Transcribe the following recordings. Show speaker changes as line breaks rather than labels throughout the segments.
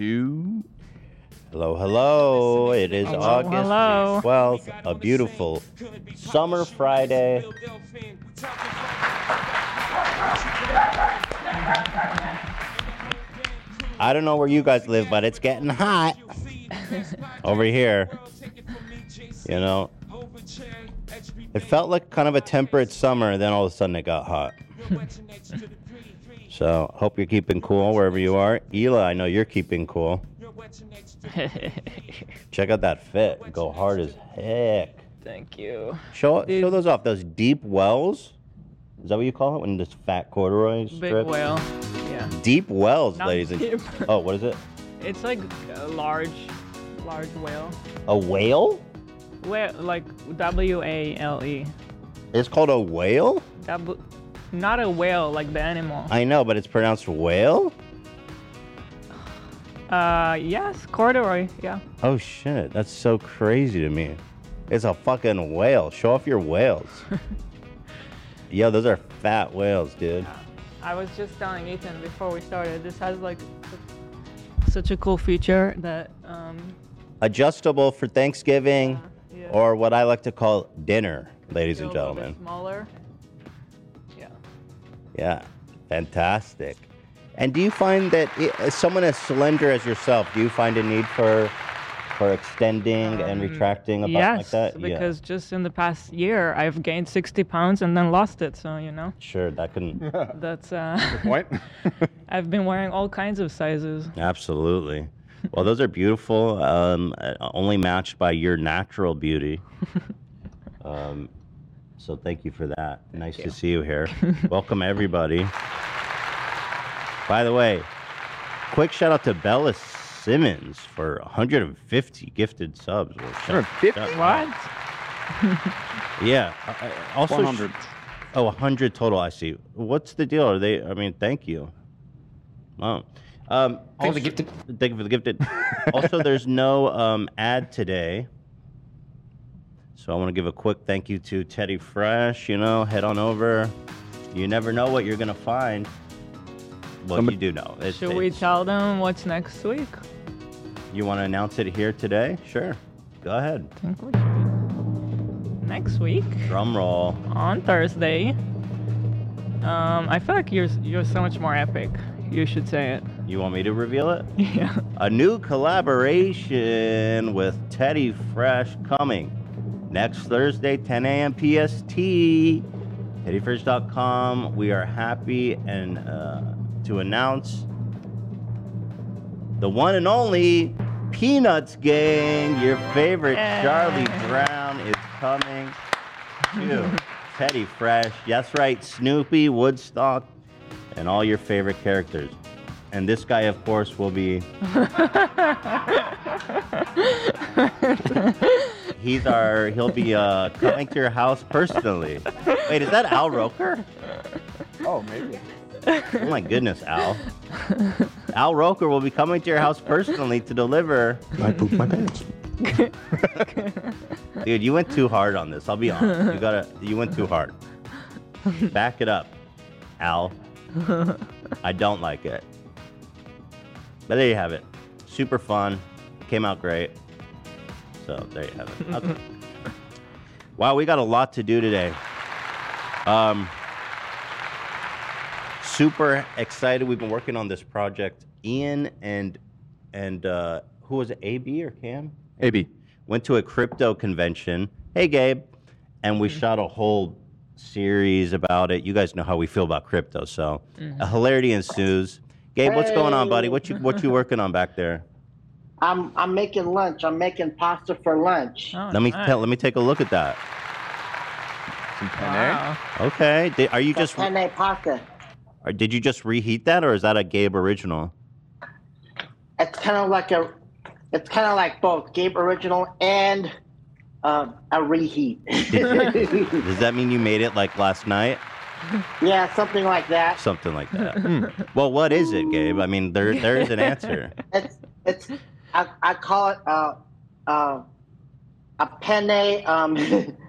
two.
Hello, hello. It is
Hello,
August
hello.
12th, a beautiful summer Friday. I don't know where you guys live, but it's getting hot over here. You know, it felt like kind of a temperate summer, then all of a sudden it got hot. So, hope you're keeping cool wherever you are. Ela, I know you're keeping cool. Check out that fit. Go hard as heck.
Thank you.
Show
Dude.
show those off. Those deep wells. Is that what you call it when this fat corduroy
Big
strips?
whale. Yeah.
Deep wells,
Not
ladies and
deep.
oh, what is it?
It's like a large, large whale.
A whale?
Whale, like W A L E.
It's called a whale.
W- not a whale, like the animal.
I know, but it's pronounced whale.
Uh, yes, corduroy. Yeah.
Oh shit, that's so crazy to me. It's a fucking whale. Show off your whales. Yo, those are fat whales, dude.
I was just telling Ethan before we started. This has like such a cool feature that um,
Adjustable for Thanksgiving,
Yeah, yeah.
or what I like to call dinner, ladies and
feel a little bit
gentlemen.
smaller. Yeah.
Yeah, fantastic. And do you find that i- as someone as slender as yourself, do you find a need for for extending and retracting a butt
Um, yes,
like that?
because just in the past year, I've gained 60 pounds and then lost it. So you know,
yeah, sure, that can
that's uh,
What?
I've been wearing all kinds of sizes.
absolutely. Well, those are beautiful, um, uh, only matched by your natural beauty. Um, so thank you for that. nice to see you here. Welcome everybody. By the way, quick shout out to Bella Simmons for 150 gifted subs. Well, shut-
150?
shut-
What?
Yeah. I- I- Also, sh-
100.
oh, 100 total. I see. What's the deal? Are they? I mean, thank you. Wow.
Thank
Um,
you for the
also-
gifted.
Thank you for the gifted. also, there's no um, ad today. So I want to give a quick thank you to Teddy Fresh. You know, head on over. You never know what you're going to find. Well,
Somebody-
you do know. It's-
Should we
it's-
tell them what's next week?
You want to announce it here today? Sure. Go ahead.
I think we should. Next week
Drum roll.
on Thursday. Um, I feel like you're you're so much more epic. You should say it.
You want me to reveal it?
Yeah.
a new collaboration with Teddy Fresh coming next Thursday, 10 a.m. PST. TeddyFresh.com. We are happy and uh, to announce the one and only Peanuts Gang, your favorite
Yay.
Charlie Brown, is coming to Teddy Fresh. That's right, Snoopy, Woodstock, and all your favorite characters. And this guy, of course, will be. He's our. He'll be uh, coming to your house personally. Wait, is that Al Roker?
Oh, maybe.
Oh my goodness, Al. Al Roker will be coming to your house personally to deliver.
I pooped my pants.
Dude, you went too hard on this. I'll be honest. You gotta. You went too hard. Back it up, Al. I don't like it. But there you have it. Super fun. Came out great. So there you have it. Okay. wow, we got a lot to do today. Um, super excited. We've been working on this project. Ian and and uh, who was it? AB or Cam?
AB.
went to a crypto convention. Hey, Gabe. And we shot a whole series about it. You guys know how we feel about crypto, so a hilarity ensues. Gabe, what's going on, buddy? What you what you working on back there?
I'm I'm making lunch. I'm making pasta for lunch.
Oh,
let me
nice.
tell, let me take a look at that.
Some penne.
Wow.
Okay, Di- are you just
Just penne pasta.
or did you just reheat that, or is that a Gabe original?
It's kind of like a, it's kind of like both Gabe original and um, a reheat.
Does that mean you made it like last night,
yeah, something like that.
something like
Hmm.
that? well, what is it, Gabe? I mean, there there is an answer.
It's it's I, I call it uh, uh, a penne um,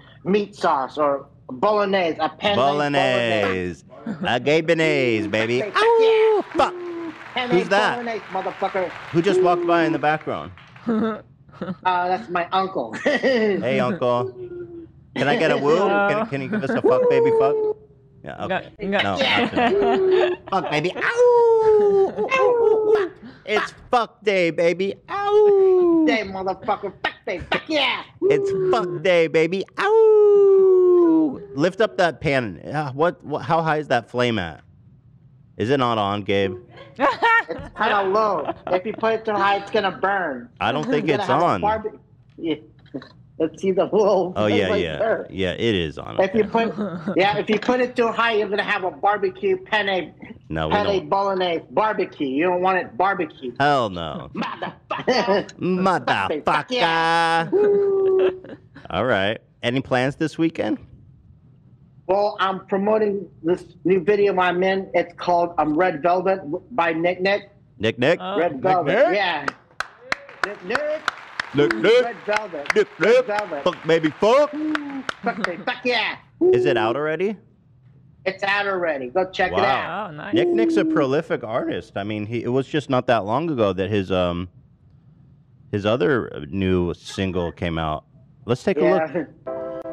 meat sauce or bolognese. A penne
Bolognese, a Gabe Benese, baby.
Yeah.
Fuck.
penne
Who's that?
bolognese, motherfucker.
Who just walked by in the background?
Uh, that's my uncle.
Hey, uncle. Can I get a woo? Can, can you give us a fuck, baby, fuck? Yeah, okay. No, not Fuck, baby. Ow! Ooh, ooh, ooh, ooh. It's fuck day, baby. Ow!
Hey, motherfucker. Fuck they. Fuck yeah.
It's fuck day, baby. Ow! Lift up that pan. Yeah, What, what? How high is that flame at? Is it not on, Gabe?
It's kind of low. If you put it too high, it's gonna burn.
I don't think
You're gonna
it's
have a
on.
barbe- Yeah. Let's see the little.
Oh yeah,
like
yeah,
there.
yeah. It is on.
If you
okay.
put, yeah, if you put it too high, you're gonna have a barbecue penne,
No, we
penne
don't.
bolognese barbecue. You don't want it barbecue.
Hell no,
Motherfucker. Fuck
motherfucker. All right. Any plans this weekend?
Well, I'm promoting this new video I'm in. It's called um, Red Velvet by Nick Nick.
Nick, Nick,
Oh.
Uh, Red Velvet.
Nick?
Yeah. Nick Nick.
Nick,
Red
Nick,
Velvet.
Nick, Nick.
Velvet.
Fuck, baby, fuck.
Fuck, they- fuck yeah.
Is it out already?
It's out already. Go check it
Wow.
out.
Oh, nice.
Nick Nick's a prolific artist. I mean, he, it was just not that long ago that his um his other uh, new single came out. Let's take a look.
Yeah.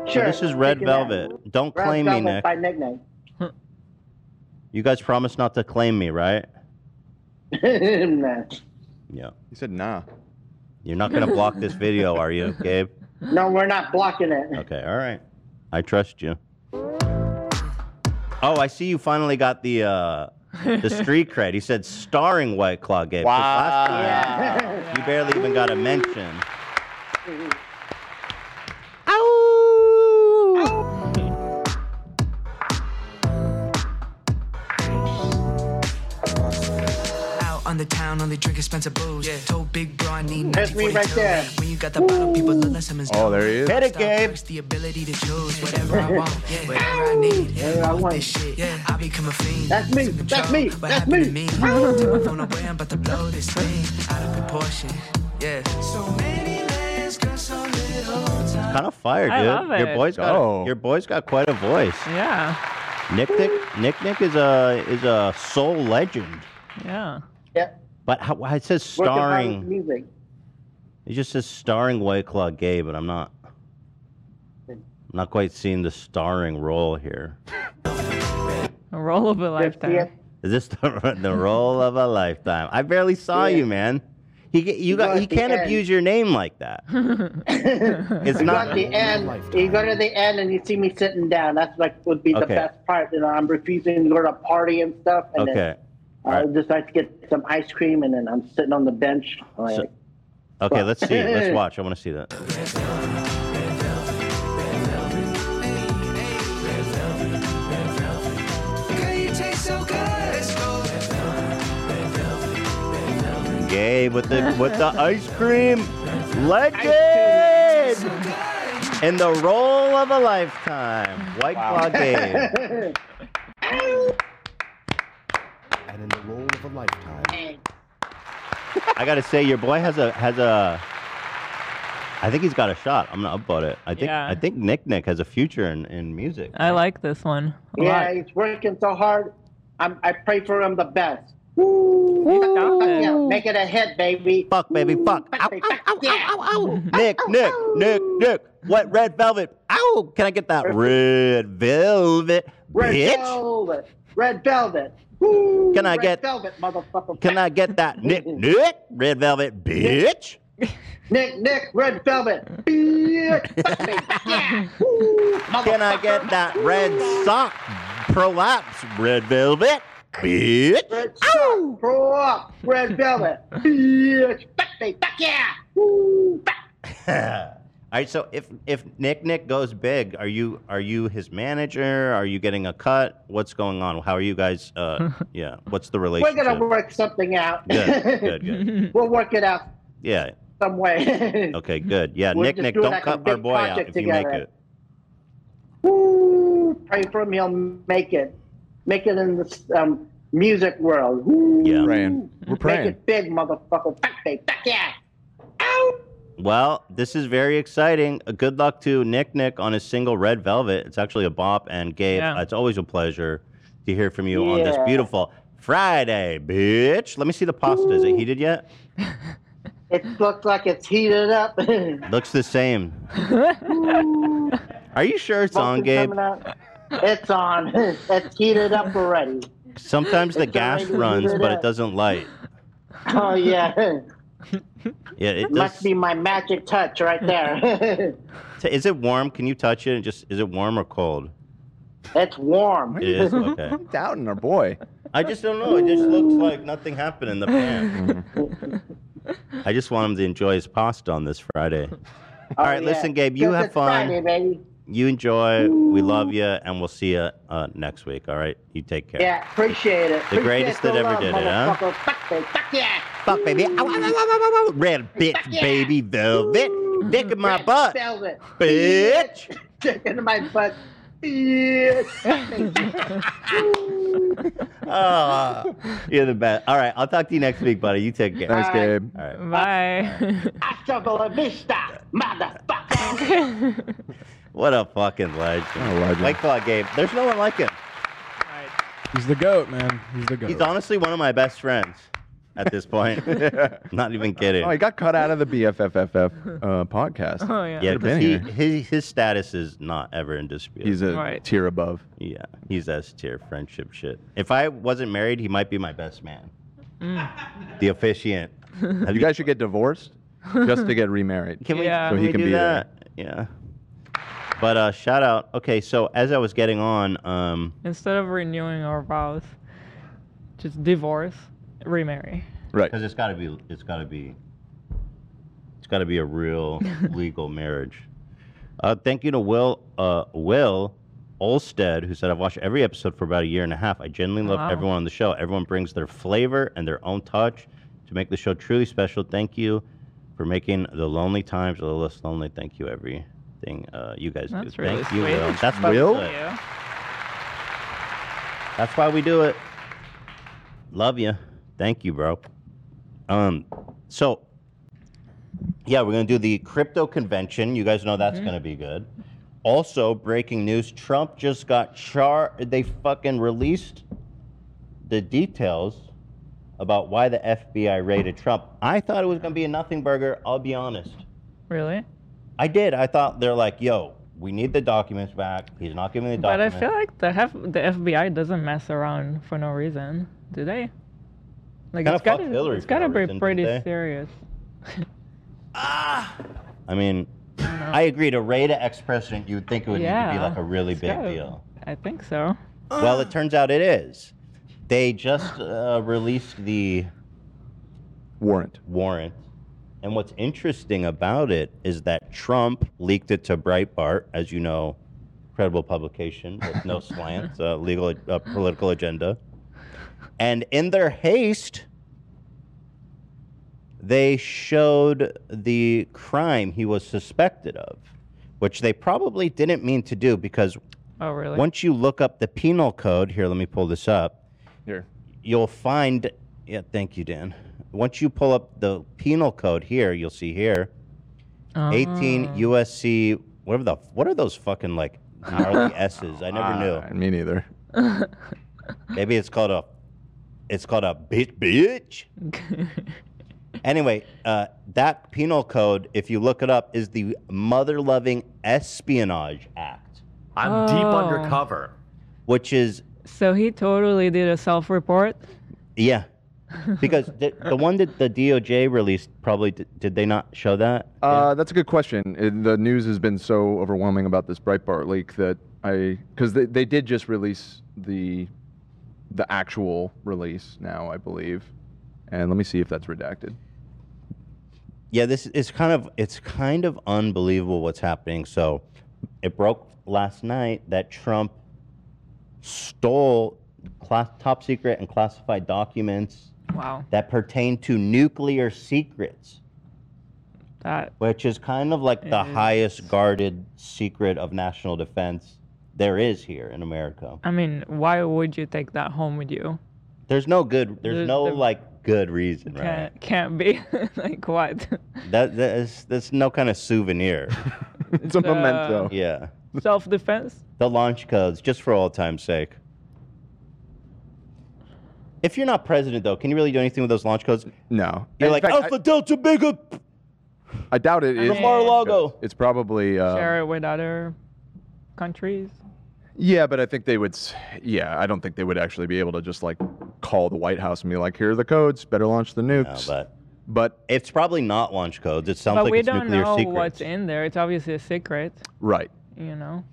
Sure.
This is Red
check it out.
Velvet. Don't
Red
claim
Velvet
me, Nick.
by Nick Nick.
You guys promised not to claim me, right?
no.
Yeah.
He said nah.
You're not gonna block this video, are you, Gabe?
no, we're not blocking it.
Okay, all right. I trust you. Oh, I see you finally got the uh the street cred. He said starring White Claw Gabe. 'cause last time
Yeah.
You barely even got a mention.
Out on the town, only drink expensive booze. Told big bro I need
That's me
1942.
right there.
When you got the bottle, people look like someone's
Oh, there he is.
Hit it, Gabe.
The ability to choose whatever I want, yeah, whatever I need.
Yeah, I
Fuck
want
this
it.
shit. Yeah, I become a fiend.
That's me.
Losing
That's
control.
me.
What
That's
happened to
me.
me? Take my phone away, I'm about to blow this thing out of proportion. Yeah. So many layers, girl, so little time.
Kind of fire, dude.
I love
Your
it.
boy's got
Go.
your boy's got quite a voice.
Yeah.
Nick Nick Nick Nick is a is a soul legend.
Yeah.
Yeah.
But how, why it says
Working on his
starring.
Music.
It just says starring White Claw Gay, but I'm not. I'm not quite seeing the starring role here.
A roll of a
Yeah.
lifetime.
Is this the, the role of a lifetime? I barely saw
Yeah.
you, man. He g- you
go
got
at
you
the
can't
end.
abuse your name like that. it's
You go at
not.
the end. You go to the end and you see me sitting down. That's like would be the
Okay.
best part. You know, I'm refusing to go to a party and stuff. And Then,
Okay.
I would just like to get some ice cream, and then I'm sitting on the bench. Like,
So- Okay, let's see. Let's watch. I want to see that.
Girl, you taste so good. Let's go.
Gabe with the with the ice cream
Ice
legend in the role of a lifetime. White Claw Gabe.
and in the role of a lifetime.
I gotta say, your boy has a has a. I think he's got a shot. I'm gonna upvote it. I think
Yeah.
I think Nick Nick has a future in, in music.
I like this one. A
yeah,
lot.
he's working so hard. I'm, I pray for him the best.
Stop
Fuck
it.
yeah, make it a hit, baby.
Fuck baby, fuck. Ow,
Fuck, baby,
ow,
fuck,
ow,
yeah.
ow, ow, ow. Nick Nick Nick Nick. What red velvet? Ow! Can I get that red velvet,
Red
bitch?
velvet. Red velvet. Woo,
Can I
red
get-
velvet, motherfucker?
Can I get that Nick Nick red velvet, bitch?
Nick, Nick, red velvet. Bitch, fuck me. Yeah. Woo,
Can I get
motherfucker.
that red sock prolapse red velvet? Bitch.
Red sock, throw up, red velvet. Bitch, fuck me. Fuck yeah. Woo, fuck.
All right, so if if Nick Nick goes big, are you are you his manager? Are you getting a cut? What's going on? How are you guys uh yeah, what's the
We're
relationship?
gonna work something out.
good, good, good.
we'll work it out
Yeah.
some way.
Okay, good. Yeah,
We're
Nick
just
Nick,
doing
don't
like a
cut our
big
boy out if
project
you make
together.
it.
Woo, pray for him. He'll make it. Make it in this um, music world. Woo.
Yeah.
Praying. We're
Mm-hmm. Make
praying.
it big, motherfucker. Fuck me. Fuck yeah. Ow.
Well, this is very exciting. Uh, Good luck to Nick Nick on his single Red Velvet. It's actually a bop and Gabe,
Yeah.
it's always a pleasure to hear from you on this
Yeah.
beautiful Friday, bitch. Let me see the pasta. Is it heated yet?
It looks like it's heated up. It's
Looks the same. Are you sure it's on, Gabe?
coming out. It's on. It's heated up already.
Sometimes the
It's
gas
already
runs,
heated
but
up.
it doesn't light.
Oh yeah.
Yeah, it does.
Must be my magic touch right there.
t- Is it warm? Can you touch it? And just is it warm or cold?
it's warm.
It is okay.
I'm doubting our Oh, boy.
I just don't know. It just looks like nothing happened in the pan. I just want him to enjoy his pasta on this Friday.
Oh,
All right, listen, Gabe, you have fun.
Friday, baby.
You enjoy. We love you, and we'll see you uh, next week. All right, you take care.
Yeah, appreciate it.
The greatest that ever did it, huh?
huh?
Fuck baby, Ow, ow, ow, ow, ow, ow, ow. red bitch,
yeah.
baby velvet, dick in my butt, bitch.
Mm-hmm. Dick in my butt. Yes.
Oh, you're the best. All right, I'll talk to you next week, buddy. You take care.
Thanks,
All right.
Gabe.
All right.
Bye.
Hasta la vista, motherfucker.
What a fucking legend.
What a legend.
White Claw Gabe. There's no one like him.
He's the goat, man. He's the goat.
He's honestly one of my best friends at this point. Not even kidding.
Oh, he got cut out of the BFFFF uh, podcast.
Oh, yeah.
yeah,
Could've been
because he,
here.
his, his status is not ever in dispute.
He's a
Right.
tier above.
yeah, he's S tier friendship shit. If I wasn't married, he might be my best man. The officiant.
You guys should get divorced just to get remarried.
Can we,
Yeah.
can
So he
we
can
do
be there.
that? Yeah. But uh, shout out. Okay, so as I was getting on, um,
Instead of renewing our vows, just divorce, remarry.
Right.
because it's got to be it's got to be it's got to be a real legal marriage uh, thank you to will uh, will olstead who said i've watched every episode for about a year and a half i genuinely love
Wow.
everyone on the show everyone brings their flavor and their own touch to make the show truly special thank you for making the lonely times a little less lonely thank you everything uh, you guys
That's
do
really
thank you
sweet.
will that's why we
Will?
do it.
Yeah.
That's why we do it. Love you. Thank you, bro. Um, so yeah, we're gonna do the crypto convention. You guys know that's
Mm-hmm.
gonna be good. Also, breaking news: Trump just got char. They fucking released the details about why the FBI raided Trump. I thought it was gonna be a nothing burger. I'll be honest.
Really?
I did. I thought they're like, "Yo, we need the documents back. He's not giving the
But I
documents."
feel like the F- the FBI doesn't mess around for no reason, do they? Like
Kinda
it's gotta,
fucked Hillary
it's
for
gotta
no
be
reason, didn't
pretty
they?
serious.
I mean, I agree. To raid an ex-president, you would think it would need to
Yeah,
be like a really
it's
big
gotta-
deal.
I think so.
Well, it turns out it is. They just uh, released the
Warrant.
warrant, and what's interesting about it is that Trump leaked it to Breitbart, as you know, credible publication with no slant, uh, legal, uh, political agenda. And in their haste, they showed the crime he was suspected of, which they probably didn't mean to do because
Oh really?
once you look up the penal code, here, let me pull this up,
Here.
you'll find. Yeah, thank you, Dan. Once you pull up the penal code here, you'll see here 18
Oh.
USC. Whatever the what are those fucking like gnarly S's? I never
Ah, Me neither.
knew. Maybe it's called a it's called a bitch bitch. Anyway, uh, that penal code, if you look it up, is the Mother Loving Espionage Act,
I'm deep
Oh.
undercover.
which is
so he totally did a self-report.
Yeah, because the, the one that the DOJ released probably did, did they not show that?
Uh, that's a good question. Uh, the news has been so overwhelming about this Breitbart leak that I, because they, they did just release the, the actual release now, I believe. And let me see if that's redacted.
yeah, this is kind of it's kind of unbelievable what's happening. So, it broke last night that Trump stole class, top secret and classified documents
Wow.
that pertain to nuclear secrets,
That
which is kind of like the highest guarded secret of national defense there is here in America.
I mean, why would you take that home with you?
There's no good. There's,
There's
no
the-
like good reason, right?
Can't can't be like what?
That that's that's no kind of souvenir.
It's a
uh,
memento.
yeah,
Self-defense.
the launch codes just for all time's sake. If you're not president, though, can you really do anything with those launch codes?
No,
You're
In
like "Oh,
fact,
Alpha Delta Bigger.
I, I doubt it is.
From Mar-a-Lago.
It's probably. um,
share it with other countries.
Yeah, but I think they would. s- Yeah, I don't think they would actually be able to just like call the White House and be like, "Here are the codes. Better launch the
No,
nukes."
but
but
it's probably not launch codes. It sounds
But
like
we
it's
don't
nuclear
know
secrets.
what's in there. It's obviously a secret,
right,
you know.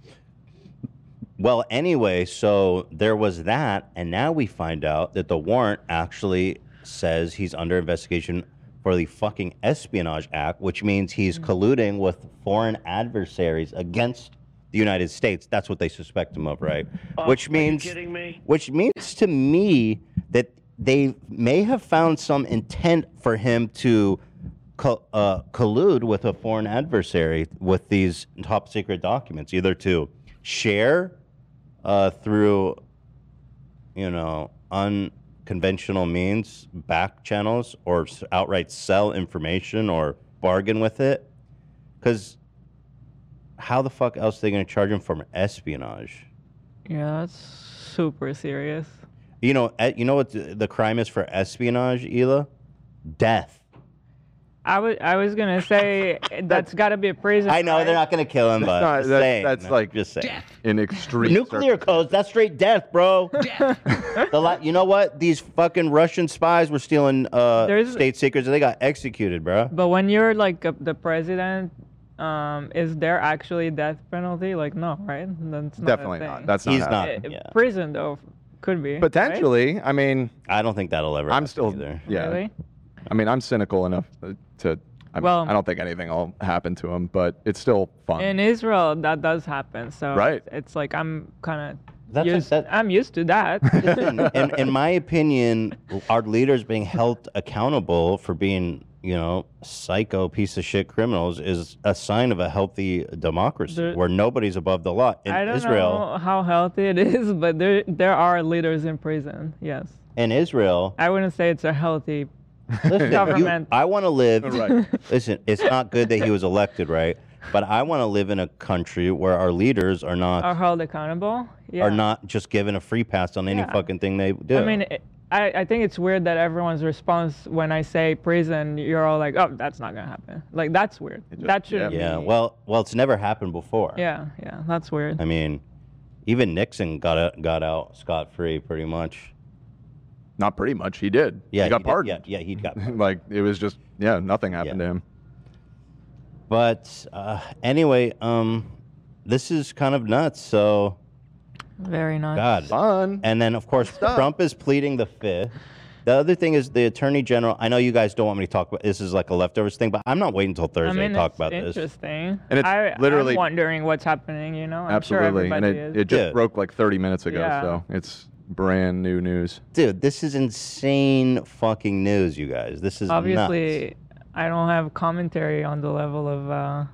Well, anyway, so there was that, and now we find out that the warrant actually says he's under investigation for the fucking Espionage Act, which means he's
Hmm.
colluding with foreign adversaries against the United States. That's what they suspect him of, right? which means,
Oh, kidding me?
which means to me that they may have found some intent for him to co- uh, collude with a foreign adversary with these top secret documents, either to share uh, through, you know, unconventional means, back channels, or s- outright sell information or bargain with it. Because how the fuck else are they going to charge him for espionage?
Yeah, that's super serious.
You know, eh, you know what the the crime is for espionage, Ela? Death.
I was I was gonna say that's got to be a prison.
I know they're
right?
not going to kill him, but
not-
just
that's-
saying,
that's
no,
like
just saying.
in extreme
Nuclear codes, that's straight death, bro. the la- you know what? These fucking Russian spies were stealing uh,
There's-
state secrets and they got executed, bro.
But when you're like a, the president, um, is there actually death penalty? Like no, right? That's not a
Definitely not.
thing.
That's not.
He's
happening.
not.
Eh,
yeah.
prison though. Could be right?
Potentially, I mean,
I don't think that'll ever
I'm
happen
still.
either.
Yeah,
Really?
I mean, I'm cynical enough uh, to. I, mean,
Well- Eh.
I don't think anything will happen to him, but it's still fun.
In Israel, that does happen. So
Right.
it's- it's like I'm kind of
That's a-
used.
that-
I'm used to that.
Listen, in, in my opinion, our leaders being held accountable for being, you know, psycho piece of shit criminals is a sign of a healthy democracy
The-
where nobody's above the law. In
I don't
Israel,
know how healthy it is, but there there are leaders in prison. Yes,
in Israel,
I wouldn't say it's a healthy.
listen, you-
Government.
I want to live.
Right.
Listen, it's not good that he was elected, right? But I want to live in a country where our leaders are not
Are
are,
held accountable? Oh, Yeah.
not just given a free pass on any
Yeah.
fucking thing they do.
I mean, it- I, I think it's weird that everyone's response when I say prison, you're all like, oh, that's not gonna happen. Like that's weird.
just-
that shouldn't.
yeah.
be-
Well, well, it's never happened before.
Yeah, yeah, that's weird.
I mean, even Nixon got out, got out scot free, pretty much.
not pretty much. He did.
Yeah,
he got
did-
pardoned.
Yeah, yeah, he got.
like it was just yeah, nothing happened
Yeah.
to him.
but uh, anyway, um, this is kind of nuts. So
Very nice.
God,
Fun.
And then, of course,
up?
Trump is pleading the fifth. The other thing is the attorney general. I know you guys don't want me to talk about this. Is like a leftovers thing, but I'm not waiting until
I
Thursday
mean,
to talk
it's
about this.
interesting.
And it's
I,
literally-
I'm wondering what's happening. You know, I'm
Absolutely,
sure
and it,
everybody is.
it just
Yeah.
broke like 30 minutes ago,
Yeah.
so it's brand new news.
Dude, this is insane fucking news, you guys. This is
Obviously, I don't have commentary on the level of uh,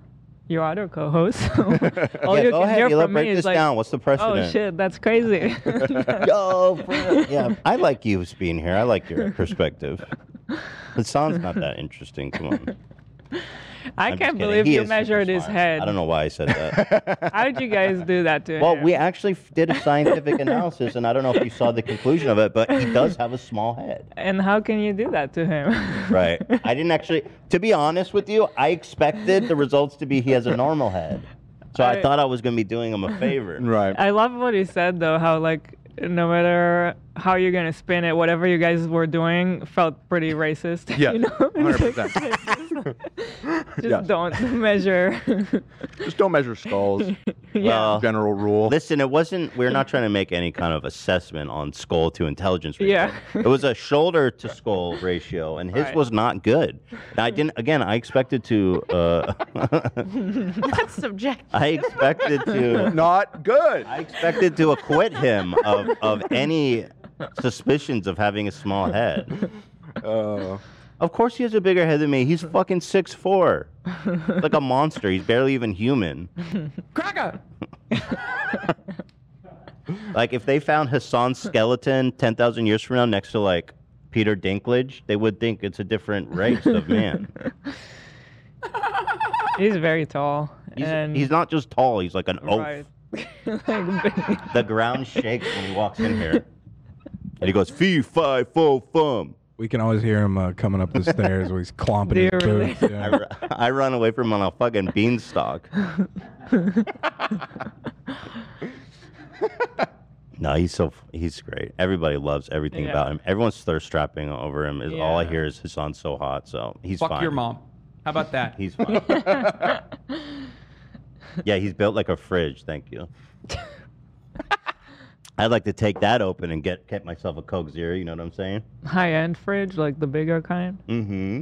your other co-host. so all
nuts. Yeah,
you
go
can
ahead,
hear
Ela,
from
break
me
this
is like,
down. What's the precedent?
oh shit, that's crazy.
Yo,
Oh,
bro. yeah, I like you being here. I like your perspective. It sounds not that interesting. Come on.
I
I'm just
can't
kidding.
believe
He
you
is super
measured his
smart.
head.
I don't know why I said that.
How'd you guys do that to
well,
him?
we actually f- did a scientific analysis, and I don't know if you saw the conclusion of it, but he does have a small head.
and how can you do that to him?
Right. I didn't actually, to be honest with you, I expected the results to be he has a normal head. So I,
I-
thought I was going to be doing him a favor.
Right.
I love what he said though. How like no matter how you're gonna spin it, whatever you guys were doing felt pretty racist.
Yeah,
you know? It's like,
100%.
Just
Yeah.
don't measure.
Just don't measure skulls.
Well,
general rule.
listen, it wasn't, we're not trying to make any kind of assessment on skull to intelligence ratio.
Yeah.
It was a shoulder to skull ratio, and his
Right.
was not good. And I didn't, again, I expected to, uh,
That's subjective.
I expected to.
Not good.
I expected to acquit him of, of any suspicions of having a small head.
Uh,
Of course he has a bigger head than me. He's fucking 6'4". He's like a monster. He's barely even human.
Cracker.
Like if they found Hassan's skeleton 10,000 years from now next to like Peter Dinklage, they would think it's a different race of man.
He's very tall.
He's,
and
he's not just tall, he's like an oaf.
right. like, big.
The ground shakes when he walks in here. And he goes, fee, fi, fo, fum.
We can always hear him uh, coming up the stairs where he's clomping
Do
his
you really?
boots. Yeah.
I, ru- I run away from him on a fucking beanstalk. no, he's so f- he's great. Everybody loves everything
Yeah.
about him. Everyone's thirst trapping over him. Is all I
Yeah.
hear is his son's so hot. So he's
Fuck
fine.
your mom. How about that?
He's fine. yeah, he's built like a fridge. Thank you. I'd like to take that open and get get myself a Coke Zero. You know what I'm saying?
High end fridge, like the bigger kind.
Mm-hmm.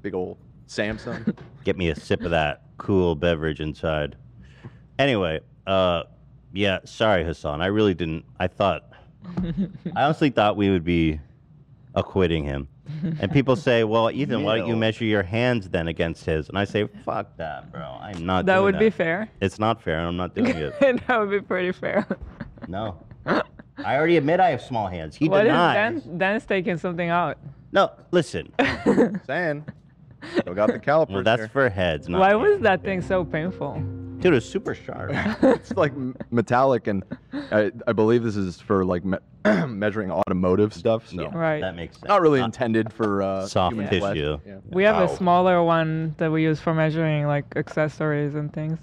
Big old Samsung.
get me a sip of that cool beverage inside. Anyway, uh, yeah, sorry, Hassan. I really didn't. I thought, I honestly thought we would be acquitting him. And people say, well, Ethan, why don't you
No.
measure your hands then against his? And I say, fuck that, bro. I'm not
That
doing
would be fair.
It's not fair, and I'm not doing it.
that would be pretty fair.
No. I already admit I have small hands. He
What is
denies.
Dan? Dan's taking something out.
No, listen.
Saying. Still got the calipers.
Well, that's
here.
for heads. Not
Why
hands.
was that thing so painful?
Dude, it's super sharp.
it's like m- metallic, and I, I believe this is for like me- measuring automotive stuff. So
Right.
That makes sense.
not really intended for uh,
soft
human
tissue.
flesh. Yeah.
We have
Ow.
a smaller one that we use for measuring like accessories and things.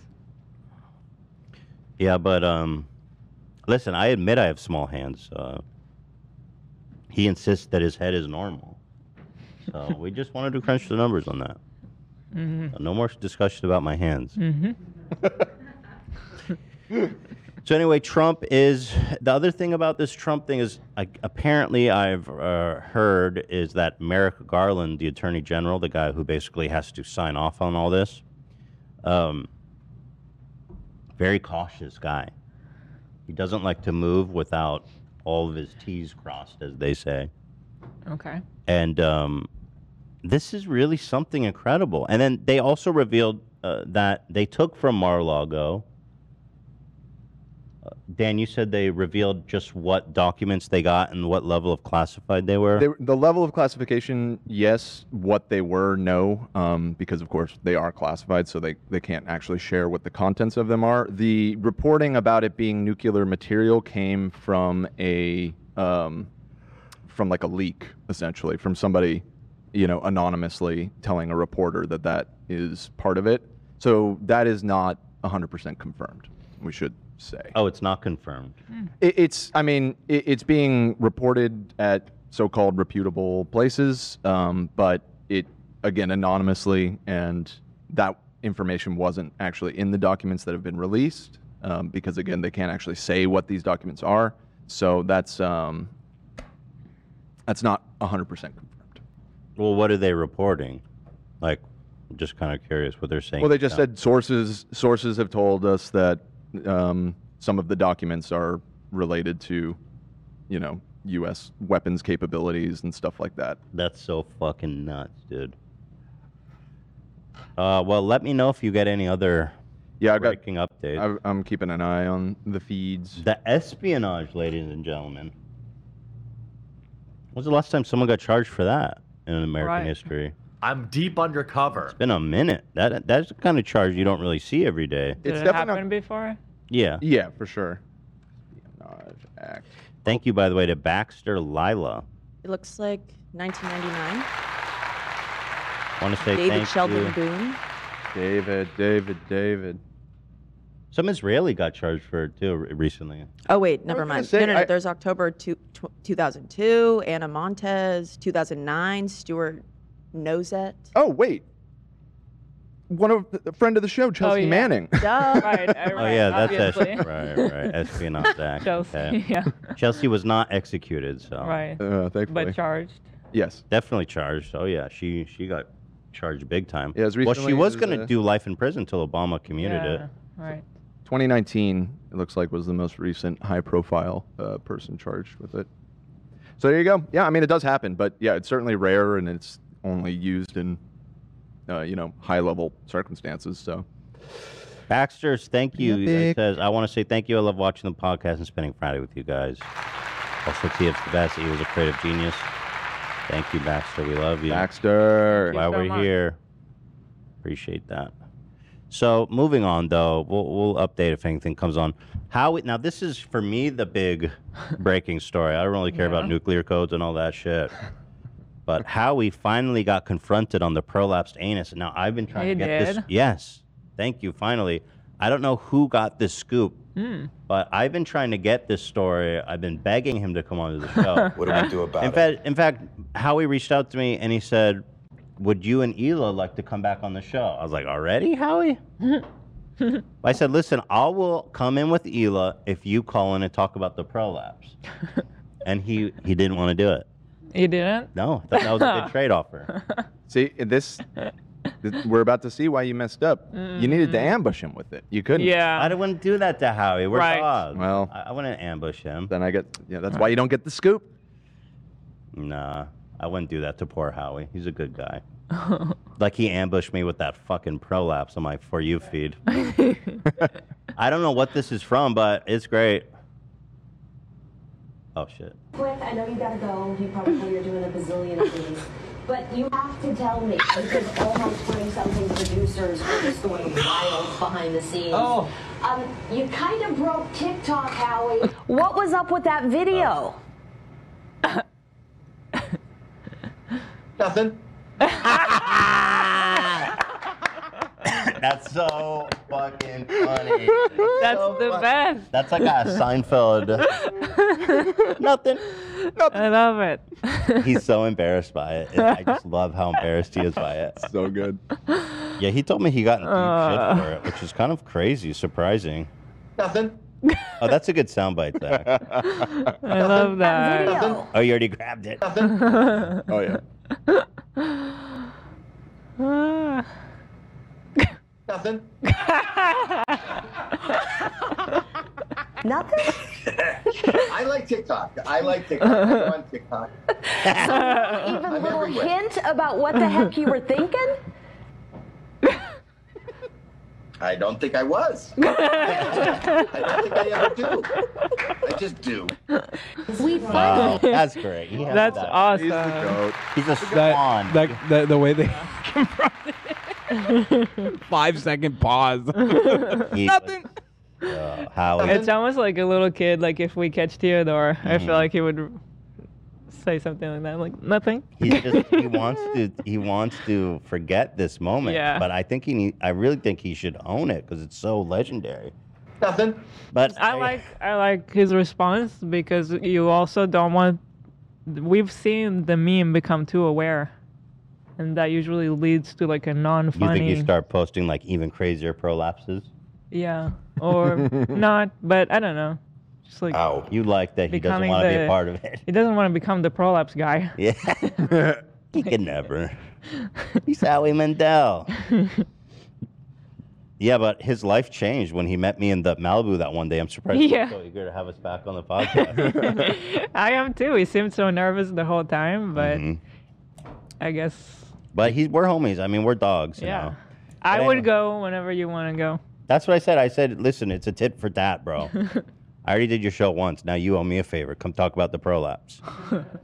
Yeah, but um, listen, I admit I have small hands. Uh, he insists that his head is normal, so we just wanted to crunch the numbers on that. So no more discussion about my hands.
Mm-hmm.
Mm-hmm.
so anyway, Trump is the other thing about this Trump thing is I, apparently I've uh, heard is that Merrick Garland, the Attorney General, the guy who basically has to sign off on all this, um, very cautious guy. He doesn't like to move without all of his T's crossed, as they say.
Okay.
And um, this is really something incredible. And then they also revealed uh, that they took from Mar-a-Lago. Uh, Dan, you said they revealed just what documents they got and what level of classified they were.
They, the level of classification, yes. What they were, no. Um, because of course they are classified, so they they can't actually share what the contents of them are. The reporting about it being nuclear material came from a um, from like a leak, essentially, from somebody, you know, anonymously telling a reporter that that is part of it. So that is not 100% confirmed. We should say. Hmm.
oh, it's not confirmed.
It, it's, I mean, it, it's being reported at so-called reputable places, um, but it again anonymously, and that information wasn't actually in the documents that have been released um, because again they can't actually say what these documents are. So that's um, that's not 100% confirmed.
Well, what are they reporting? Like, I'm just kind of curious what they're saying.
Well, they just
now.
said sources sources have told us that um, some of the documents are related to, you know, U.S. weapons capabilities and stuff like that.
That's so fucking nuts, dude. Uh, well, let me know if you get any other
Yeah, I got.
breaking updates.
I, I'm keeping an eye on the feeds.
The espionage, ladies and gentlemen. When's the last time someone got charged for that in American
Right.
history?
I'm deep undercover.
Been a minute. That that's the kind of charge you don't really see every day.
Did
It's
it
definitely not-
happen before?
Yeah.
Yeah, for sure. Espionage Act.
Thank you, by the way, to Baxter Lila.
It looks like 1999.
Want to say
David
thank
Sheldon
you.
Boone.
David, David, David.
Some Israeli got charged for it too re- recently.
Oh wait,
I
never
was gonna
mind.
say,
no, no, no.
I-
There's October two, tw- 2002. Anna Montez. 2009. Stuart Nozet.
Oh wait, one of the, a friend of the show, Chelsea
Oh, yeah.
Manning.
Duh.
Right. right
oh yeah, that's
obviously.
es- right, right. Espionage act.
Chelsea.
okay.
Yeah.
Chelsea was not executed, so
Right.
Uh, thankfully.
But charged.
yes.
definitely charged. Oh yeah, she she got charged big time.
Yeah, as
well, she
recently
was
as,
gonna
uh,
do life in prison until Obama commuted it.
Yeah. Right.
2019, it looks like, was the most recent high profile uh, person charged with it. So there you go. Yeah, I mean, it does happen, but yeah, it's certainly rare and it's only used in, uh, you know, high level circumstances. So
Baxter's, thank you. It
Epic.
says, I want to say thank you. I love watching the podcast and spending Friday with you guys. Also, TF's the best. He was a creative genius. Thank you, Baxter. We love you.
Baxter.
Thank you
While
so
we're
much.
here, appreciate that. So moving on though, we'll, we'll update if anything comes on. How now this is for me the big breaking story. I don't really care about
Yeah.
nuclear codes and all that shit. But Howie finally got confronted on the prolapsed anus. And Now I've been trying
He
to get this.
did?
Yes, thank you. Finally, I don't know who got this scoop,
Hmm.
but I've been trying to get this story. I've been begging him to come onto the show.
What do we do about
In
it?
fact, in fact, Howie reached out to me and he said, "Would you and Ela like to come back on the show?" I was like, "Already, Howie?" I said, "Listen, I will come in with Ela if you call in and talk about the prolapse." and he he didn't want to do it.
You didn't?
No, I thought that was a good trade offer.
See this. th- We're about to see why you messed up. You needed to ambush him with it. You couldn't.
Mm-hmm. Yeah.
I don't want to do that to Howie. We're
Right.
dogs.
Well.
I, I wouldn't ambush him.
Then I get. Yeah, that's why you don't get the scoop.
Nah, I wouldn't do that to poor Howie. He's a good guy. like he ambushed me with that fucking prolapse on my for you feed. I don't know what this is from, but it's great. Oh shit.
quick. I know you gotta go. You probably are doing a bazillion of these. But you have to tell me because all my 20 something producers were just going wild behind the scenes.
Oh.
Um, you kind of broke TikTok, Howie. What was up with that video?
Nothing.
That's so fucking funny.
That's the best.
That's like a Seinfeld. Nothing.
I love it.
He's so embarrassed by it. I just love how embarrassed he is by it.
So good.
Yeah, he told me he got in deep
Uh.
shit for it, which is kind of crazy, surprising.
Nothing.
Oh, that's a good soundbite, Zach.
I love that.
Video.
Oh, you already grabbed it.
Oh yeah.
Ah.
Nothing.
Nothing?
I like TikTok. I like TikTok. I'm on TikTok.
Even
I'm
little
everywhere.
hint about what the heck you were thinking?
Uh, I don't think I was. I don't think I ever do. I just do.
We
Wow,
finally
that's great. He has
That's
that.
He's the
awesome.
goat.
He's a
That,
swan.
that, that the way they five second pause.
He-
Nothing.
Uh, Howie.
It's almost like a little kid. Like if we catch Theodore, I feel like he would say something like that. Like nothing.
he just he wants to he wants to forget this moment.
Yeah.
But I think he need, I really think he should own it because it's so legendary.
Nothing.
But
I like I like his response because you also don't want. We've seen the meme become too aware, and that usually leads to like a
you
non-funny.
think you start posting like even crazier prolapses.
Yeah, or not. But I don't know. Just like
Ow.
You like that Oh, he doesn't
Becoming
want to be a
the-
part of it.
he doesn't want to become the prolapse guy.
Yeah. he can never. He's Howie Mandel. Yeah, but his life changed when he met me in the Malibu that one day. I'm surprised
Yeah.
he's so eager to have us back on the podcast.
I am too. He seemed so nervous the whole time, but
Mhm.
I guess
But he's we're homies. I mean, we're dogs. You
yeah.
know?
I
But
would
anyway.
go whenever you want to go.
That's what I said. I said, listen, it's a tit for tat, bro. I already did your show once. Now you owe me a favor. Come talk about the prolapse.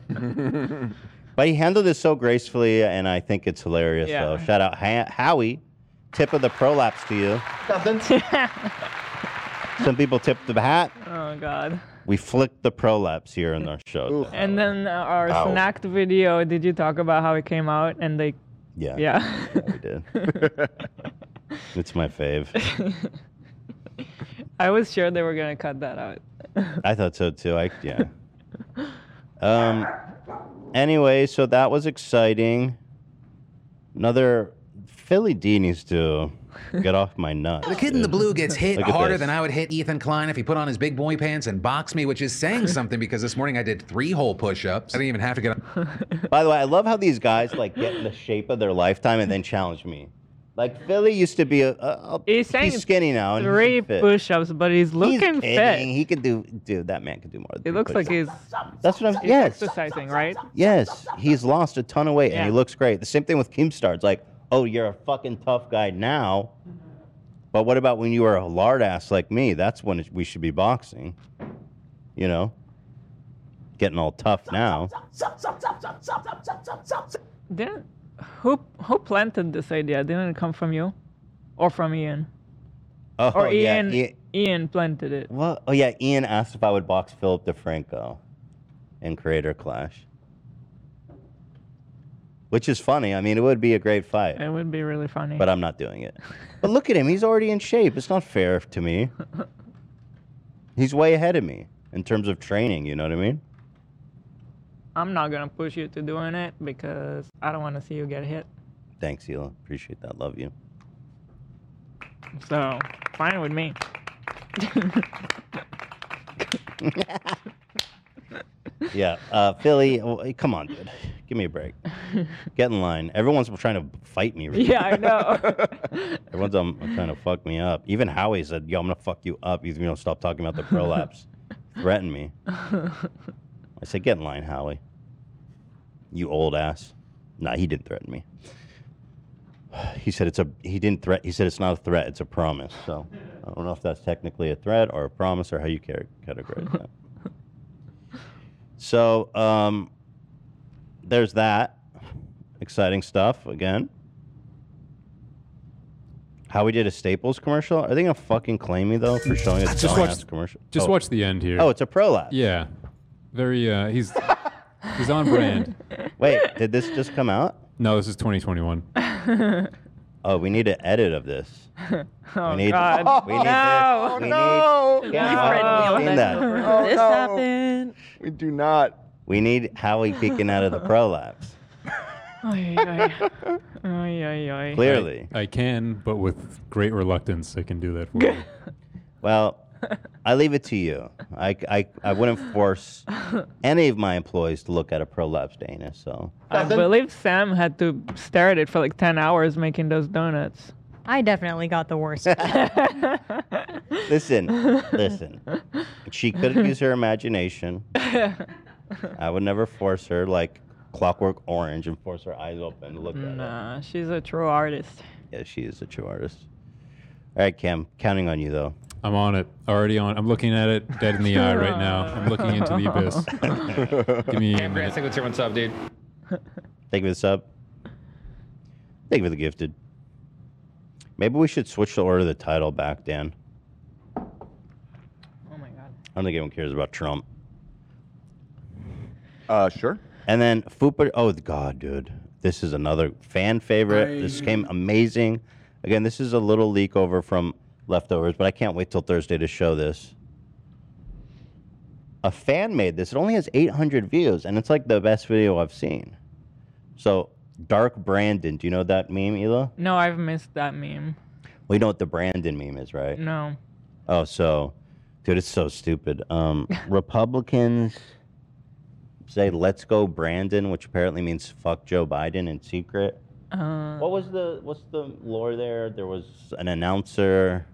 but he handled this so gracefully, and I think it's hilarious.
Yeah.
Though. Shout out ha- Howie. Tip of the prolapse to you.
Nothing.
Some people tip the hat.
Oh God!
We flicked the prolapse here in our show.
Oof.
though.
And then uh, our
Ow.
snacked video. Did you talk about how it came out? And they,
Yeah.
yeah,
We did. it's my fave.
I was sure they were gonna cut that out.
I thought so too. I yeah. um. Anyway, so that was exciting. Another Philly D needs to get off my nuts.
The kid in the
dude.
blue gets hit
Look at
harder
this.
than I would hit Ethan Klein if he put on his big boy pants and boxed me, which is saying something because this morning I did three whole push ups. I didn't even have to get up.
By the way, I love how these guys like get in the shape of their lifetime and then challenge me. Like Philly used to be a, a, a
He's saying
skinny now and he's
Three
fit.
push-ups, but he's
He's
looking
kidding.
fit.
He can do, dude. That man can do more. Than
He
three
looks like
push-ups.
he's,
That's what I'm.
he's
Yes,
exercising, right?
yes. He's lost a ton of weight and he
Yeah.
looks great. The same thing with Keemstar. It's like, oh, you're a fucking tough guy now, but what about when you were a lard ass like me? That's when it- we should be boxing. You know, getting all tough now.
Didn't who who planted this idea? Didn't it come from you? or from Ian.
Oh,
or
yeah,
Ian,
Ian-
Ian planted it.
What? Oh yeah, Ian asked if I would box Philip DeFranco in Creator Clash, which is funny. I mean, it would be a great fight,
It would be really funny.
but I'm not doing it. But look at him; he's already in shape. It's not fair to me. He's way ahead of me in terms of training. You know what I mean?
I'm not gonna push you to doing it because I don't want to see you get hit.
Thanks, Hila. Appreciate that. Love you.
So fine with me.
Yeah, uh, Philly. oh, Come on, dude. Give me a break. Get in line. Everyone's trying to fight me. Right now.
yeah, I know.
Everyone's um, trying to fuck me up. Even Howie said, "Yo, I'm gonna fuck you up if you don't stop talking about the prolapse." Threatened me. I said, "Get in line, Howie. You old ass." Nah, he didn't threaten me. He said it's a. He didn't threat. He said it's not a threat. It's a promise. So I don't know if that's technically a threat or a promise or how you care- categorize that. So um, there's that exciting stuff again. How we did a Staples commercial? Are they gonna fucking claim me though for showing a
Just
dumbass
watch,
commercial?
just
Oh.
watch the end here.
Oh, it's a prolapse.
Yeah, very. Uh, he's he's on brand.
Wait, did this just come out?
No, this is 2021.
Oh, we need an edit of this.
Oh,
we need,
God.
We need
No.
this. We
Oh,
no.
Need,
Yeah.
We fucking
Oh,
need that.
no. This
no.
happened.
We do not.
We need Howie peeking out of the prolapse.
Ay, ay, ay. Ay, ay, ay.
I, I can, but with great reluctance, I can do that for you.
Well, I leave it to you. I, I, I wouldn't force any of my employees to look at a prolapsed anus. So
I believe Sam had to stare at it for like 10 hours making those donuts.
I definitely got the worst.
listen, listen. She could use her imagination. I would never force her like Clockwork Orange and force her eyes open to look at it.
Nah, she's a true artist.
Yeah, she is a true artist. All right, Cam, counting on you though.
I'm on it. Already on. I'm looking at it dead in the eye right now. I'm looking into the abyss. Give me.
Cam Grant, what's everyone's up, dude?
Thank you for the sub. Thank you for the gifted. Maybe we should switch the order of the title back, Dan.
Oh my god.
I don't think anyone cares about Trump.
Uh, sure.
And then Fupa. Oh God, dude, this is another fan favorite. This came amazing. Again, this is a little leak over from leftovers, but I can't wait till Thursday to show this. A fan made this. It only has 800 views, and it's like the best video I've seen. So, Dark Brandon. Do you know that meme, Ela?
No, I've missed that meme.
We know what the Brandon meme is, right?
No.
Oh, so, dude, it's so stupid. Um, Republicans say "Let's go Brandon," which apparently means "fuck Joe Biden" in secret. what was the what's the lore there? There was an announcer.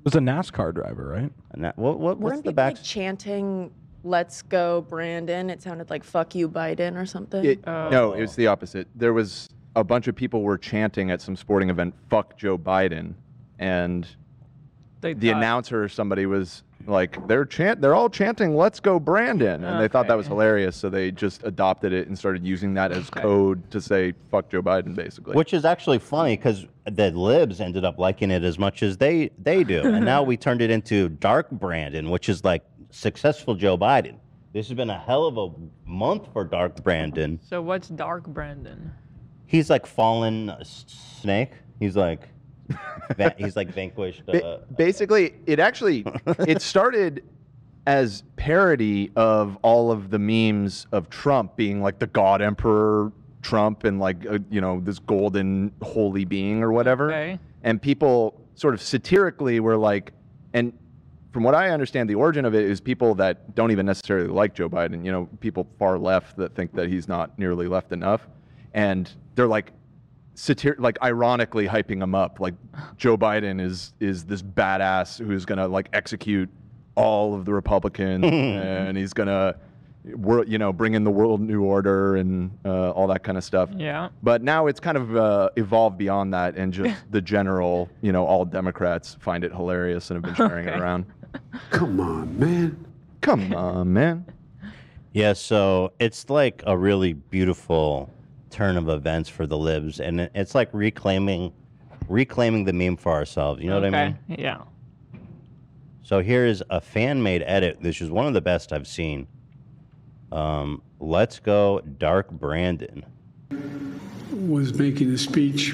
It was a NASCAR driver, right?
what what
Weren't people like chanting, "Let's go, Brandon"? It sounded like "Fuck you, Biden" or something.
It,
Oh.
No, it's the opposite. There was a bunch of people were chanting at some sporting event, "Fuck Joe Biden," and
They
the
thought-
announcer or somebody was like, "They're chant, they're all chanting, let's go Brandon," and they thought that was hilarious, so they just adopted it and started using that as code to say "fuck Joe Biden," basically.
Which is actually funny because the libs ended up liking it as much as they they do, and now we turned it into Dark Brandon, which is like successful Joe Biden. This has been a hell of a month for Dark Brandon.
So what's Dark Brandon?
He's like fallen uh, s- snake. He's like, va- he's like vanquished.
Ba-
Uh,
basically, it actually it started as parody of all of the memes of Trump being like the God Emperor Trump and like uh, you know this golden holy being or whatever. And people sort of satirically were like, and from what I understand, the origin of it is people that don't even necessarily like Joe Biden. You know, people far left that think that he's not nearly left enough, and they're like, satir- like ironically hyping him up. Like Joe Biden is is this badass who's gonna like execute all of the Republicans, and he's gonna, wor- you know, bring in the world new order and uh, all that kind of stuff.
Yeah.
But now it's kind of uh, evolved beyond that, and just the general, you know, all Democrats find it hilarious and have been sharing it around.
Come on, man.
Come on, man.
Yeah, so it's like a really beautiful turn of events for the libs, and it- it's like reclaiming reclaiming the meme for ourselves. You know what I mean?
Yeah.
So here is a fan made edit. This is one of the best I've seen. Um, let's go, Dark Brandon.
was making a speech,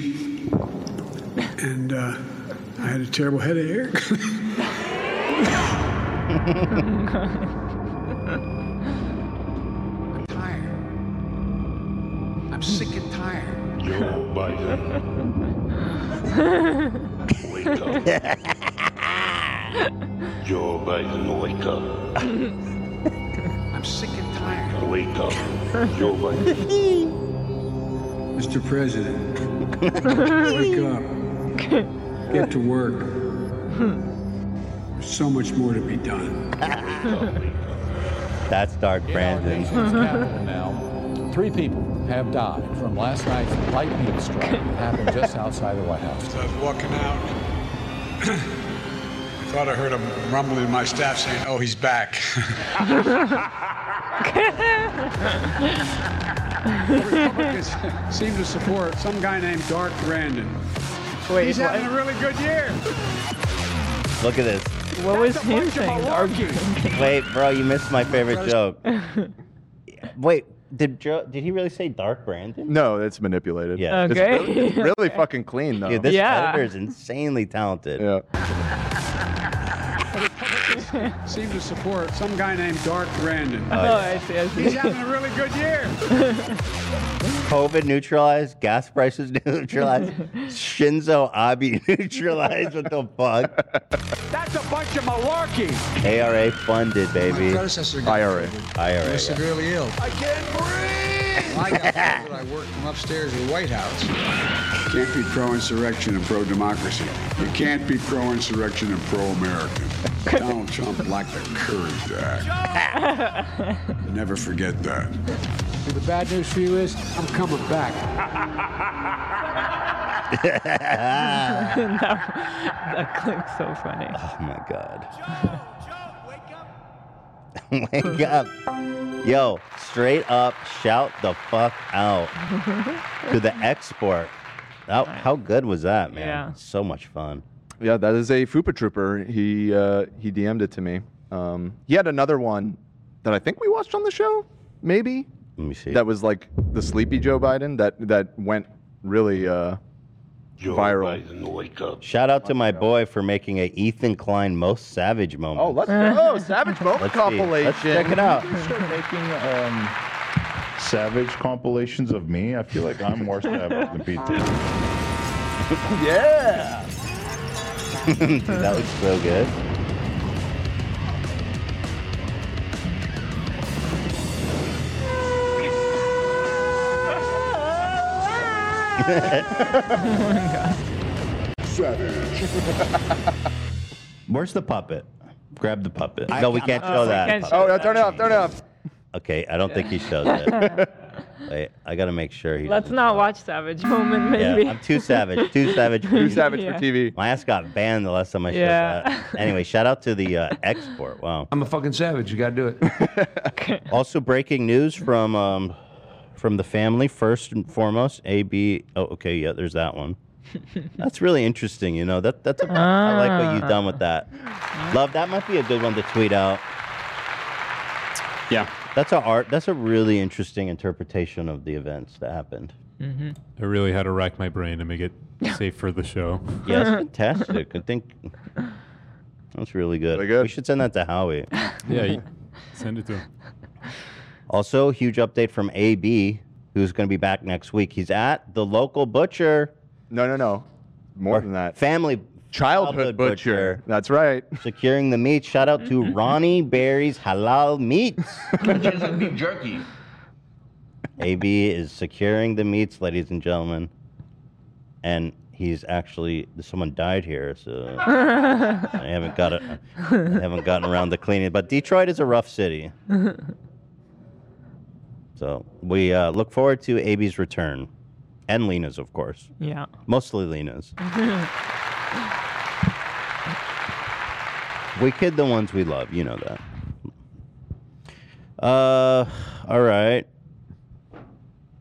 and uh, I had a terrible headache.
I'm tired. I'm sick and tired.
Joe Biden. wake up. Joe Biden, wake up.
I'm sick and tired.
Wake up. Joe Biden.
Mr. President, wake up. Get to work. There's so much more to be done.
That's Dark Brandon.
nation's capital now, three people have died from last night's lightning strike that happened just outside the White House.
I was walking out. I thought I heard a rumbling in my staff saying, "Oh, he's back."
Republicans seem to support some guy named Dark Brandon.
Wait,
He's having a really good year.
Look at this.
What was him saying?
Wait, bro, you missed my favorite joke. Wait, did Joe, did he really say Dark Brandon?
No, it's manipulated.
Yeah.
It's
Okay.
really, it's really
Okay.
fucking clean though.
Dude, this editor is insanely talented.
Yeah.
Seem to support some guy named Dark Brandon.
Oh, yeah.
see, I see.
He's having a really good year.
COVID neutralized, gas prices neutralized, Shinzo Abe neutralized. What the fuck?
That's a bunch of malarkey.
ARA funded, baby.
predecessor got
IRA.
They
IRA.
were
yeah.
severely ill. I can't breathe. I got COVID. I worked from upstairs in the White House.
Can't be pro-insurrection and pro-democracy. You can't be pro-insurrection and pro-American. Donald Trump lacked the courage to act. Never forget that.
The bad news for you is I'm coming back.
that, that click's so funny.
Oh my god. Wake up. Yo, straight up shout the fuck out to the export. How, how good was that, man?
Yeah.
So much fun.
Yeah, that is a Fupa Trooper. He uh, he DM'd it to me. Um, he had another one that I think we watched on the show, maybe.
Let me see.
That was like the sleepy Joe Biden that that went really uh, viral.
Wake up.
Shout out to my boy for making a Ethan Klein most savage moment.
Oh, let's go! Savage Moment
Let's see.
compilation.
Let's check it out.
making um, savage compilations of me. I feel like I'm more savage than Pete.
yeah.
Dude, that looks so good. Where's the puppet? Grab the puppet.
I
no, we
can't-
can't show that.
Oh, no, turn it off! Turn it off!
Okay, I don't think he shows it. Wait, I gotta make sure he.
Let's not watch Savage Moment, maybe.
Yeah, I'm too savage. Too savage. for
Too
TV.
savage for Yeah.
TV.
My ass got banned the last time I showed
Yeah.
that. Anyway, shout out to the uh, export. Wow.
I'm a fucking savage. You gotta do it.
Also, breaking news from um, from the family. First and foremost, A B. Oh, okay, yeah, there's that one. That's really interesting. You know that that's. A, I like what you've done with that.
Ah.
Love that might be a good one to tweet out.
Yeah.
That's a art. That's a really interesting interpretation of the events that happened.
Mhm.
Mm-hmm.
I really had to rack my brain to make it safe for the show.
Yes, fantastic. I think that's really good. We should send that to Howie.
Yeah, you- send it to him.
Also, huge update from AB, who's going to be back next week. He's at the local butcher.
No, no, no. More than that.
Family.
Childhood butcher. That's right.
Securing the meat. Shout out to Ronnie Berry's Halal Meats.
Which is like beef jerky.
AB is securing the meats, ladies and gentlemen. And he's actually someone died here, so I haven't got it. I haven't gotten around to cleaning. But Detroit is a rough city, so we uh, look forward to AB's return, and Lena's, of course.
Yeah.
Mostly Lena's. We kid the ones we love. You know that. Uh, all right.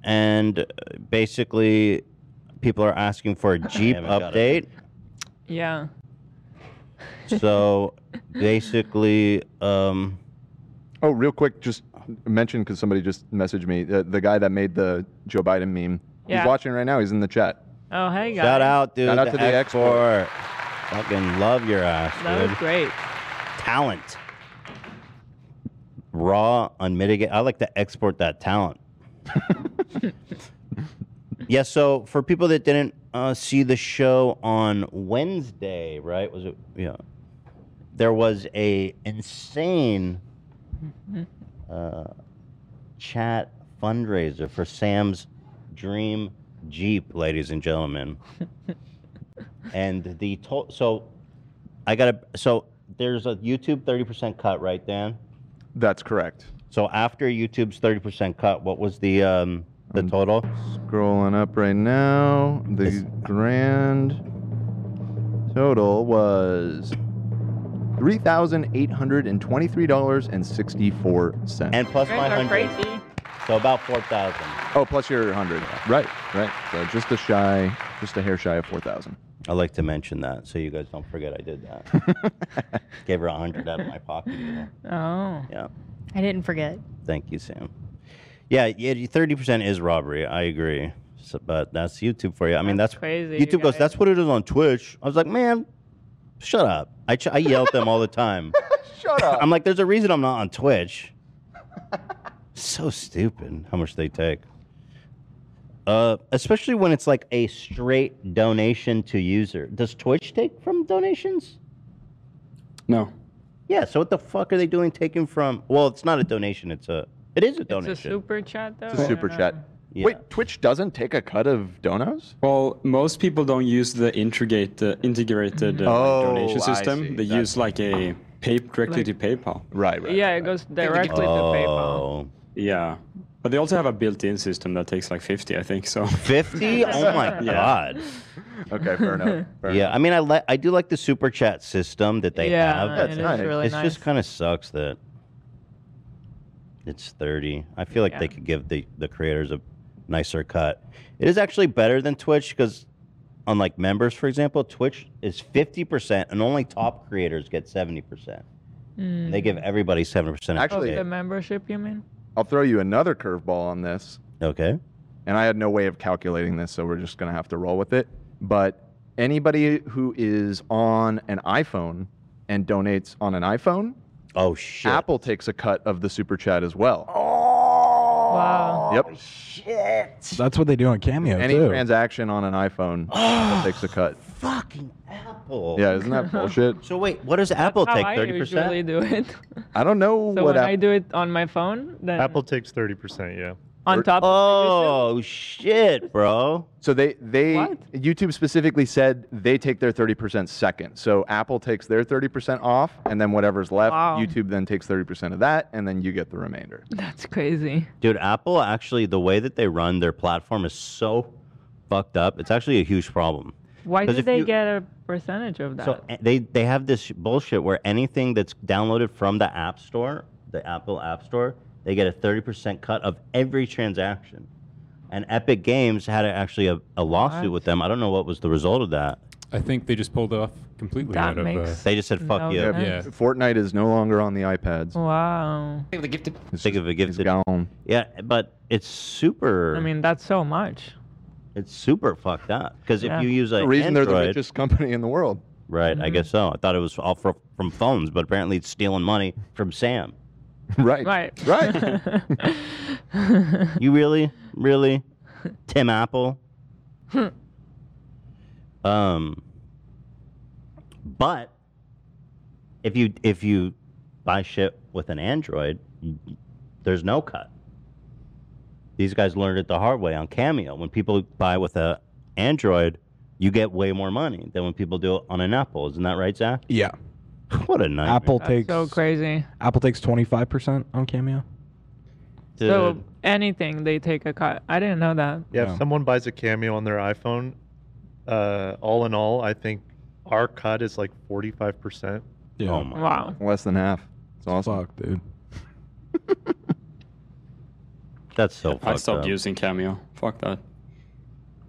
And uh, basically, people are asking for a Jeep
haven't got
update.
it. Yeah.
So basically, um,
Oh, real quick, just mention because somebody just messaged me the, the guy that made the Joe Biden meme.
Yeah.
He's watching right now. He's in the chat.
Oh, hey guys.
shout out, dude.
Shout out to the
X4. Fucking love your ass,
That
dude.
was great.
Talent. Raw, unmitigated. I like to export that talent. yeah, so for people that didn't uh, see the show on Wednesday, right? Was it? Yeah. There was a insane uh, chat fundraiser for Sam's dream Jeep, ladies and gentlemen. and the to- so I gotta so there's a YouTube 30% cut, right, Dan?
That's correct.
So after YouTube's 30% cut, what was the um the total?
Scrolling up right now. The grand total was three thousand eight hundred and twenty-three dollars and sixty-four cents.
And plus
Things
my
are
hundred.
crazy.
So about four thousand.
Oh, plus your hundred. Right, right. So just a shy, just a hair shy of four thousand.
I like to mention that so you guys don't forget I did that. Gave her a hundred out of my pocket. you know?
Oh.
Yeah.
I didn't forget.
Thank you, Sam. Yeah, yeah, thirty percent is robbery. I agree, so, but that's YouTube for you. I mean, that's,
crazy, you
YouTube goes, that's what it is on Twitch. I was like, man, shut up. I ch- I yell at them all the time.
shut up.
I'm like, there's a reason I'm not on Twitch. so stupid. How much they take. Uh, especially when it's like a straight donation to user. Does Twitch take from donations?
No.
Yeah. So what the fuck are they doing taking from? Well, it's not a donation. It's a. It is a donation.
It's a super chat though.
It's a super
Um,
chat. Wait, Twitch doesn't take a cut of donos?
Well, most people don't use the integrate, uh, integrated uh,
Oh,
donation
I
system.
see.
They use like a pay directly
Like-
to PayPal.
Right, Oh.
Yeah, it goes directly to PayPal.
Yeah, but they also have a built-in system that takes like 50, I think. So
50? Oh my God.
Okay, fair enough. Fair
yeah, I mean, I like I do like the super chat system that they
Yeah,
have.
That's it is nice. really
it's
nice.
just kind of sucks that it's thirty. I feel like
Yeah.
they could give the the creators a nicer cut. It is actually better than Twitch because, unlike members, for example, Twitch is fifty percent and only top creators get seventy percent. They
Mm.
give everybody seventy percent.
Of Hmm. Oh, the membership, you mean?
I'll throw you another curveball on this.
Okay.
And I had no way of calculating this, so we're just going to have to roll with it. But anybody who is on an iPhone and donates on an iPhone,
oh shit.
Apple takes a cut of the super chat as well.
Oh,
Wow.
yep.
Shit.
That's what they do on Cameo Any
too.
transaction on an iPhone takes a cut.
Fucking Apple.
Yeah, isn't that bullshit?
So wait, what does Apple
That's
take?
how I
Thirty
usually
percent.
do it.
I don't know
So
what
when
Apple.
I do it on my phone, then
Apple takes thirty percent. Yeah.
on top.
Oh shit, bro.
So they they YouTube specifically said they take their 30% second. So Apple takes their 30% off and then whatever's left,
Wow.
YouTube then takes 30% of that and then you get the remainder.
That's crazy.
Dude, Apple actually the way that they run their platform is so fucked up. It's actually a huge problem.
Why
'Cause
did
if
they
you-
get a percentage of that?
So a- they they have this bullshit where anything that's downloaded from the App Store, the Apple App Store, they get a 30% cut of every transaction. And Epic Games had a- actually a, a lawsuit
What?
with them. I don't know what was the result of that.
I think they just pulled off completely
That
out of. Uh,
makes
They just said fuck
no
you.
sense.
Yeah.
Fortnite is no longer on the iPads.
Wow.
Think of a gift.
Gone.
Yeah, but it's super
I mean, that's so much.
it's super fucked up because
Yeah.
if you use like
the reason they're the
Android-
richest company in the world.
Right, I guess so. I thought it was all fro- from phones, but apparently it's stealing money from Sam.
Right.
Right.
Right.
you really, really, Tim Apple. um, but if you if you buy shit with an Android, y- y- there's no cut. These guys learned it the hard way on Cameo. When people buy with a Android, you get way more money than when people do it on an Apple. Isn't that right, Zach?
Yeah.
What a nightmare.
Apple
That's
takes
so crazy.
Apple takes 25% on Cameo.
So anything they take a cut. I didn't know that.
Yeah, if someone buys a cameo on their iPhone, uh, all in all, I think our cut is like forty-five percent.
Yeah.
Oh my.
Wow.
Less than half. It's awesome.
Fuck, dude.
That's so
I
fucked
stopped
up.
using Cameo. Fuck that.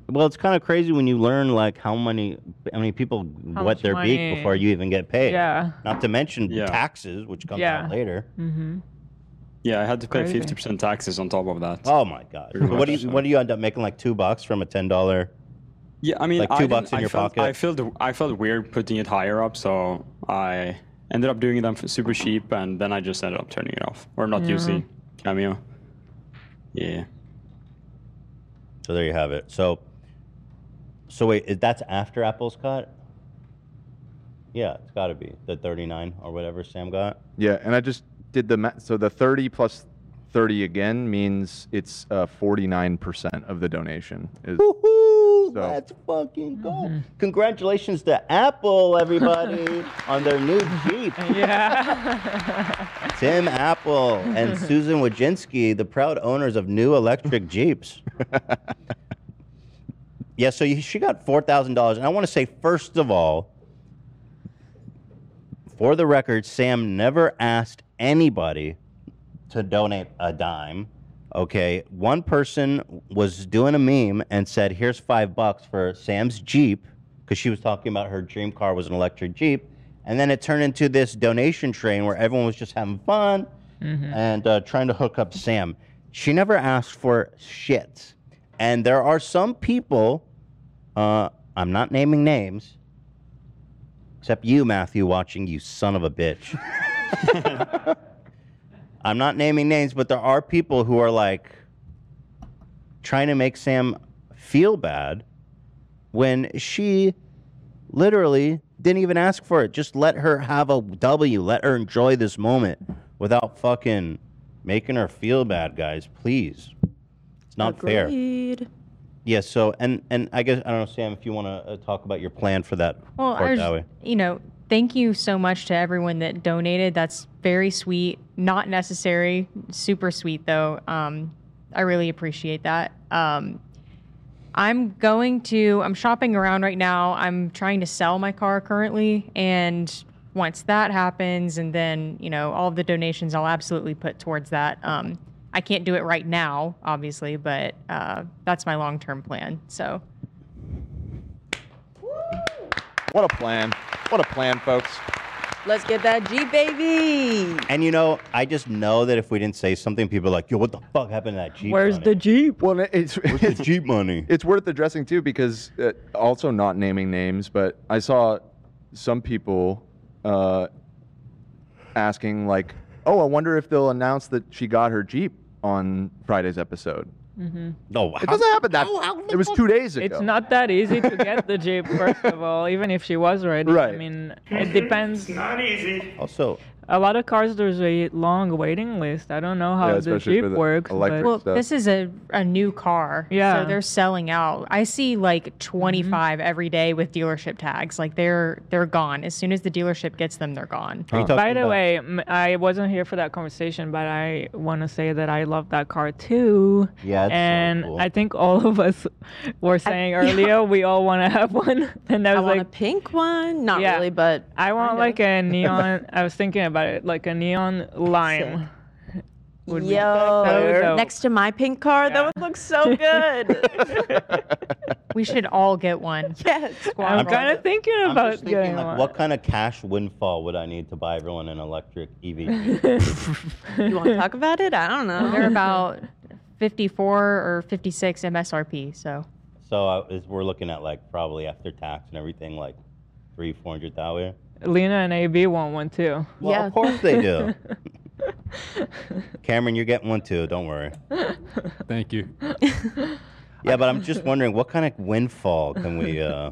Well, it's kind of crazy when you learn like how many how many people
How
wet
much
their
money-
beak before you even get paid.
Yeah.
Not to mention
Yeah.
taxes, which comes
Yeah.
out later.
Mm-hmm.
Yeah, I had to pay
Crazy.
fifty percent taxes on top of that.
Oh my god!
Pretty
So what do
much, so.
you what do you end up making like two bucks from a ten dollar?
Yeah, I mean,
like
I
two
didn't-
bucks in
I
your
felt,
pocket.
I felt I felt weird putting it higher up, so I ended up doing it on f- super cheap, and then I just ended up turning it off or not
Yeah.
using Cameo. Yeah.
So there you have it. So, so wait, is that's after Apple's cut? Yeah, it's got to be the thirty-nine or whatever Sam got.
Yeah, and I just did the math. So the 30 plus 30 again means it's uh, 49% of the donation. Is,
Woohoo!
So-
Let's fucking go! Congratulations to Apple, everybody, on their new Jeep.
Yeah.
Tim Apple and Susan Wojcinski, the proud owners of new electric Jeeps. yeah, so you- she got $4,000. And I want to say, first of all, for the record, Sam never asked anybody to donate a dime. Okay, one person was doing a meme and said, "Here's five bucks for Sam's Jeep," because she was talking about her dream car was an electric Jeep, and then it turned into this donation train where everyone was just having fun and uh, trying to hook up Sam. She never asked for shit, and there are some people. Uh, I'm not naming names, except you, Matthew, watching you son of a bitch. I'm not naming names, but there are people who are like trying to make Sam feel bad when she literally didn't even ask for it. Just let her have a W. Let her enjoy this moment without fucking making her feel bad, guys. Please. It's not fair.
Agreed.
Yeah, so and and I guess I don't know, Sam, if you want to uh, talk about your plan for that
Well,
part
I was-
that way.
you know, thank you so much to everyone that donated. That's very sweet. Not necessary. Super sweet though. Um, I really appreciate that. Um, I'm going to. I'm shopping around right now. I'm trying to sell my car currently, and once that happens, and then you know all of the donations, I'll absolutely put towards that. Um, I can't do it right now, obviously, but uh, that's my long-term plan. So.
what a plan. What a plan, folks.
Let's get that G baby.
And you know, I just know that if we didn't say something, people are like, "Yo, what the fuck happened to that Jeep?"
Where's
the
Jeep? Well, it's,
it's Jeep money.
It's worth addressing too because uh, also not naming names, but I saw some people uh, asking like, "Oh, I wonder if they'll announce that she got her Jeep on Friday's episode."
Mm-hmm.
No,
It doesn't happen that. it was two days ago.
It's not that easy to get the Jeep, first of all, even if she was ready. I
Right.
mean, it depends.
easy. Also,
A lot of cars, there's a long waiting list. I don't know how
Yeah,
the
especially
Jeep
for the
works.
electric
but
Well, this is a, a new car.
Yeah. Mm-hmm.
So they're selling out. I see like 25 every day with dealership tags. Like they're they're gone. As soon as the dealership gets them, they're gone.
By the way, m- I wasn't here for that conversation, but I want to say that I love that car too.
Yeah, it's so
and
cool.
I think all of us were saying earlier we all want to have one, and I was like,
a pink one, not really, but
I want
kinda.
like a neon. I was thinking about it, like a neon lime. Would be- that would be
Yo,
dope.
next to my pink car, that would look so good.
we should all get one.
Yes.
I'm kind of thinking
I'm
about
just thinking,
getting
like,
one.
what kind of cash windfall would I need to buy everyone an electric E EV?
you want to talk about it? I don't know.
They're about 54 or 56 MSRP. So
so I, is, we're looking at like probably after tax and everything, like three, four hundred thousand.
Lena and AB want one too.
Well, of course they do. Cameron, you're getting one too. Don't worry.
Thank you.
Yeah, but I'm just wondering what kind of windfall can we uh,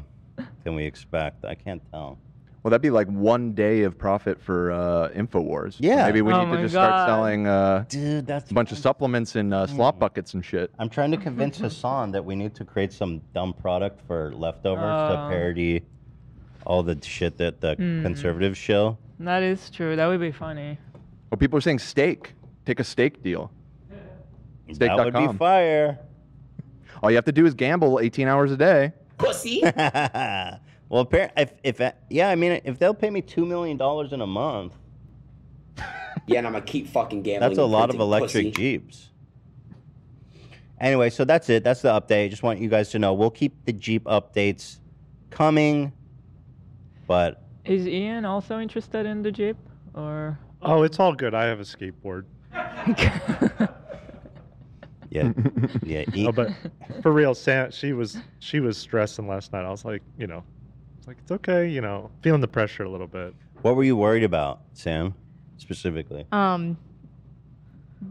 can we expect? I can't tell.
Well, that'd be like one day of profit for uh, Infowars.
Yeah.
Maybe we
Oh
need
my
to just
God.
start selling uh,
Dude, that's
a bunch of supplements and uh, slot buckets and shit.
I'm trying to convince Hassan that we need to create some dumb product for leftovers
Oh.
to parody all the shit that the
Hmm.
conservatives show.
That is true. That would be funny.
Well, people are saying steak. Take a steak deal.
That would be fire.
All you have to do is gamble 18 hours a day.
Pussy. well, appar- if if yeah, I mean, if they'll pay me two million dollars in a month,
Yeah, and I'm gonna keep fucking gambling.
that's a
and
lot of
printing
electric
pussy.
jeeps. Anyway, so that's it. That's the update. Just want you guys to know we'll keep the Jeep updates coming, but
Is Ian also interested in the Jeep? Or
Oh, it's all good. I have a skateboard.
yeah, yeah. E
No, but for real, Sam, she was she was stressing last night. I was like, you know, it's like it's okay, you know, feeling the pressure a little bit.
what were you worried about, Sam, specifically?
um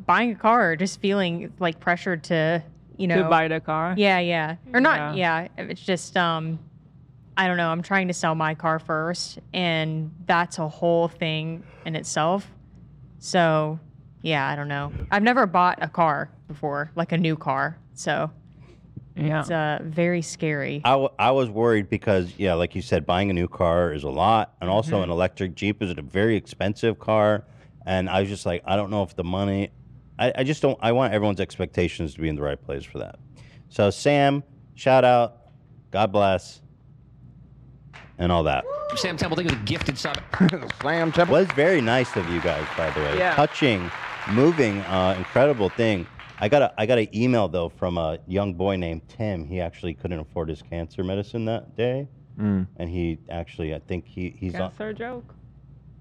buying a car or just feeling like pressured to you
To
know
buy the car?
yeah yeah or not yeah. it's just um i don't know i'm trying to sell my car first and that's a whole thing in itself so yeah i don't know i've never bought a car before like a new car so
yeah
it's uh very scary
I, w- I was worried because yeah, like you said, buying a new car is a lot, and also
Mhm.
an electric Jeep is a very expensive car, and I was just like, I don't know if the money. I, I just don't. I want everyone's expectations to be in the right place for that. So Sam, shout out, God bless, and all that.
Sam Temple, thank you for the gifted sub.
Slam Temple was very nice of you guys, by the way.
Yeah.
Touching, moving, uh, incredible thing. I got a I got an email though from a young boy named Tim. He actually couldn't afford his cancer medicine that day,
Mm.
and he actually I think he he's on,
Cancer joke.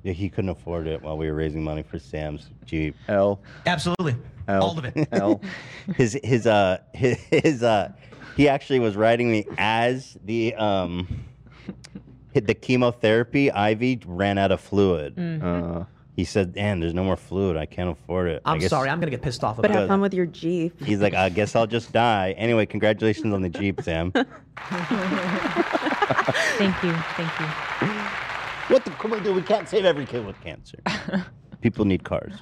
yeah, he couldn't afford it while we were raising money for Sam's Jeep.
L.
Absolutely. All of it.
L. his his uh his, his uh he actually was writing me as the um hit the chemotherapy IV ran out of fluid. Uh,
Mhm.
he said, "Man, there's no more fluid. I can't afford it." I
I'm
guess-
sorry. I'm gonna get pissed off
But
about
have
it.
fun with your Jeep.
He's like, "I guess I'll just die." Anyway, congratulations on the Jeep, Sam.
thank you thank you
what the come on, dude? We can't save every kid with cancer. People need cars.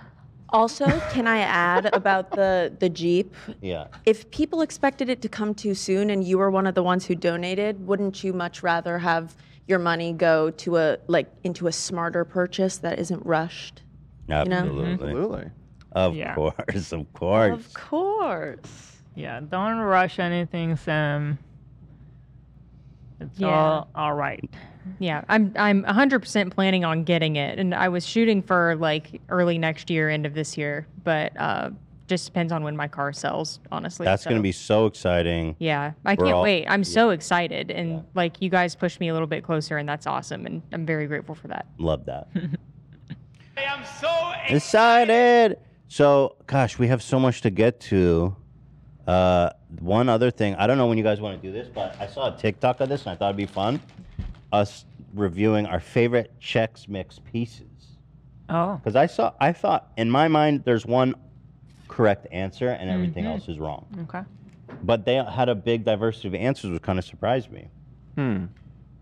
Also, can I add about the the Jeep?
Yeah.
If people expected it to come too soon and you were one of the ones who donated, wouldn't you much rather have your money go to a like into a smarter purchase that isn't rushed? You know?
Absolutely.
Absolutely.
Of
Yeah.
course, of course.
Of course.
Yeah, don't rush anything, Sam. It's
Yeah.
all all right.
Yeah, I'm I'm 100% planning on getting it, and I was shooting for like early next year, end of this year, but uh, just depends on when my car sells, honestly.
That's going
so-
to be so exciting.
Yeah, I
We're
can't
all-
wait. I'm so excited, and like you guys pushed me a little bit closer, and that's awesome, and I'm very grateful for that.
Love that. Excited. So, gosh, we have so much to get to. Uh, one other thing, I don't know when you guys want to do this, but I saw a TikTok of this and I thought it'd be fun. Us reviewing our favorite Chex Mix pieces.
Oh.
Because I saw, I thought in my mind, there's one correct answer and everything
Mhm.
else is wrong.
Okay.
But they had a big diversity of answers, which kind of surprised me.
Hmm.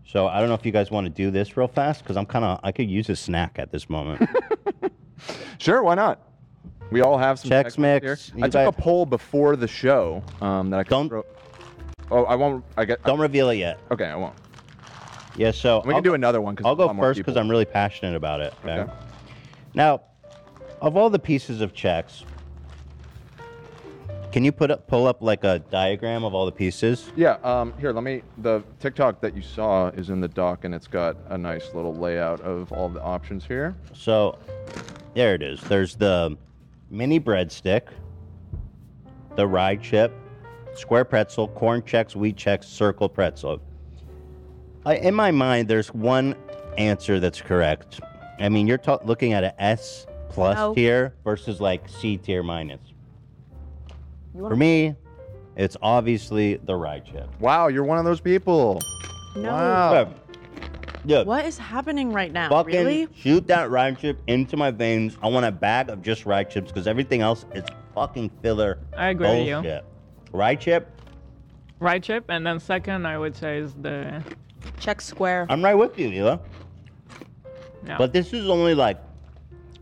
So I don't know if you guys want to do this real fast because I'm kind of I could use a snack at this moment.
Sure, why not? We all have some
Chex
Chex
Mix,
Mix.
you
I took
guys-
a poll before the show um, that I don't. Throw... Oh, I won't. I get.
Don't reveal it yet.
Okay, I won't.
Yeah, so
we can do another one. 'cause
I'll go
there's a lot more
first because
people.
I'm really passionate about it. Okay? Now, of all the pieces of checks, can you put up pull up like a diagram of all the pieces?
Yeah. Um, here, let me. The TikTok that you saw is in the doc, and it's got a nice little layout of all the options here.
So there it is. There's the mini breadstick, the rye chip, square pretzel, corn checks, wheat checks, circle pretzel. I, in my mind, there's one answer that's correct. I mean, you're ta- looking at a S plus
No.
tier versus like C tier minus.
You
For me, it's obviously the rye chip.
Wow, you're one of those people.
No.
Wow. Yeah.
What is happening right now?
Fucking
really?
shoot that rye chip into my veins. I want a bag of just rye chips because everything else is fucking filler.
I agree with you.
bullshit. Rye chip,
Right chip, and then second, I would say is the
check square.
I'm right with you, Hila.
Yeah.
But this is only like,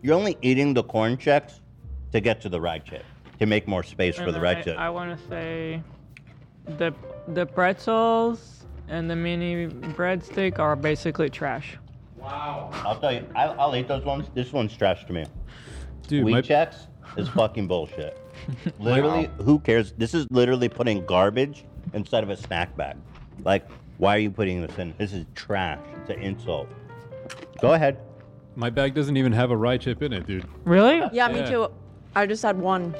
you're only eating the corn checks to get to the rye chip, to make more space for
And
the
then
rye
I-
chip.
I, want to say the the pretzels and the mini breadstick are basically trash.
I'll tell you, I, I'll eat those ones. This one's trash to me.
Dude,
Wheat
my-
checks is fucking bullshit. Literally, who cares? This is literally putting garbage inside of a snack bag. Like, why are you putting this in? This is trash. It's an insult. Go ahead.
My bag doesn't even have a rye chip in it, dude.
Really?
Yeah, me too. I just had one.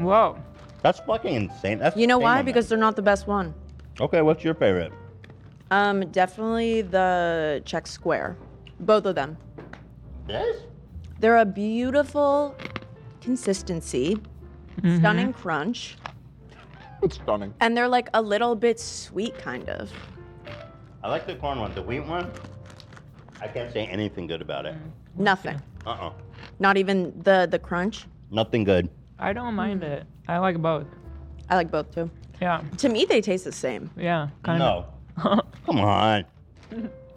Whoa.
That's fucking insane. That's
You know
insane
why?
on
Because they're not the best one.
that. okay, what's your favorite?
Um, definitely the Czech Square. Both of them.
Yes.
They're a beautiful consistency,
Mm-hmm.
stunning crunch,
It's stunning.
and they're like a little bit sweet, kind of.
I like the corn one. The wheat one, I can't say anything good about it.
Mm. Nothing.
Uh uh
Not even the the crunch. Hmm.
Nothing good.
I don't mind it. I like both.
I like both too.
Yeah.
To me, they taste the same.
Yeah.
no. Come on.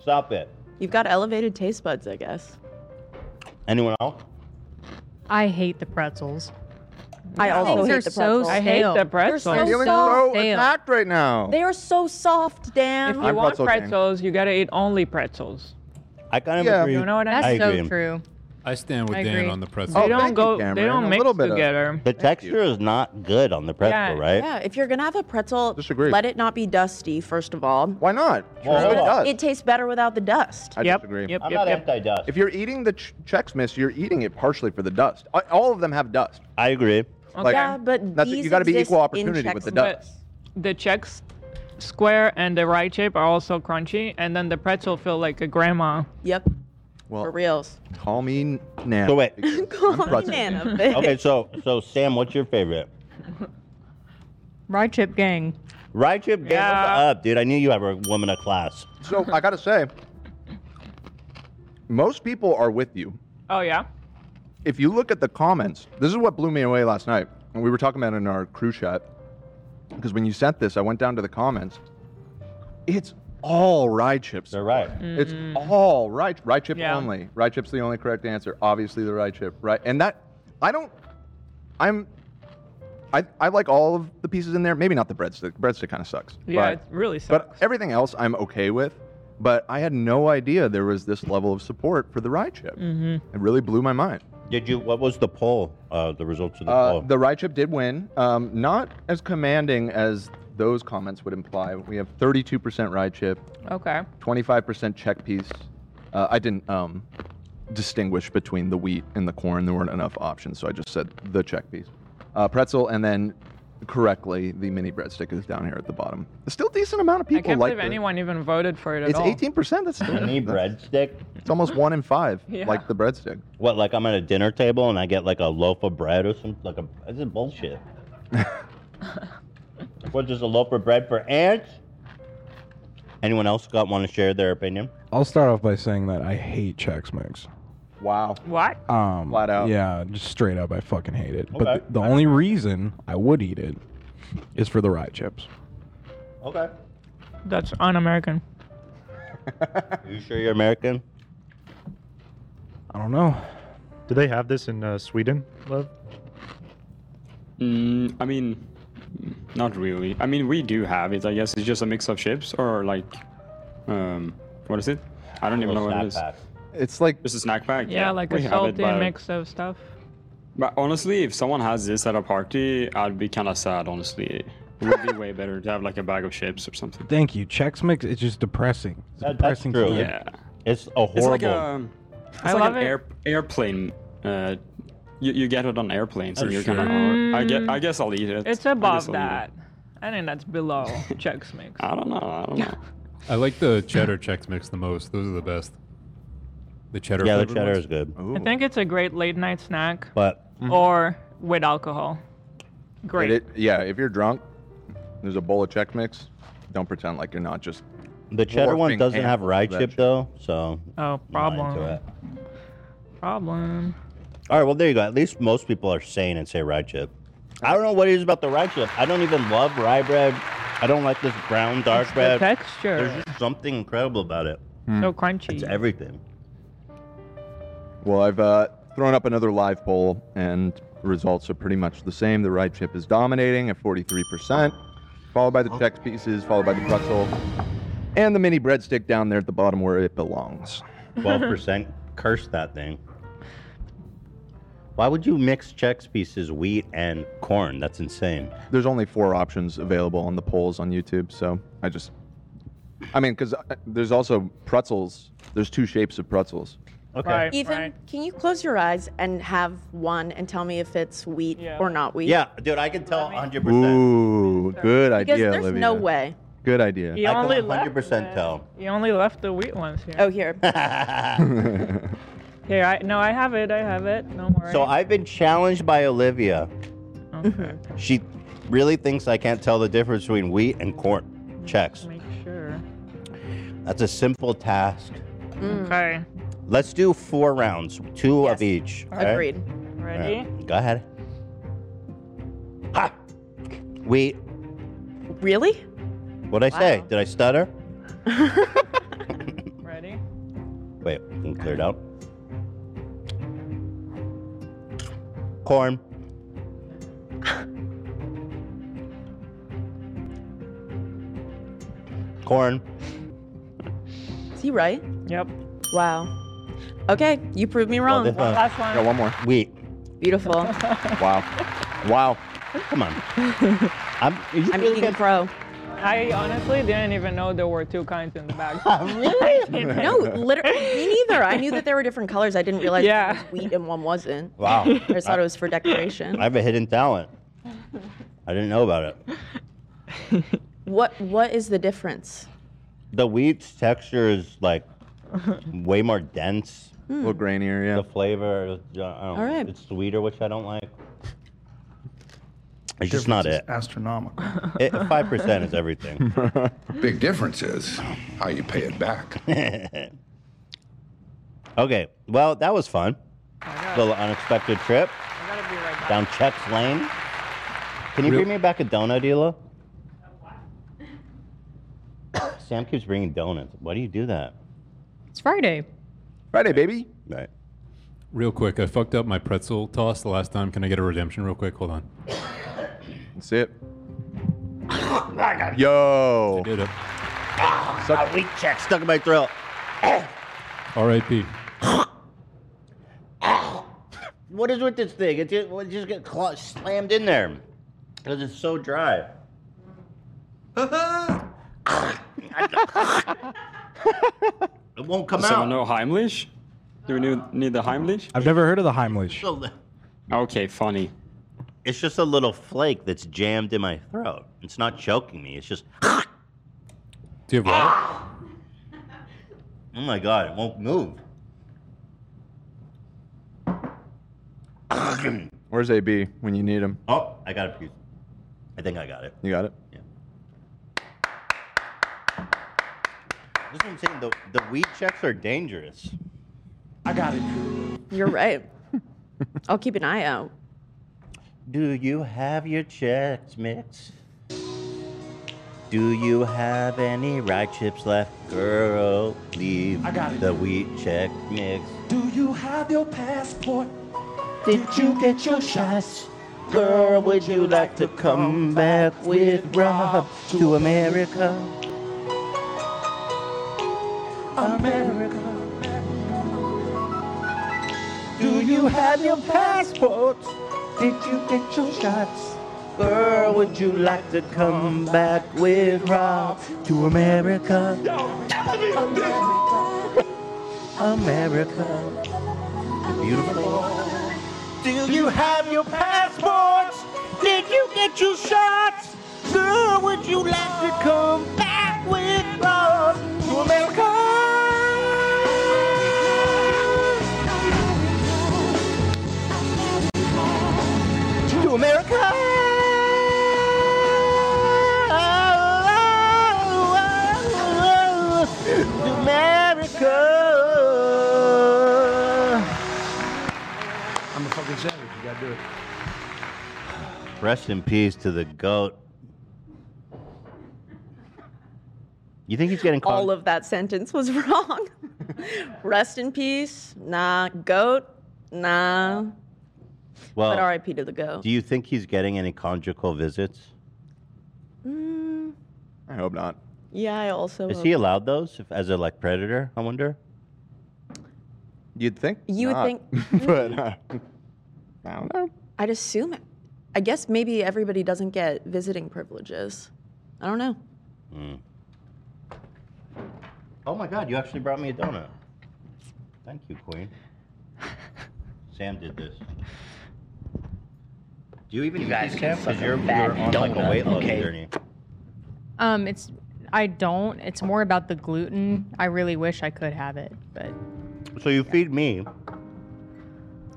Stop it.
You've got elevated taste buds, I guess.
Anyone else?
I hate the pretzels.
I
These
also
things
hate
are
the
so
pretzel.
I hate stale. the
pretzel.
I'm feeling so attacked right now.
They are so soft, Dan.
If you
I'm
want
pretzel king.
pretzels, you gotta eat only pretzels.
I kind
of Yeah. agree. You know what I That's mean? so
true.
I stand with
I
Dan
agree.
on the pretzel.
Oh,
They don't go. they don't mix together.
The texture is not good on the pretzel, right?
Yeah, if you're gonna have a pretzel,
Disagree.
let it not be dusty, first of all. Why
not?
Well, hold on.
it tastes better without the dust.
I disagree.
I'm not anti-dust.
If you're eating the ch- Chex Miss, you're eating it partially for the dust. I, all of them have dust.
I agree.
yeah, but
that's,
these
you got to be
exist
equal
in
opportunity with the
Chex
dust.
The Czechs square and the right shape are also crunchy, and then the pretzel feel like a grandma.
Yep.
Well,
for reals.
Call me Nana.
So wait.
Call me
pretzel.
Nana, bitch.
okay, so so Sam, what's your favorite?
Rye chip gang.
Rye chip gang, what's up, dude? I knew you were a woman of class.
So I got to say, most people are with you.
Oh yeah.
If you look at the comments, this is what blew me away last night. And we were talking about it in our crew chat. Because when you sent this, I went down to the comments. It's all rye chips. They're
right.
It's all rye, rye chip only. Rye chip's the only correct answer. Obviously, the rye chip. Right. And that, I don't, I'm, I, I like all of the pieces in there. Maybe not the breadstick. Breadstick kind of sucks.
Yeah,
but-
it really sucks.
but everything else I'm okay with. But I had no idea there was this level of support for the ride chip.
Mhm.
It really blew my mind.
Did you? What was the poll? Uh, the results of the
Uh,
poll.
the ride chip did win. Um, not as commanding as those comments would imply. We have 32% ride chip,
Okay.
25% check piece. Uh, I didn't um, distinguish between the wheat and the corn. There weren't enough options, so I just said the check piece. Uh, pretzel, and then correctly, the mini breadstick is down here at the bottom. Still decent amount of people
I can't
like
believe
the-
anyone even voted for it at
It's
all.
18%. That's still
Mini breadstick.
It's almost one in five,
Yeah.
like the breadstick.
What? Like I'm at a dinner table and I get like a loaf of bread or something? Like a this is bullshit. what? Just a loaf of bread for ants? Anyone else got want to share their opinion?
I'll start off by saying that I hate Chex Mix.
Wow.
What?
Um,
Flat out.
Yeah, just straight up, I fucking hate it.
Okay.
But the, the only reason I would eat it is for the rye chips.
Okay.
That's un-American.
You sure you're American?
I don't know.
Do they have this in uh, Sweden, love?
Mm, I mean, not really. I mean, we do have it. I guess it's just a mix of chips or like, um, what is it? I don't even know what it is.
It's like
just a snack pack.
Yeah, like
we
a
have it,
salty
but,
mix of stuff.
But honestly, if someone has this at a party, I'd be kind of sad. Honestly, it would be way better to have like a bag of chips or something.
Thank you. Chex Mix is just depressing. It's
That- that's
depressing
true.
food.
Yeah.
It's a horrible.
It's like a, it's
I
like
love
an
it.
air, airplane. Uh, you, you get it on airplanes,
Oh,
and you're kind
sure.
of. I get.
Mm.
I guess I'll eat it.
It's
I guess
above
I'll eat it.
that. I think that's below Czechs mix.
I don't know. I don't know.
I like the cheddar Chex Mix the most. Those are the best. The cheddar.
Yeah, the
flavored
cheddar
ones.
is good.
I think it's a great late night snack
But
Mm-hmm.
or with alcohol. Great.
It, yeah, if you're drunk, there's a bowl of check mix. Don't pretend like you're not just.
the cheddar one
Morphing
doesn't have
handfuls
rye
of that
chip
shit.
though, so.
Oh,
I'm not into
problem.
it.
Problem.
All right, well there you go. At least most people are sane and say rye chip. I don't know what it is about the rye chip. I don't even love rye bread. I don't like this brown dark
the
bread.
texture. Hmm.
There's just something incredible about it.
So crunchy.
It's everything.
Well, I've uh, thrown up another live poll, and results are pretty much the same. The ride chip is dominating at 43%, followed by the check pieces, followed by the pretzel, and the mini breadstick down there at the bottom where it belongs.
Twelve percent. Curse that thing. Why would you mix checks pieces, wheat, and corn? That's insane.
There's only four options available on the polls on YouTube, so I uh, just. I mean, because there's also pretzels. There's two shapes of pretzels.
Okay.
Right,
Ethan,
right.
can you close your eyes and have one and tell me if it's wheat or not wheat?
Yeah, dude, I can tell 100%.
Ooh, good
Because
idea,
there's
Olivia.
no way.
Good idea.
He only left.
100% tell.
He only left the wheat ones here.
Oh, here.
Here, I no, I have it. I have it. Don't worry.
So I've been challenged by Olivia.
Okay.
She really thinks I can't tell the difference between wheat and corn. Checks.
Make
Mm-hmm.
sure.
That's a simple task.
Mm.
Okay.
Let's do four rounds, two of each. okay?
Agreed.
Ready?
All right, Go ahead. Ha! Wheat.
Really?
What'd I say?
Wow.
Did I stutter?
Ready?
Wait, can clear it out. Corn. Corn.
Is he right?
Yep.
Wow. Okay, you proved me wrong.
this one. Last one.
Got one more.
Wheat.
Beautiful.
Wow. Wow.
Come on. I'm, you
I'm
really
eating
can't-
crow.
I honestly didn't even know there were two kinds in the bag.
really? no, literally, me neither. I knew that there were different colors. I didn't realize
Yeah.
one was wheat and one wasn't.
Wow.
I just thought it was for decoration.
I have a hidden talent. I didn't know about it.
What What is the difference?
The wheat's texture is like way more dense.
A little
grainier, yeah.
The flavor, is- I don't know,
Hmm. All right.
it's sweeter, which I don't like. It's just not it.
Astronomical.
Five percent is everything.
Big difference is how you pay it back.
okay, well that was fun. Little unexpected trip
Oh I gotta be right back.
down Check's Lane. Can you
Real-
bring me back a donut, Hila? Sam keeps bringing donuts. Why do you do that?
It's Friday.
Friday, baby.
Right.
Real quick, I fucked up my pretzel toss the last time. Can I get a redemption real quick? Hold on.
That's it. Yo.
I did it.
Ah, wheat check stuck in my throat.
R.I.P.
What is with this thing? It just, it just get cla- slammed in there because it's so dry.
Uh-huh.
it won't come
Does someone
out.
know Heimlich? Do we need, need the Heimlich?
I've never heard of the Heimlich.
So-
Okay, funny.
It's just a little flake that's jammed in my throat. It's not choking me. It's just.
Do you have water?
Oh my god! It won't move.
Where's AB when you need him?
Oh, I got a piece. I think I got it.
You got it?
This is what I'm saying. The, the weed checks are dangerous.
I got it. You're right. I'll keep an eye out.
Do you have your checks mix? Do you have any rye chips left, girl? Leave
I got it.
the wheat check mix.
Do you have your passport?
Did you get your shots? Girl, would you like to come back with Rob to America?
America. Do you have your passport? Did you get your shots?
Girl, would you like to come back with Rob to America? America. Beautiful.
Do you have your passports? Did you get your shots? Girl, would you like to come back with us to America? To America? To America? I'm a fucking savage. You gotta do it.
Rest in peace to the goat. You think he's getting called?
All of that sentence was wrong. Rest in peace. Nah. Goat. Nah.
well,
but RIP to the goat.
do you think he's getting any conjugal visits?
Mm,
I hope not.
yeah, I also.
Is
hope-
he allowed those if, as a like predator? I wonder.
You'd think.
You would
not,
think-
but uh, I don't know.
I'd assume. I guess maybe everybody doesn't get visiting privileges. I don't know.
Hmm. Oh my God! You actually brought me a donut. Thank you, Queen. Sam did this. Do you even
You
do
guys
these, Sam?
suck
Because
a
you're,
bad
you're on like a
donut,
weight loss
okay?
journey.
Um, it's I don't. It's more about the gluten. I really wish I could have it, but
So you feed me,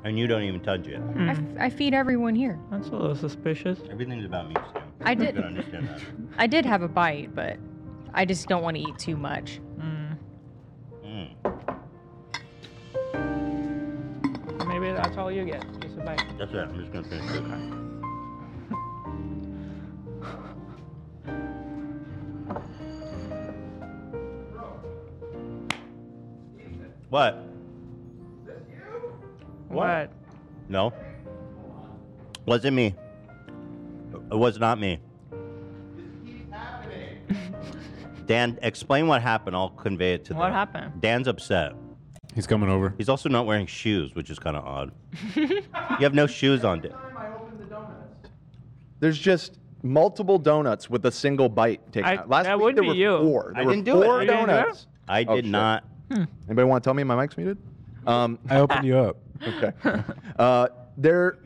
and you don't even touch it.
I, f- I feed everyone here.
That's a little suspicious.
Everything's about me, Sam.
I
You
did-
gotta understand that.
I did have a bite, but I just don't want to eat too much.
Mm.
Maybe that's all you get. Just a bite.
That's it. I'm just gonna finish this. What?
What?
No. Wasn't me. It was not me. Dan, explain what happened. I'll convey it to them.
What happened?
Dan's upset. He's coming over. He's also not wearing shoes, which is kind of odd. you have no shoes on, Dan.
There's just multiple donuts with a single bite taken
I-
out. Last
that
week
would
there
be
were
you.
four.
I
There were
didn't do
four
it. I didn't do
donuts.
it.
I
Oh,
did
shit.
not.
Hmm.
Anybody want to tell me my mic's muted? Um, I opened you up. Okay. Uh, there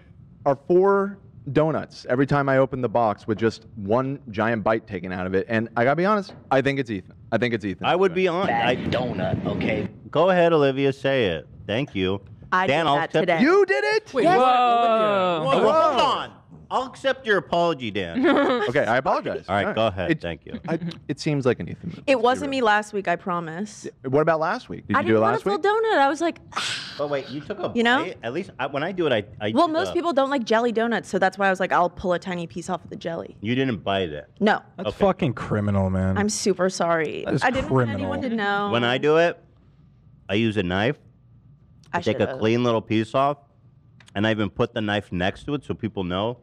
are four donuts every time I open the box with just one giant bite taken out of it, and I gotta be honest, I think it's Ethan. I think it's Ethan.
I would be on. I donut. Okay. Go ahead, Olivia. Say it. Thank you.
I
Dan,
did
I'll
that
accept-
today.
You
did it?
Wait,
Whoa.
Oh, well, hold on. I'll accept your apology, Dan.
okay, I apologize.
All right, go ahead.
It-
Thank you.
I, it seems like an Ethan. move.
It wasn't me last week, I promise.
What about last week? Did
I
you
didn't
do it
want
last
a
week?
full donut. I was like,
But wait, you took a
You know?
bite? At least I, when I do it, I. I
well,
do
most
uh,
the-
people don't like jelly donuts, so that's why I was like, I'll pull a tiny piece off of the jelly.
You didn't bite it.
No,
That's
fucking criminal, man.
I'm super sorry.
That is
I didn't
criminal.
want anyone to know.
When I do it, I use a knife. I,
Um, I
take a
should've.
clean little piece off, and I even put the knife next to it so people know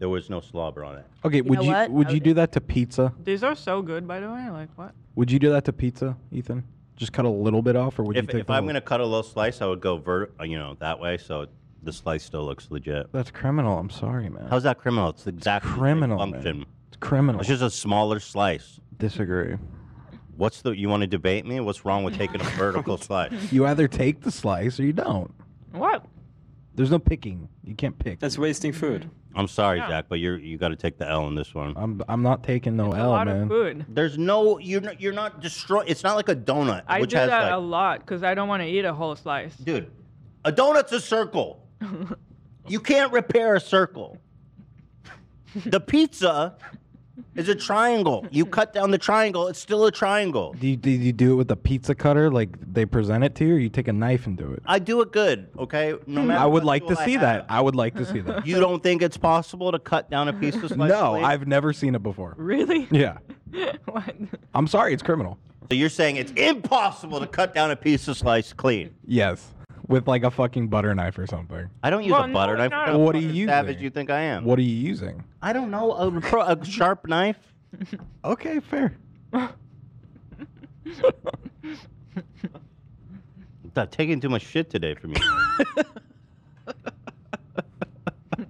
there was no slobber on it.
Okay, would
know
you
what?
would
I
you do that to pizza?
These are so good, by the way. Like what?
Would you do that to pizza, Ethan? Just cut a little bit off, or would you
If,
take?
if
the
I'm
whole-
gonna cut a little slice, I would go vert, you know, that way, so the slice still looks legit.
That's criminal. I'm sorry, man.
How's that criminal? It's exactly
criminal,
the
man.
same function.
It's criminal.
It's just a smaller slice.
Disagree.
What's the? You want to debate me? What's wrong with taking a vertical slice?
You either take the slice or you don't.
What?
There's no picking. You can't pick.
That's wasting food.
I'm sorry,
Yeah.
Zach, but you're you got to take the L in this one.
I'm I'm not taking no L, man.
Food.
There's no you're not, you're not destroy. It's not like a donut,
I
which
do
has
that
like
a lot because I don't want to eat a whole slice.
dude, a donut's a circle. you can't repair a circle. The pizza is a triangle. You cut down the triangle, it's still a triangle.
Do you, do you do it with a pizza cutter like they present it to you, or you take a knife and do it?
I do it good, okay? No
Hmm.
matter
I would
what
like to
tool I
see
have.
that. I would like to see that.
You don't think it's possible to cut down a piece of slice?
no,
plate?
I've never seen it before.
Really?
Yeah,
what?
I'm sorry, it's criminal.
So you're saying it's impossible to cut down a piece of slice clean?
Yes, with like a fucking butter knife or something.
I don't use
Well,
a butter
no,
knife.
not
What
a
kind of
What are
fucking
you
Savage,
using?
you think I am?
What are you using?
I don't know. A, pro- a sharp knife.
Okay, fair.
Stop taking too much shit today from you.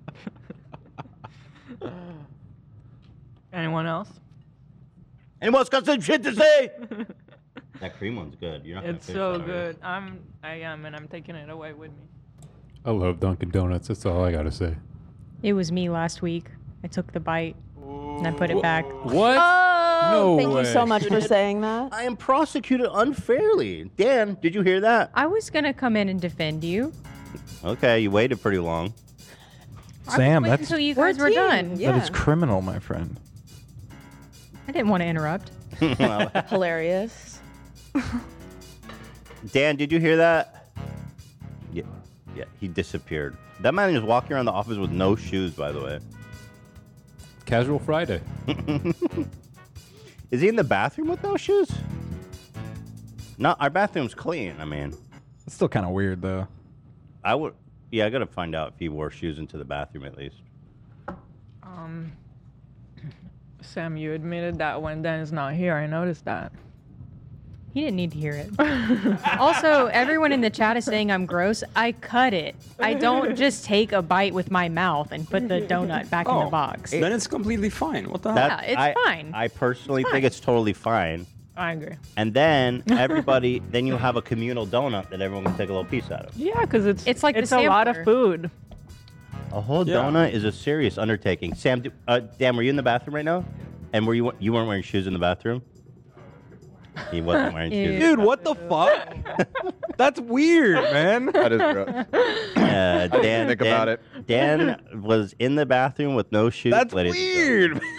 Anyone else?
Anyone's got some shit to say? that cream one's good. You're not gonna
It's
finish that,
so
are you?
good. I'm, I am, and I'm taking it away with me.
I love Dunkin' Donuts. That's all I gotta say.
It was me last week. I took the bite and I put it back.
What?
Oh,
No
thank you so
way.
much for saying that.
I am prosecuted unfairly. Dan, did you hear that?
I was gonna come in and defend you.
Okay, you waited pretty long.
Sam,
Wait
that's
until you
We're a
guys were
team,
done.
that is criminal, my friend.
I didn't want to interrupt.
Well,
Hilarious.
Dan, did you hear that? Yeah, yeah, he disappeared. That man is walking around the office with no shoes, by the way.
Casual Friday.
Is he in the bathroom with no shoes? No, our bathroom's clean. I mean,
It's still kind of weird though.
I would. Yeah, I gotta find out if he wore shoes into the bathroom at least.
Um, Sam, you admitted that when Dan is not here. I noticed that.
He didn't need to hear it. also, everyone in the chat is saying I'm gross. I cut it. I don't just take a bite with my mouth and put the donut back in the box.
Then it's Oh, completely fine. What the
That-
Oh, yeah, it's
I-
fine.
I personally think it's totally fine.
I agree.
And then everybody, then you have a communal donut that everyone can take a little piece out of.
Yeah, because it's
It's like the
it's a lot of
sampler.
food.
A whole
Yeah.
donut is a serious undertaking. Sam, do, uh, Dan, were you in the bathroom right now? And were you you weren't wearing shoes in the bathroom? He wasn't wearing shoes. in the
Dude, what the fuck? That's weird, man.
That is gross.
Uh,
didn't
Dan,
think
Dan-
about it.
Dan was in the bathroom with no shoes.
That's
ladies and gentlemen.
weird.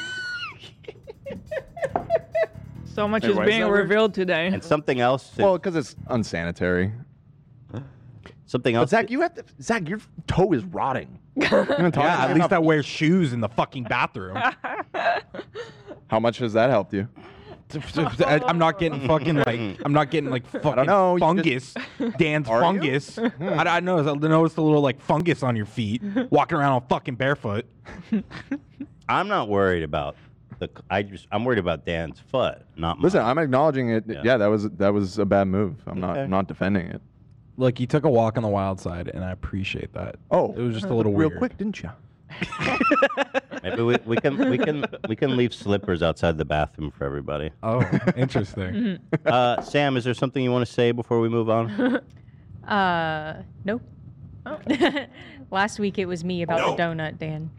So much
Wait,
is
why is
being
that weird?
revealed today.
And something else.
Well, because it's unsanitary.
Something
But
else.
Zach, you have to. Zach, your toe is rotting.
yeah, at least I wear shoes in the fucking bathroom.
How much has that helped you?
I- I'm not getting fucking like I'm not getting like fucking
know, you
fungus. Dan's
Are you? Hmm.
fungus. I, I noticed I noticed a little like fungus on your feet walking around all fucking barefoot.
I'm not worried about the. I just I'm worried about Dan's foot, not mine.
Listen, I'm acknowledging it. Yeah, that was that was a bad move. I'm not
Okay.
I'm not defending it.
Look, you took a walk on the wild side, and I appreciate that.
Oh,
it was just a little
real
weird.
quick, didn't you?
Maybe we, we can we can we can leave slippers outside the bathroom for everybody.
Oh, interesting.
Uh, Sam, is there something you want to say before we move on?
Uh, nope. Last week it was me about the donut, Dan.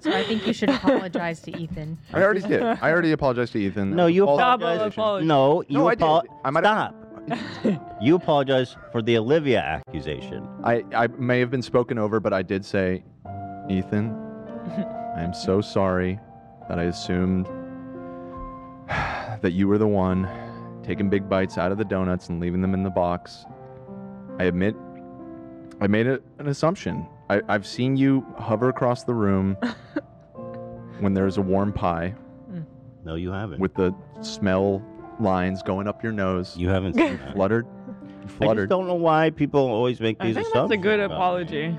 so I think you should apologize to Ethan.
I already did. I already apologized to Ethan.
No, you
All the
apologize.
accusations.
No, you
No, I did.
apologize.
I might
Stop. you apologize for the Olivia accusation.
I, I may have been spoken over, but I did say, Ethan, I am so sorry that I assumed that you were the one taking big bites out of the donuts and leaving them in the box. I admit I made a, an assumption. I, I've seen you hover across the room when there's a warm pie
Mm. No, you haven't.
with the smell lines going up your nose.
You haven't seen that.
Fluttered.
I just
Fluttered.
don't know why people always make
I
these
think
assumptions.
that's a good
about me.
apology.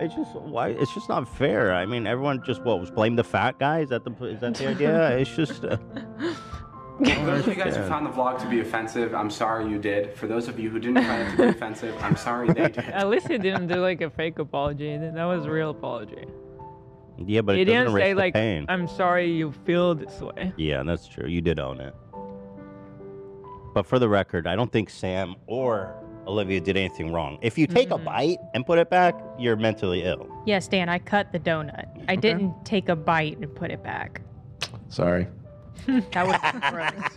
It's just why it's just not fair. I mean, everyone just what was blame the fat guy. Is that the is that the idea? It's just uh,
For those of you guys who
Yeah.
found the vlog to be offensive, I'm sorry you did. For those of you who didn't find it to be offensive, I'm sorry they did.
At least he didn't do like a fake apology. Th- That was a real apology.
yeah, but
he
it doesn't
didn't
erase
say
the
like, uh,
pain.
"I'm sorry you feel this way."
Yeah, that's true. You did own it. But for the record, I don't think Sam or Olivia did anything wrong. If you take
Mm-hmm.
a bite and put it back, you're mentally ill.
Yes, Dan, I cut the donut. I didn't take a bite and put it back.
Sorry.
That was gross.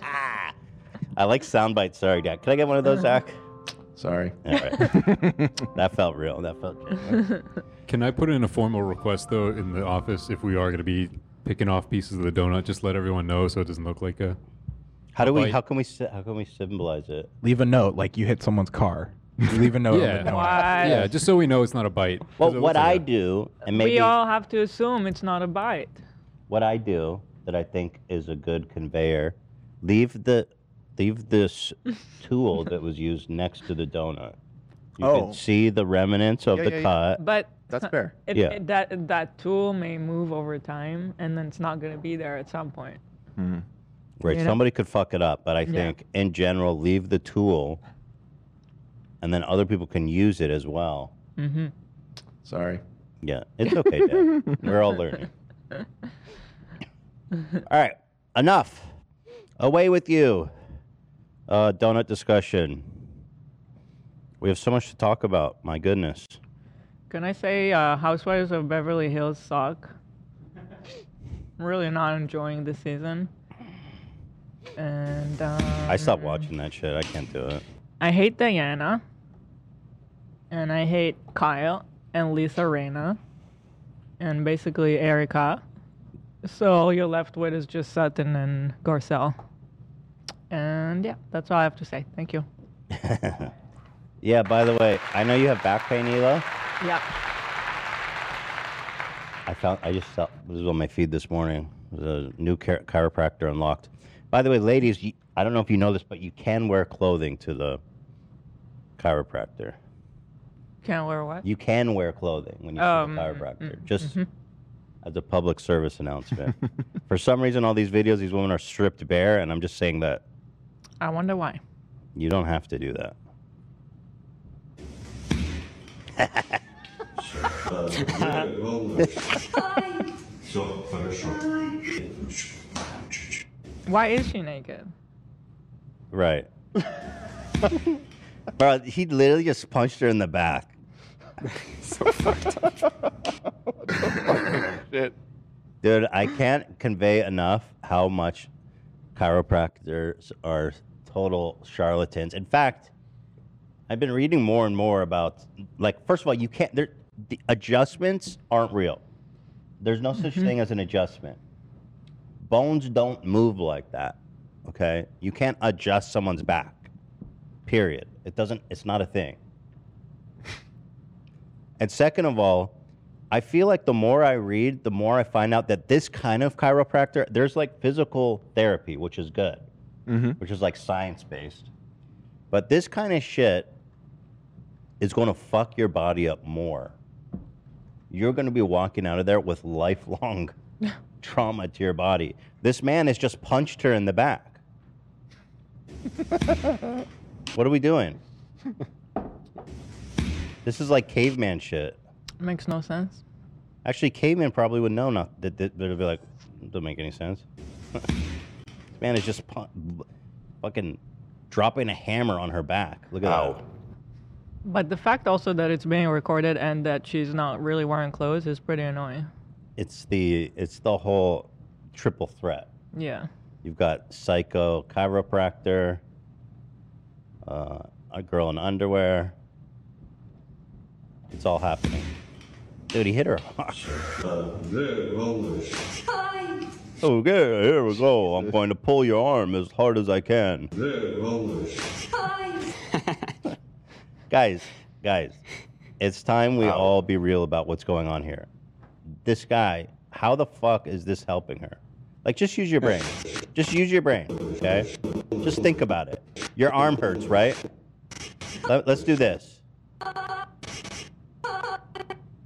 I like soundbite. Sorry, Dad. Can I get one of those,
Uh-huh.
Zach?
Sorry.
All right. that felt real. That felt.
Can I put in a formal request though in the office if we are going to be picking off pieces of the donut? Just let everyone know so it doesn't look like a.
How do we?
Bite.
How can we? sy- How can we symbolize it?
Leave a note like you hit someone's car. You leave a note. on
yeah.
the donut.
yeah. Just so we know it's not a bite.
Well, what I do, and maybe
we all have to assume it's not a bite.
what I do that I think is a good conveyor, leave the leave this tool that was used next to the donut. You
Oh.
can see the remnants of
Yeah,
the
yeah, yeah.
cut.
But
That's fair.
It,
Yeah.
it- that that tool may move over time, and then it's not gonna be there at some point.
Hmm.
Right.
You know?
Somebody could fuck it up, but I
Yeah.
think in general, leave the tool, and then other people can use it as well.
Mm-hmm.
Sorry.
Yeah, it's okay, Dad. We're all learning. All right, enough. Away with you. Uh, donut discussion. We have so much to talk about. My goodness.
Can I say uh, Housewives of Beverly Hills suck? I'm really not enjoying this season. And um,
I stopped watching that shit. I can't do it.
I hate Diana. And I hate Kyle and Lisa Reyna. And basically Erica. So all you're left with is just Sutton and Garcelle. And yeah, that's all I have to say. Thank you.
Yeah, by the way, I know you have back pain, Ela.
Yeah.
I found I just saw this was on my feed this morning. It was a new chiro- chiropractor unlocked. By the way, ladies, you, I don't know if you know this, but you can wear clothing to the chiropractor.
Can't wear what?
You can wear clothing when you
Um,
see the chiropractor.
mm,
just as a public service announcement. For some reason, all these videos, these women are stripped bare, and I'm just saying that
I wonder why.
you don't have to do that. Uh-huh.
Все, хорошо.
Why is she naked?
Right. Bro, he literally just punched her in the back. so fucked up.
Shit.
Dude, I can't convey enough how much chiropractors are total charlatans. In fact, I've been reading more and more about like first of all, you can't there the adjustments aren't real. There's no such thing as an adjustment. Bones don't move like that. Okay? You can't adjust someone's back. Period. It doesn't it's not a thing. And second of all, I feel like the more I read, the more I find out that this kind of chiropractor, there's like physical therapy, which is good, which is like science based. But this kind of shit is going to fuck your body up more. You're going to be walking out of there with lifelong trauma to your body. This man has just punched her in the back. What are we doing? This is like caveman shit.
Makes no sense.
Actually, cavemen probably would know not that that- they'd be like, doesn't make any sense. this man is just pu- b- fucking dropping a hammer on her back. Look at that.
But the fact also that it's being recorded and that she's not really wearing clothes is pretty annoying.
It's the it's the whole triple threat.
Yeah.
You've got psycho chiropractor, uh, a girl in underwear. It's all happening. Dude, he hit her Okay, Oh, here we go. I'm going to pull your arm as hard as I can. guys, guys, it's time we all be real about what's going on here. This guy, how the fuck is this helping her? Like, just use your brain. Just use your brain, okay? Just think about it. Your arm hurts, right? Let, let's do this.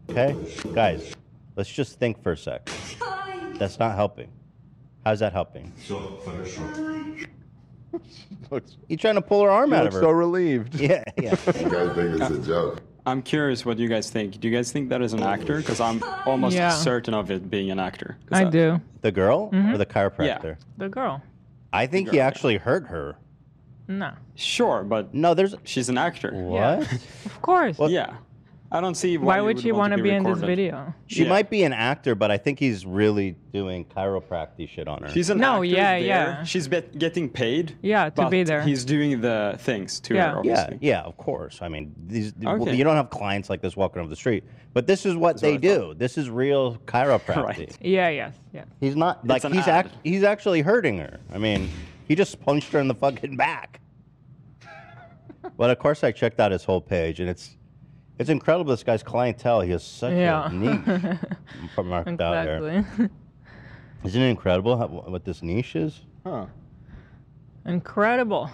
Okay? Guys, let's just think for a sec. That's not helping. How's that helping?
Все, хорошо.
He's trying to pull her arm
You
out
look
of her.
so
relieved.
Yeah, yeah.
joke. I'm curious what you guys think. Do you guys think that is an actor? Because I'm almost
Yeah.
certain of it being an actor.
I do.
The girl
Mhm.
or the chiropractor?
The girl.
I think he actually hurt her.
No.
Sure, but
no, there's
she's an actor.
What?
Of course.
yeah, I don't see why.
Why
you
would she
want
wanna
to
be in this
recorded.
video?
She
Yeah.
might be an actor, but I think he's really doing chiropractic shit on her.
She's an
No,
actor
yeah,
there.
yeah.
She's bet getting paid.
Yeah, to be
but
there.
He's doing the things to her.
yeah,
Obviously.
yeah, of course. I mean, these well,
Okay.
you don't have clients like this walking over the street, but this is what they do. This is real chiropractic.
Yeah, yes, yeah.
He's not
It's
like
an
he's
ad.
act, he's actually hurting her. I mean, he just punched her in the fucking back. but of course, I checked out his whole page, and it's it's incredible. This guy's clientele. He has such
yeah.
a niche marked out here.
exactly.
Isn't it incredible how, what this niche is?
Huh.
Incredible.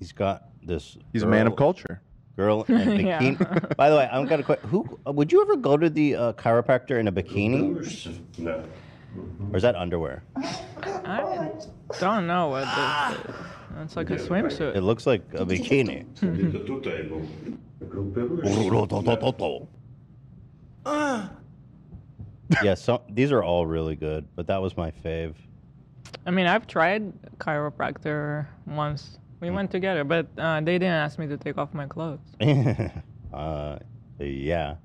He's got this.
He's a man of
culture. Girl in a
Yeah.
bikini. By the way, I'm gonna quit. Who would you ever go to the uh, chiropractor in a bikini? No. Or is that underwear?
I don't know what this is. It's like a swimsuit.
It looks like a bikini.
Где-то тут, а его
yeah, so these are all really good, but that was my fave.
I mean, I've tried chiropractor once.
Hmm.
We went together, but uh, they didn't ask me to take off my clothes.
uh, yeah.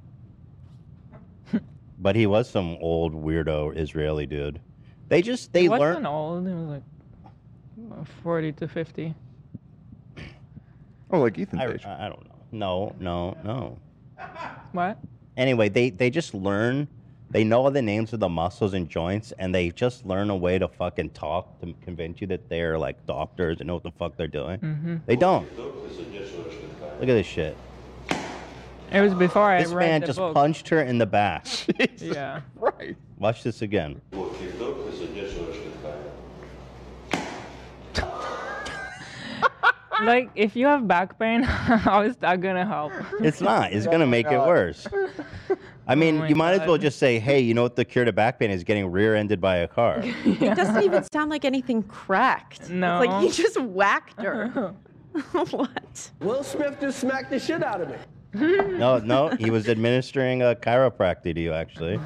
but he was some old weirdo Israeli dude. They just they
He wasn't
learn.
old. He was like uh, 40 to 50.
Oh, like Ethan I, I don't know. No, no, no.
What?
anyway, they they just learn. They know all the names of the muscles and joints, and they just learn a way to fucking talk to convince you that they're like doctors and know what the fuck they're doing.
Mhm.
They don't. Look at this shit.
It was before I
this
read
man
the
just
book.
punched her in the back.
Yeah.
Right.
Watch this again.
Like, if you have back pain, how is that gonna help?
It's not. It's gonna make it worse. I mean,
Oh my
you might as well
God.
just say, "Hey, you know what? The cure to back pain is getting rear-ended by a car."
It doesn't even sound like anything cracked.
No.
It's like you just whacked her. what?
Will Smith just smacked the shit out of me.
no, no, he was administering a chiropractic to you, actually.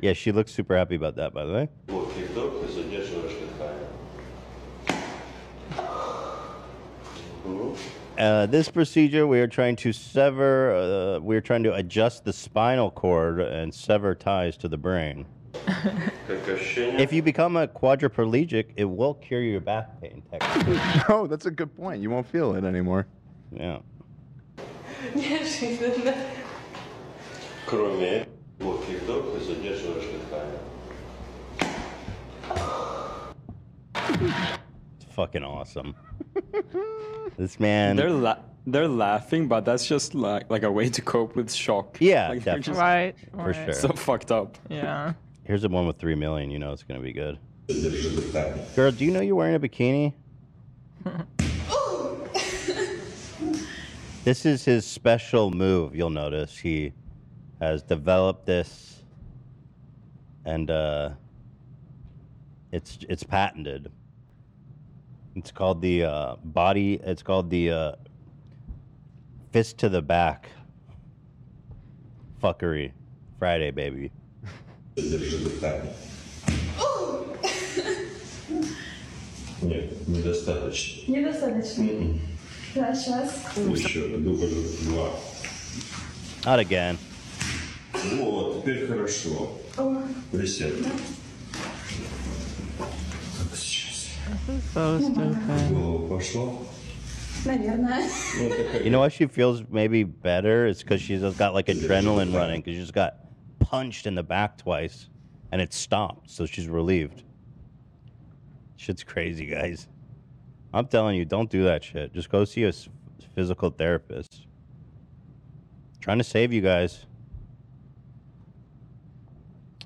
Yeah, she looks super happy about that, by the way.
Вот TikTok ты задерживаешь дыхание.
Uh, this procedure, we are trying to sever, uh, we are trying to adjust the spinal cord and sever ties to the brain.
Как ощущение?
If you become a quadriplegic, it will cure your back pain. Technically.
oh, that's a good point. You won't feel it anymore.
Yeah.
Yeah, she's in there.
Кроме вот TikTok ты задерживаешь дыхание.
It's fucking awesome. this man.
They're la- they're laughing, but that's just like like a way to cope with shock.
Yeah,
Like, they're
definitely.
just
Right,
For right. sure.
So fucked up.
Yeah.
Here's the one with three million. You know it's gonna be good. Girl, do you know you're wearing a bikini? this is his special move. You'll notice he has developed this, and uh, it's it's patented. It's called the uh, body. It's called the uh, fist to the back fuckery Friday, baby.
Нет, недостаточно.
Недостаточно. Да, сейчас.
Еще дубль два.
Not again.
Вот, теперь хорошо. Присядь. Сейчас.
So stupid.
Голову пошло.
Наверное.
Ну, такая
You know why she feels maybe better? It's because she's got like adrenaline running because she just got punched in the back twice and it stopped. So she's relieved. Shit's crazy, guys. I'm telling you, don't do that shit. Just go see a s- physical therapist. Trying to save you guys.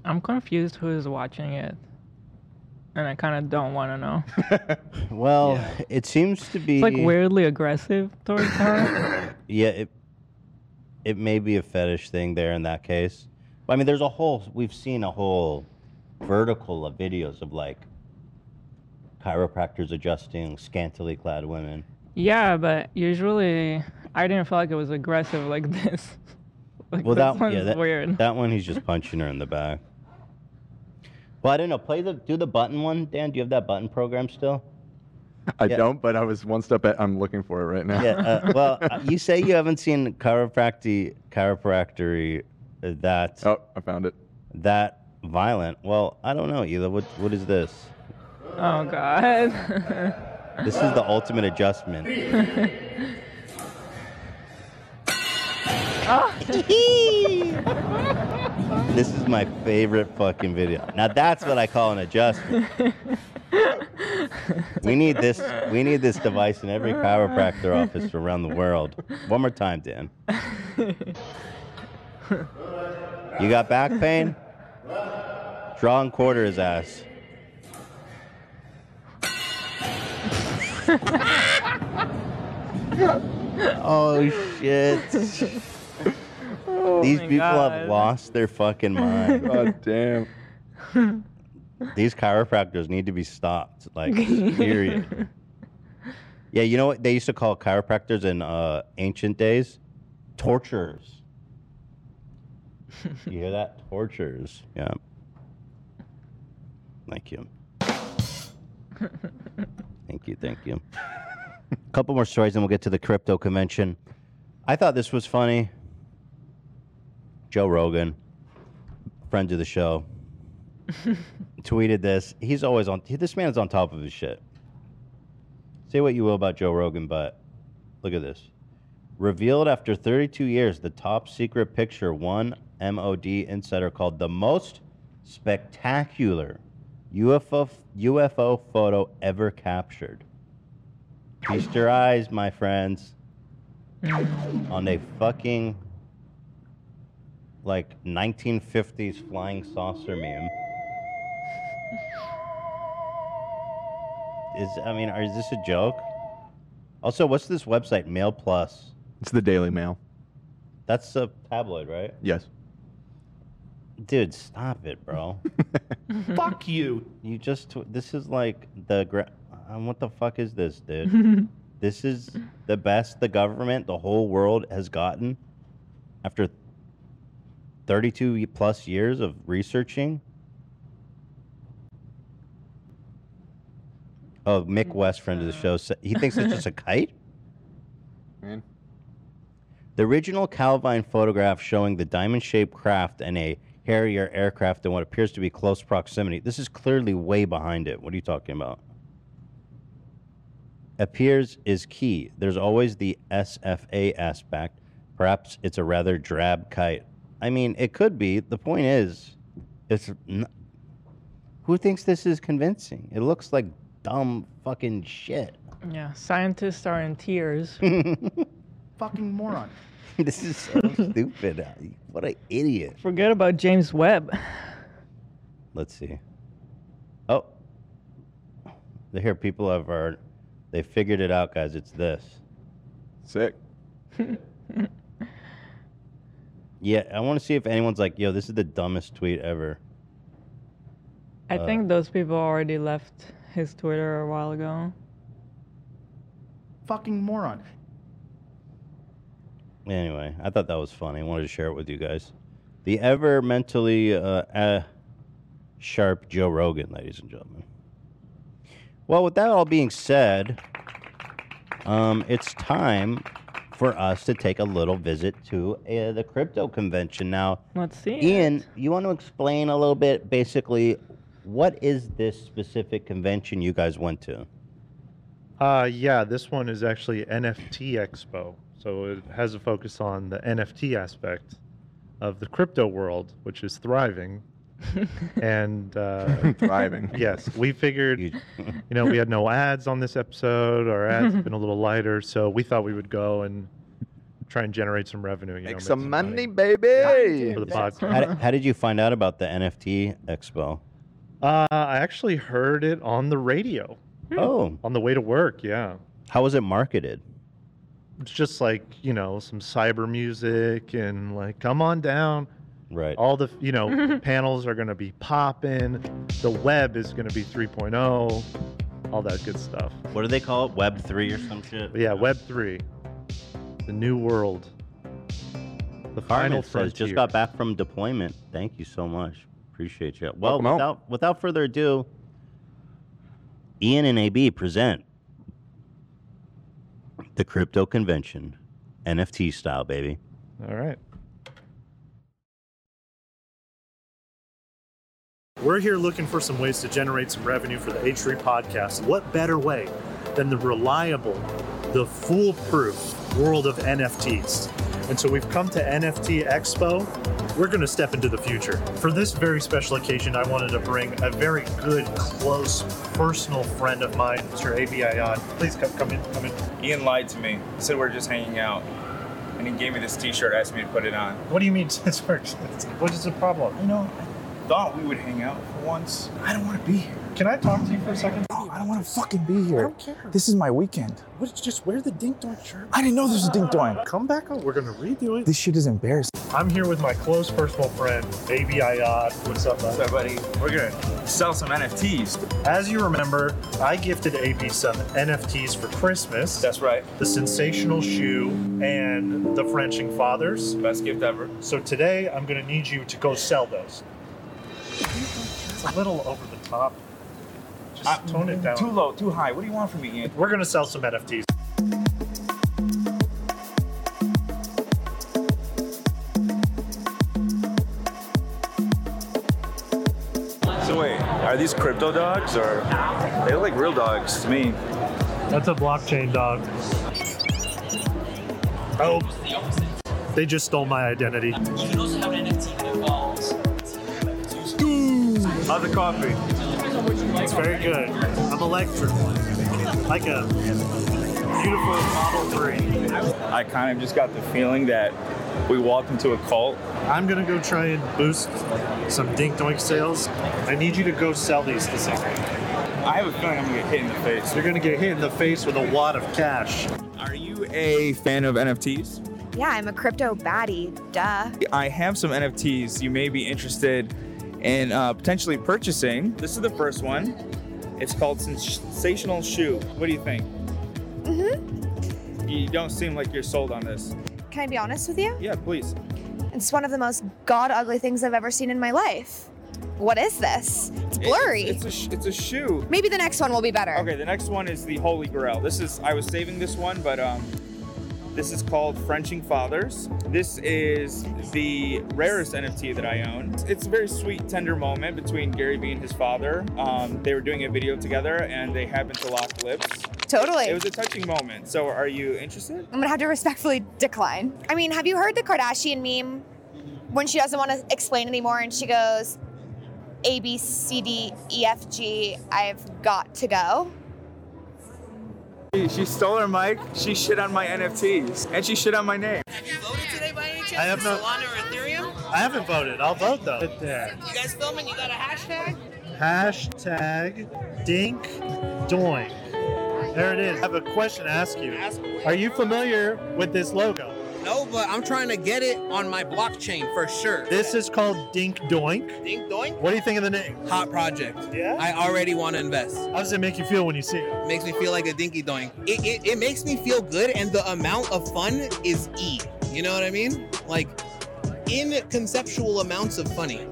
I'm confused who is watching it. And I kind of don't want to know.
Well, it seems to be
It's like weirdly aggressive towards her.
Yeah, it it may be a fetish thing there in that case. But, I mean, there's a whole we've seen a whole vertical of videos of like chiropractors adjusting scantily clad women.
yeah, but usually I didn't feel like it was aggressive like this. like
well,
this
that
one's
yeah, that,
weird.
that one he's just punching her in the back. Well, I don't know. Play the do the button one, Dan. Do you have that button program still?
I
Yeah.
don't, but I was one step. At, I'm looking for it right now.
Yeah. Uh, well, uh, you say you haven't seen chiropractic chiropractic uh, that.
Oh, I found it.
That violent. Well, I don't know, Ela. What what is this?
Oh, God.
This is the ultimate adjustment. This is my favorite fucking video. Now that's what I call an adjustment. We need this. We need this device in every chiropractor office around the world. One more time, Dan. You got back pain? Draw and quarter his ass. Oh shit! These
Oh my
people
God. Oh,
have lost their fucking mind.
God damn.
These chiropractors need to be stopped. Like, period. Yeah, you know what they used to call chiropractors in uh, ancient days? Torturers. You hear that? Torturers. Yeah. Thank you. Thank you. Thank you. A couple more stories, and we'll get to the crypto convention. I thought this was funny. Joe Rogan, friend of the show, tweeted this. He's always on. he- This man's on top of his shit. Say what you will about Joe Rogan, but look at this. Revealed after 32 years, the top secret picture one MOD insider called the most spectacular UFO f- UFO photo ever captured. Feast your eyes, my friends, on a fucking like 1950s flying saucer meme. Is I mean, are, is this a joke? Also, what's this website, Mail Plus?
It's the Daily Mail.
That's a tabloid, right?
Yes.
Dude, stop it, bro.
Fuck you.
You just tw- this is like the gra- um, what the fuck is this, dude? this is the best the government, the whole world has gotten after 32 plus years of researching oh mick west friend of the show sa- he thinks it's just a kite
Man.
the original calvine photograph showing the diamond-shaped craft and a Harrier aircraft in what appears to be close proximity. This is clearly way behind it. What are you talking about? appears is key. There's always the SFA aspect. Perhaps it's a rather drab kite. I mean, it could be. The point is, it's. N- who thinks this is convincing? It looks like dumb fucking shit.
Yeah, scientists are in tears.
Fucking moron.
this is so stupid. What an idiot.
Forget about James Webb.
Let's see. Oh, they hear people have our. They figured it out, guys. It's this.
Sick.
yeah, I want to see if anyone's like, "Yo, this is the dumbest tweet ever."
I
Uh,
think those people already left his Twitter a while ago.
Fucking moron.
Anyway, I thought that was funny. I wanted to share it with you guys. The ever mentally uh, uh, sharp Joe Rogan, ladies and gentlemen. Well, with that all being said, um, it's time for us to take a little visit to uh, the crypto convention. Now,
Let's see.
Ian, you want to explain a little bit, basically, what is this specific convention you guys went to?
Uh, yeah, this one is actually NFT Expo. So it has a focus on the NFT aspect of the crypto world, which is thriving. and uh,
Thriving.
Yes, we figured, you know, we had no ads on this episode. Our ads have been a little lighter, so we thought we would go and try and generate some revenue. You know,
Make
make
some money, baby.
for the
How,
podcast.
di- how did you find out about the NFT Expo?
Uh, I actually heard it on the radio.
Oh.
On the way to work, yeah.
How was it marketed?
It's just like, you know, some cyber music and like, come on down.
Right.
All the, you know, panels are going to be popping. The web is going to be 3.0, all that good stuff.
What do they call it? Web three or some shit?
But yeah, web 3, the new world. The final
Carmen says,
frontier.
just got back from deployment. Thank you so much. Appreciate you. Well,
Welcome home.
without, without further ado, Ian and AB present the crypto convention, NFT style, baby.
All right.
We're here looking for some ways to generate some revenue for the H3 podcast. What better way than the reliable, the foolproof world of NFTs? And so we've come to NFT Expo. We're going to step into the future. For this very special occasion, I wanted to bring a very good, close, personal friend of mine, Mr. ABI on. Please come, come in, come in.
Ian lied to me. He said we were just hanging out. And he gave me this t shirt, asked me to put it on.
What do you mean this works? What is the problem? You know,
Thought we would hang out for once.
I don't want to be here. Can I talk to you for a second?
No, I don't want to fucking be here.
I don't care.
This is my weekend.
What, just wear the dink dong shirt.
I didn't know this was Dink Dong.
Come back up. We're gonna redo it.
This shit is embarrassing.
I'm here with my close personal friend, AB Ayad. What's up, bud?
What's up, buddy? We're gonna sell some NFTs.
As you remember, I gifted AB some NFTs for Christmas. That's right. The Sensational Shoe and the Frenching Fathers. Best gift ever. So today, I'm gonna need you to go sell those. It's a little over the top. Just tone it down. Uh, Too low, too high. What do you want from me, Ian? We're gonna sell some NFTs.
So, wait, are these crypto dogs or? They look like real dogs to me.
That's a blockchain dog. Oh, they just stole my identity. How's the coffee? It's very good. I'm electric. Like a beautiful Model 3.
I kind of just got the feeling that we walked into a cult.
I'm gonna go try and boost some dink doink sales. I need you to go sell these this evening. I have a feeling I'm gonna get hit in the face. You're gonna get hit in the face with a wad of cash.
Are you a fan of NFTs?
Yeah, I'm a crypto baddie. Duh.
I have some NFTs you may be interested in uh, potentially purchasing. This is the first one. It's called Sensational Shoe. What do you think?
hmm
You don't seem like you're sold on this.
Mm-hmm. Can I be honest with you?
Yeah, please.
It's one of the most god ugly things I've ever seen in my life. What is this? It's blurry.
It's, a, sh- it's a shoe.
Maybe the next one will be better.
Okay, the next one is the Holy Grail. This is I was saving this one, but um, this is called Frenching Fathers. This is the rarest NFT that I own. It's a very sweet, tender moment between Gary Vee and his father. Um, they were doing a video together, and they happened to lock lips.
Totally.
It was a touching moment. So, are you interested?
I'm gonna have to respectfully decline. I mean, have you heard the Kardashian meme when she doesn't want to explain anymore and she goes, A, B, C, D, E, F, G, I've got to go?
She, she stole her mic. She shit on my NFTs, and she shit on my name.
I have no. I haven't voted. I'll vote though. Sit there.
You guys filming? You got a hashtag?
Hashtag dink doink. There it is. I have a question to ask you. Are you familiar with this logo?
No, but I'm trying to get it on my blockchain for sure.
This is called Dink Doink.
Ding doink.
What do you think of the name?
Hot project. Yeah. I already want to invest.
How does it make you feel when you see it?
Makes me feel like a dinky doink. It, it, it makes me feel good, and the amount of fun is E. You know what I mean? Like, inconceptual amounts of funny.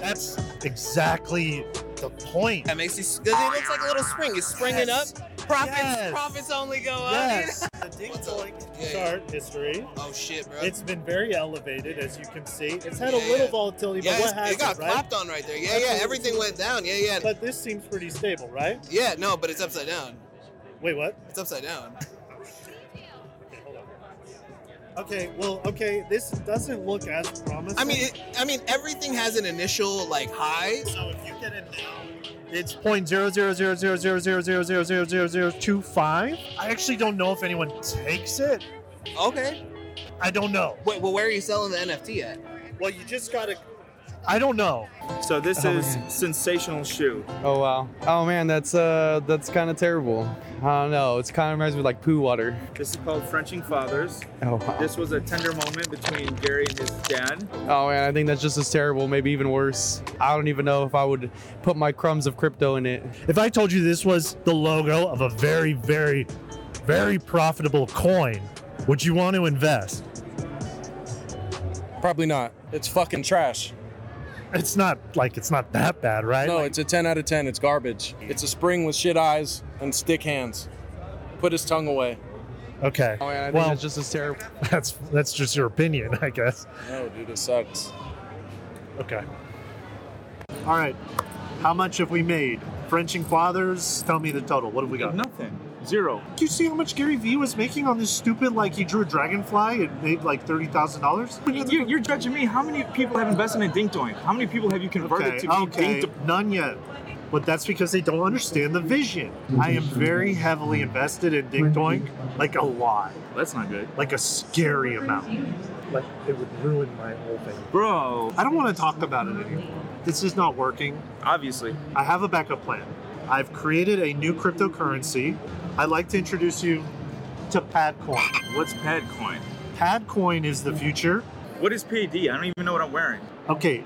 That's exactly the point.
That makes me, because it looks like a little spring. It's springing
Yes.
up. Profits,
Yes.
profits only go up.
Yes.
What's up? Yeah, yeah.
Start history.
Oh shit, bro.
It's been very elevated, as you can see. It's had a
Yeah,
little
yeah.
volatility,
yeah,
but what
it's-
happened,
it got
right?
plopped on right there. Yeah, yeah.
Absolutely.
Everything went down. Yeah, yeah.
But this seems pretty stable, right?
Yeah, no, but it's upside down.
Wait, what?
It's upside down.
Okay, well, okay, this doesn't look as promising.
I mean, it, I mean, everything has an initial like high.
So if you get in now, it's point zero zero zero zero zero zero zero zero zero zero zero two five. I actually don't know if anyone takes it.
Okay.
I don't know.
Wait, well, where are you selling the NFT at?
Well, you just gotta. I don't know.
So this
Oh,
is sensational shoe.
Oh wow. Oh man, that's uh that's kind of terrible. I don't know. It's kind of reminds me of like poo water.
This is called Frenching Fathers.
Oh wow.
This was a tender moment between Gary and his dad.
Oh man, I think that's just as terrible, maybe even worse. I don't even know if I would put my crumbs of crypto in it.
If I told you this was the logo of a very, very, very profitable coin, would you want to invest?
Probably not. It's fucking trash.
It's not like it's not that bad, right?
No, it's a 10 out of 10. It's garbage. It's a spring with shit eyes and stick hands. Put his tongue away.
Okay.
Oh man, I think
well,
that's just as terrible.
that's that's just your opinion, I guess.
No, dude, it sucks.
Okay. All right. How much have we made? Frenching Fathers, tell me the total. What have we got?
Nothing. Zero.
Do you see how much Gary Vee was making on this stupid, like, he drew a dragonfly and made like $30,000?
You, you're judging me. How many people have invested in Dink Doink? How many people have you converted
Okay,
to be
okay.
Dink Doink?
None yet. But that's because they don't understand the vision. I am very heavily invested in Dink Doink, like a lot,
That's not good.
like a scary amount. Like, it would ruin my whole thing.
Bro,
I don't want to talk about it anymore. This is not working.
obviously.
I have a backup plan. I've created a new cryptocurrency. I'd like to introduce you to Padcoin.
What's Padcoin?
Padcoin is the future.
What is PD? I don't even know what I'm wearing.
Okay,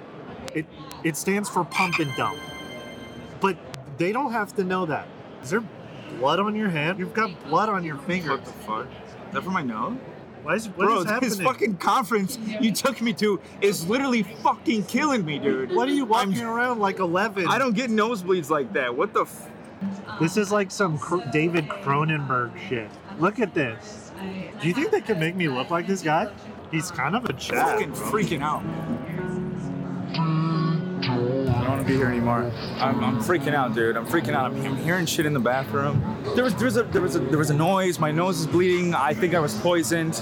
it it stands for pump and dump, but they don't have to know that. Is there blood on your hand? You've got blood on your finger. What the
fuck? Is that from my nose?
Why is what
Bro,
is
this
happening?
fucking conference you took me to is literally fucking killing me, dude.
What are you walking around like eleven?
I don't get nosebleeds like that. What the? F-
This is like some Cro- David Cronenberg shit. Look at this. Do you think they could make me look like this guy? He's kind of a chad.
Fucking
bro.
freaking out. I don't want to be here anymore. I'm, I'm freaking out, dude. I'm freaking out. I'm, I'm hearing shit in the bathroom. There was there was a there was a there was a noise. My nose is bleeding. I think I was poisoned.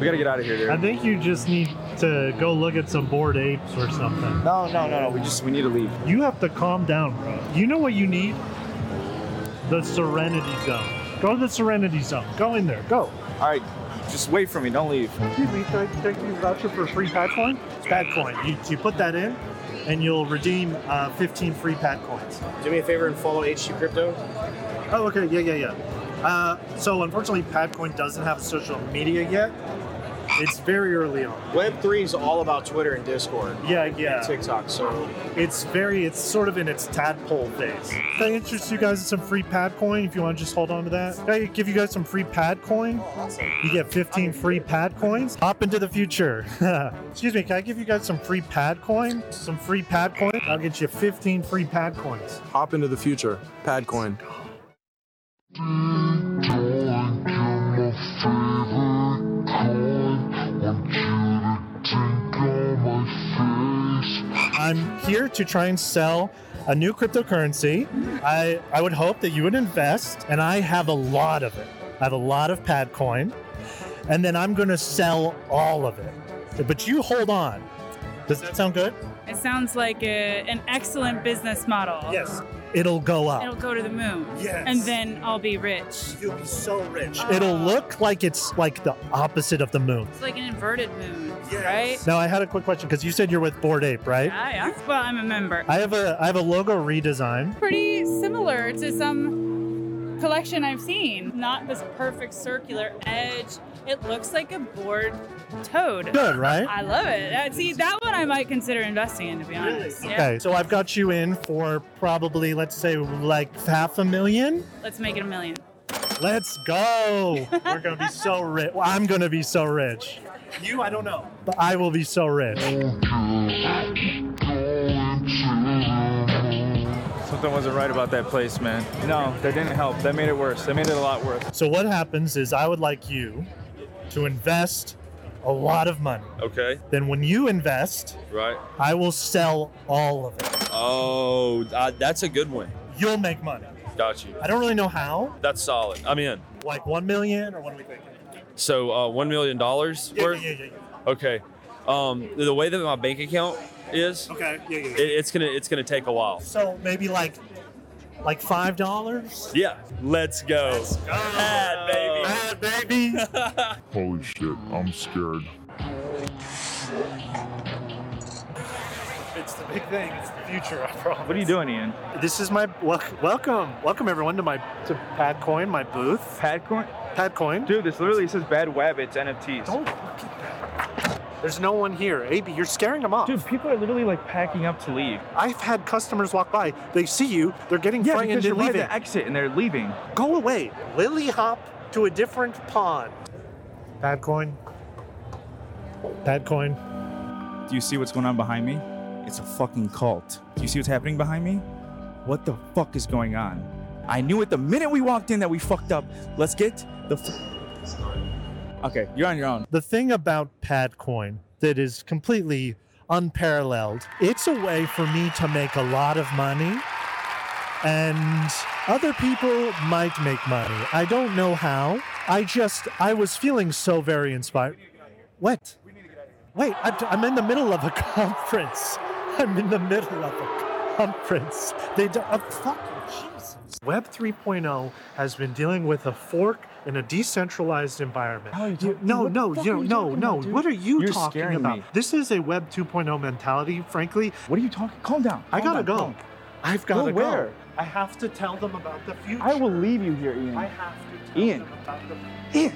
We gotta get out of here, dude.
I think you just need to go look at some bored apes or something.
No, no, no, no. We just we need to leave.
You have to calm down, bro. You know what you need? The serenity zone. Go to the serenity zone. Go in there. Go.
All right, just wait for me. Don't leave.
Excuse me, can I take these voucher for free pad coin? Pad coin. You, you put that in, and you'll redeem uh, 15 free pad coins.
Do me a favor and follow HG Crypto.
Oh, okay. Yeah, yeah, yeah. Uh, so unfortunately, Padcoin doesn't have social media yet, It's very early on.
Web three is all about Twitter and Discord.
Yeah, yeah.
And TikTok. So
It's very, it's sort of in its tadpole phase. If I interest you guys in some free pad coin, if you want to just hold on to that, If I give you guys some free pad coin. You get 15 free pad coins. Hop into the future. Excuse me, can I give you guys some free pad coin? Some free pad coin? I'll get you 15 free pad coins.
Hop into the future. Padcoin.
I'm here to try and sell a new cryptocurrency. I, I would hope that you would invest, and I have a lot of it. I have a lot of Padcoin, and then I'm going to sell all of it. But you hold on. Does that sound good?
It sounds like a, an excellent business model. Yes.
It'll go up.
It'll go to the moon.
Yes.
And then I'll be rich. Oh.
You'll be so rich.
It'll look like it's like the opposite of the moon.
It's like an inverted moon, right?
Now I had a quick question because you said you're with Board Ape, right?
Yeah, yeah. Well, I'm a member.
I have a I have a logo redesign.
Pretty similar to some collection I've seen. Not this perfect circular edge. It looks like a bored toad.
Good, right?
I love it. Uh, See, that one I might consider investing in, to be honest. Yeah.
Okay, so I've got you in for probably let's say like half a million.
Let's make it a million.
Let's go. We're gonna be so rich. Well, I'm gonna be so rich.
You, I don't know.
But I will be so rich.
Something wasn't right about that place, man. No, they didn't help. That made it worse. They made it a lot worse.
So what happens is I would like you to invest a lot of money.
Okay.
Then when you invest,
Right.
I will sell all of it.
Oh, uh, that's a good one.
You'll make money.
Got you.
I don't really know how.
That's solid. I'm in.
Like one million or what are we thinking?
So uh, one million dollars
Yeah,
worth.
yeah, yeah,
Okay. Um, the way that my bank account is,
Okay, yeah, yeah.
it, it's gonna it's gonna take a while.
So maybe like like five dollars?
Yeah. Let's go. Ad, baby.
Ad, baby.
Holy shit, I'm scared.
It's the big thing. It's the future, I promise.
What are you doing, Ian?
This is my wel- welcome. Welcome everyone to my to Padcoin, my booth.
Padcoin?
Padcoin.
Dude, this literally says bad web. It's NFTs.
There's no one here. AB, you're scaring them off. Dude,
people are literally like packing up to leave.
I've had customers walk by. They see you. They're getting
Yeah,
frightened
because
and
you're right at
leaving.
the exit and they're leaving.
Go away. Lily hop to a different pond. Padcoin. Padcoin.
Do you see what's going on behind me? It's a fucking cult. Do you see what's happening behind me? What the fuck is going on? I knew it the minute we walked in that we fucked up. Let's get the. F- okay, you're on your own.
The thing about Padcoin that is completely unparalleled, it's a way for me to make a lot of money and other people might make money. I don't know how. I just, I was feeling so very inspired. What? Wait, I'm, I'm in the middle of a conference. I'm in the middle of a conference. They do, oh, fucking Jesus. Web 3.0 has been dealing with a fork in a decentralized environment. You- no,
what the
no,
fuck
you
are
no,
you talking
no.
about, dude?
what are you
You're
talking
scaring
about?
me.
This is a Web 2.0 mentality, frankly.
What are you talking? Calm down.
I
calm
gotta
down,
go.
calm.
I've gotta
Go where?
go. I have to tell them about the future.
I will leave you here, Ian.
I have to tell
Ian.
them about the
Ian.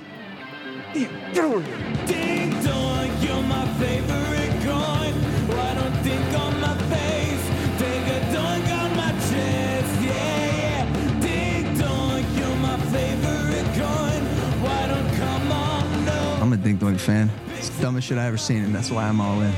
Ian, get over here.
Ding dong, you're my favorite coin. Why don't think on my face? Take a dong on my chest, yeah, yeah. Ding dong, you're my favorite coin. Why don't come on, no?
I'm a Dink Doink fan. It's the dumbest shit I ever seen, and that's why I'm all in.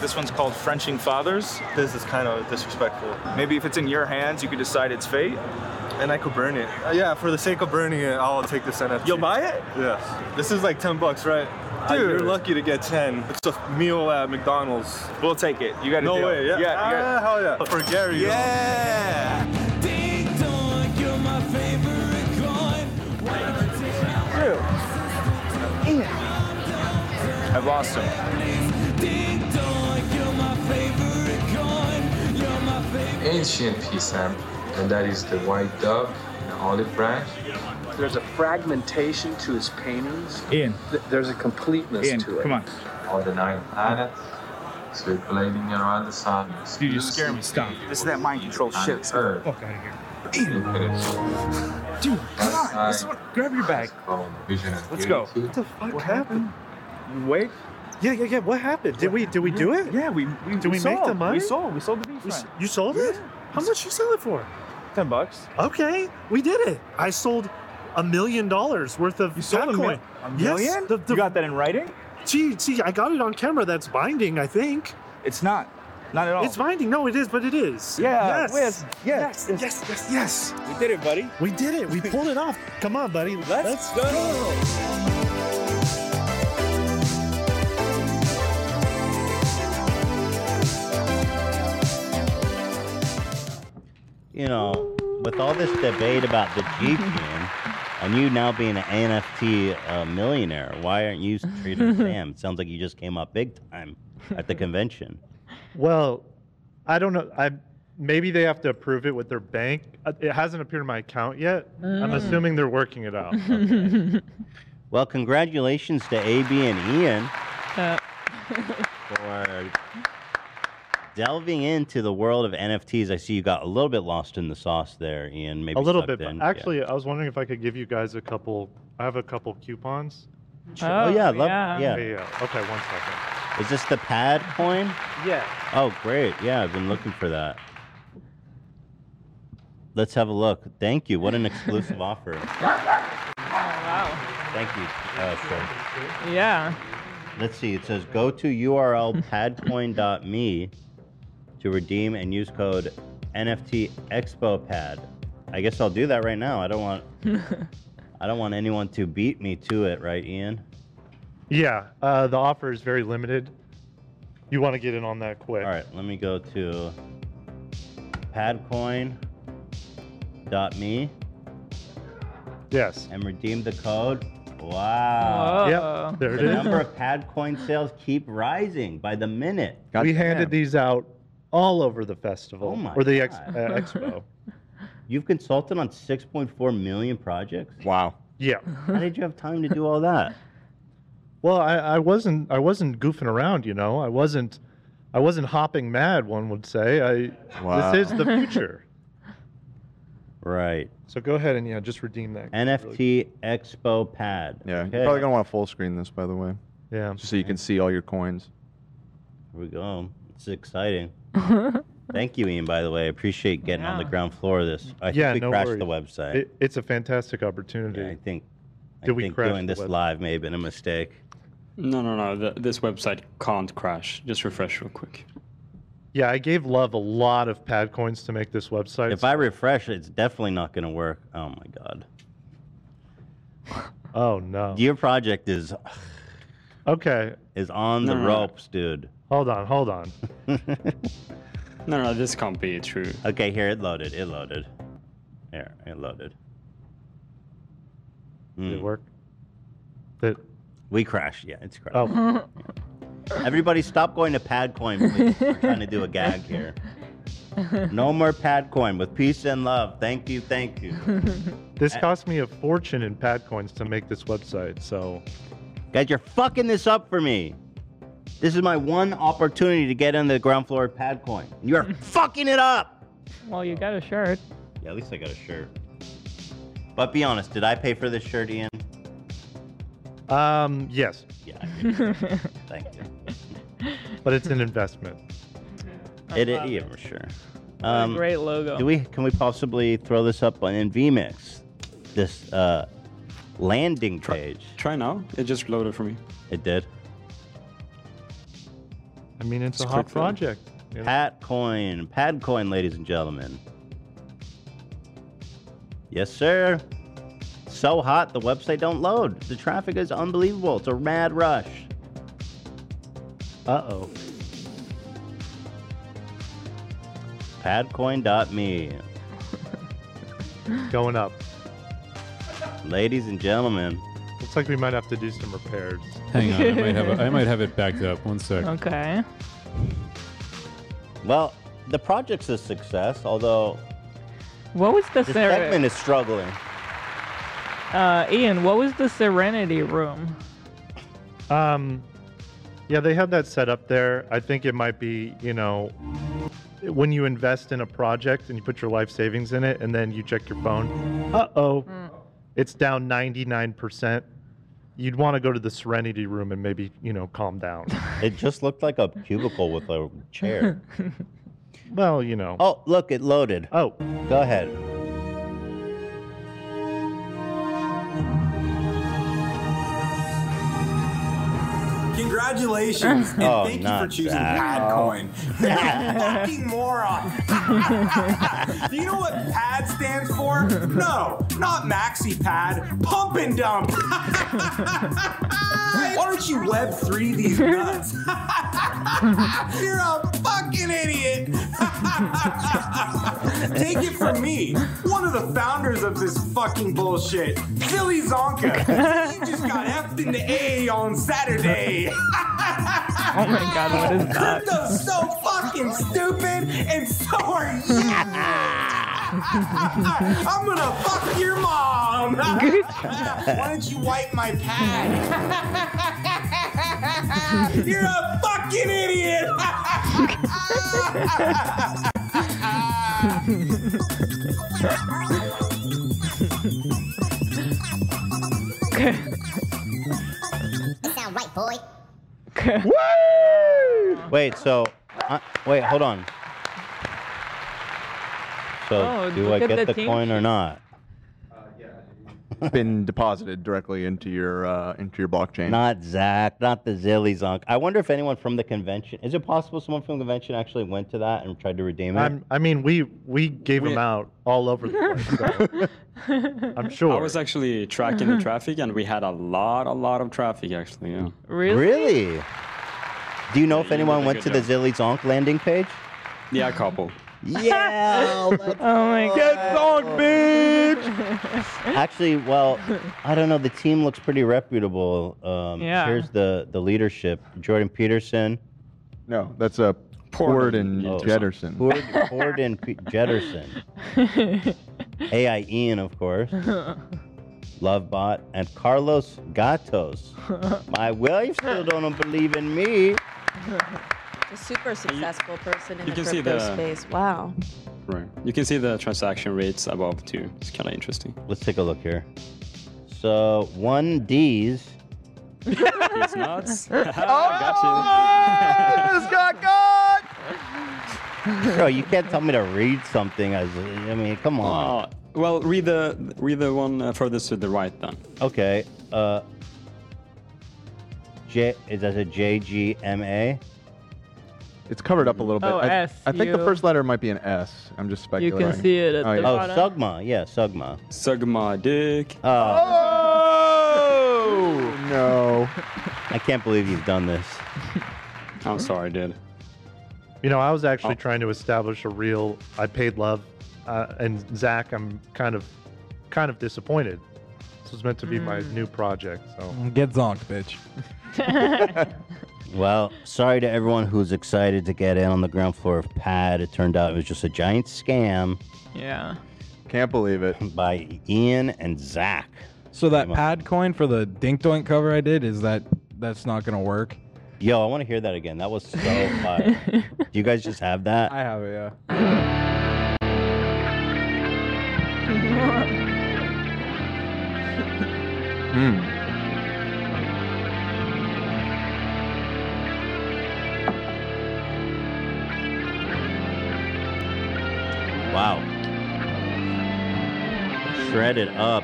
This one's called Frenching Fathers. This is kind of disrespectful. Maybe if it's in your hands, you could decide its fate. Uh, And I could burn it.
Yeah, for the sake of burning it, I'll take this NFT.
You'll buy it?
Yeah. This is like 10 bucks, right? Dude, you're lucky to get 10. It's a meal at McDonald's.
We'll take it. You got to
No
deal.
way, yeah.
You got- you got-
Ah, hell yeah. For Gary. though.
Yeah! Ding dong, you're my favorite coin. Why don't take
I've lost him.
Ding dong, you're my favorite coin. You're my favorite.
ancient Pisam, and that is the white dove, an olive branch.
There's a fragmentation to his paintings.
Ian.
Th- There's a completeness
Ian,
to it.
come on. All the nine planets circulating around the sun. Dude, you scare me. Stop.
This is that mind control shit. Get the Fuck out of here. Dude, come on. This is what, grab your bag.
Vision and
Let's go.
unity.
What happened? Wait.
Yeah, yeah, yeah. What happened? Did we did we do it?
Yeah, we we,
did we, make
sold.
the money?
We sold. We sold the beef.
You s-
fry.
You sold it? How much you sell it for?
Ten bucks.
Okay, we did it. I sold a million dollars worth of you
sold a mil- a million? You got that in writing?
Gee, see, I got it on camera. That's binding, I think.
It's not. Not at all.
It's binding. No, it is, but it is.
Yeah,
Yes.
yes, yes,
Yes. Yes. Yes. Yes.
We did it, buddy.
We did it. We pulled it off. Come on, buddy.
Let's go.
you know, with all this debate about the Jeep, man, and you now being an NFT uh, millionaire, why aren't you treated Sam? It sounds like you just came up big time at the convention.
Well, I don't know. I maybe they have to approve it with their bank. Uh, It hasn't appeared in my account yet. I'm Mm. assuming they're working it out.
Well, congratulations to AB and Ian
Uh,
for delving into the world of NFTs. I see you got a little bit lost in the sauce there, Ian. Maybe
a little
sucked
bit. but
in. Yeah.
Actually, I was wondering if I could give you guys a couple. I have a couple coupons. uh,
Sure. Oh, Oh, yeah, love- yeah. yeah.
Okay, one second.
Is this the pad coin?
Yeah.
Oh, great. Yeah, I've been looking for that. Let's have a look. Thank you. What an exclusive offer.
Wow.
Thank you. Uh, sure.
Yeah.
Let's see. It says go to URL padcoin.me to redeem and use code NFT Expo Pad. I guess I'll do that right now. I don't want. I don't want anyone to beat me to it, right, Ian?
Yeah. Uh, the offer is very limited. You want to get in on that quick.
All right, let me go to padcoin.me.
Yes.
And redeem the code. Wow.
Yep, Whoa. there it
the
is.
number of padcoin sales keep rising by the minute.
we handed these out all over the festival
Oh my
or the ex- uh,
God.
expo.
You've consulted on 6.4 million projects.
Wow.
Yeah.
How did you have time to do all that?
Well, I, I wasn't I wasn't goofing around, you know. I wasn't I wasn't hopping mad, one would say. I
Wow.
this is the future.
Right.
so go ahead and yeah, just redeem that.
NFT Expo Pad.
Yeah,
Okay.
you're probably gonna want to full screen this, by the way.
Yeah.
Just so you can see all your coins.
Here we go. It's exciting. Thank you, Ian, by the way. I appreciate getting on the
Yeah.
ground floor of this. I
yeah,
think we
no
crashed
worries.
the website.
It, it's a fantastic opportunity.
I think
Did
I
we
think
crash
doing
the
this
website?
live may have been a mistake.
No, no, no. th this website can't crash. Just refresh real quick.
Yeah, I gave Love a lot of pad coins to make this website.
If I refresh, it's definitely not going to work. Oh my god.
Oh no.
Your project is
Okay.
is on the
No, no, no.
ropes, dude.
Hold on, hold on.
No, no, this can't be true.
Okay, here it loaded. It loaded. Here, it loaded.
Did it
Mm.
work? Did
We crashed. Yeah, it's crashed.
Oh.
Everybody, stop going to Padcoin. Please. We're trying to do a gag here. No more Padcoin with peace and love. Thank you, thank you.
This
Uh,
cost me a fortune in pad coins to make this website, so
Guys, you're fucking this up for me. This is my one opportunity to get on the ground floor of Padcoin. You are fucking it up.
Well, you got a shirt.
Yeah, at least I got a shirt. But be honest, did I pay for this shirt, Ian?
um yes.
Yeah. I did. Thank you.
But it's an investment.
It, it yeah, for sure. Um,
a great logo.
Do we? Can we possibly throw this up on in VMix? This uh, landing page.
Try now. It just loaded for me.
It did.
I mean it's,
It's
a hot
quick, really.
project. you know?
Pat coin, pad coin, ladies and gentlemen. Yes, sir. So hot, the website don't load. The traffic is unbelievable. It's a mad rush.
Uh oh.
Padcoin.me.
Going up.
Ladies and gentlemen.
Looks like we might have to do some repairs.
Hang on, I might have it, I might have it backed up. One sec.
Okay.
Well, the project's a success, although
What was the
the segment
ser-
is struggling.
uh, Ian? What was the Serenity Room?
Um, yeah, they had that set up there. I think it might be, you know, when you invest in a project and you put your life savings in it, and then you check your phone. Uh oh, it's down ninety nine percent. you'd want to go to the Serenity Room and maybe you know calm down.
It just looked like a cubicle with a chair.
well, you know.
Oh, look, it loaded.
Oh.
Go ahead.
Congratulations, and
Oh,
thank you
not
for choosing
that.
Padcoin. You fucking moron. Do you know what PAD stands for? No, not maxi pad, pump and dump. Why aren't you web 3 these nuts? You're a fucking idiot. Take it from me, one of the founders of this fucking bullshit, Philly Zonka. You just got effed in the A on Saturday.
Oh my god, what is that?
Crypto's so fucking stupid, and so are you. I'm gonna fuck your mom. Why don't you wipe my pad? You're a fucking idiot.
sound right, boy.
Wait, so uh, wait, hold on. So
Oh,
do I
look
get
at the
the,
team
coin or
sheet.
not?
Uh, been deposited directly into your uh, into your blockchain.
Not Zach, not the Zilly Zonk. I wonder if anyone from the convention is it possible someone from the convention actually went to that and tried to redeem it?
I'm, I mean, we we gave them out all over the place. so I'm sure.
I was actually tracking the traffic, and we had a lot, a lot of traffic actually. Yeah.
Really?
Really? Do you know if
Yeah, you
anyone
did a
went to
good
the Zilly Zonk landing page?
Yeah, a couple.
Yeah.
oh my god.
Get zonked, bitch! Actually, well, I don't know. The team looks pretty reputable. Um,
Yeah.
Here's the the leadership: Jordan Peterson. Oh,
No, that's a Pord and Jetterson.
Pord, Pord and Pe- Jetterson. AI Ian, of course. Lovebot and Carlos Gatos. My well, you still don't believe in me.
A super successful person in
you
the
can see
crypto
the-
space. Wow.
Right. You can see the transaction rates above too. It's kind of interesting.
Let's take a look here. So one D's.
It's nuts.
Oh,
got God.
Bro, you can't tell me to read something. As I mean, come on.
Oh, well, read the read the one uh, furthest to the right then.
Okay. Uh, J is that a J G M A?
It's covered up a little bit.
Oh,
I,
S,
I think the
you-
first letter might be an S. I'm just
You
speculating.
can see
it at
Oh,
Oh,
yeah.
Sugma. Yeah, Sugma.
Sugma dick.
Oh,
Oh no!
I can't believe you've done this.
I'm sorry, dude. Oh.
You know, I was actually trying to establish a real I paid love, uh, and Zach, I'm kind of, kind of disappointed. This was meant to be my new project, so
Get zonked, bitch.
Well, sorry to everyone who's excited to get in on the ground floor of PAD. It turned out it was just a giant scam.
Yeah.
Can't believe it.
By e-, Ian and Zach.
So that pad coin for the Dink Doink cover I did is that that's not gonna work.
Yo, I want to hear that again. That was so fire. Do you guys just have that?
I have it, yeah.
Hmm.
Wow. Shredded up.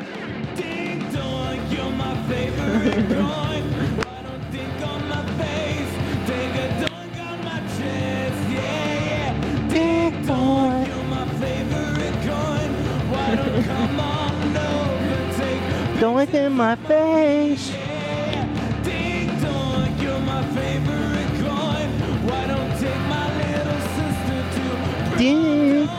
Ding dong, you're my favorite coin. Why don't think on my face? Take a dunk on my chest, yeah, yeah. Ding dong, you're my favorite coin. Why don't come on over? Take
Don't look in my face.
ding dong, you're my favorite coin. Why don't take my little sister to
Ding dong.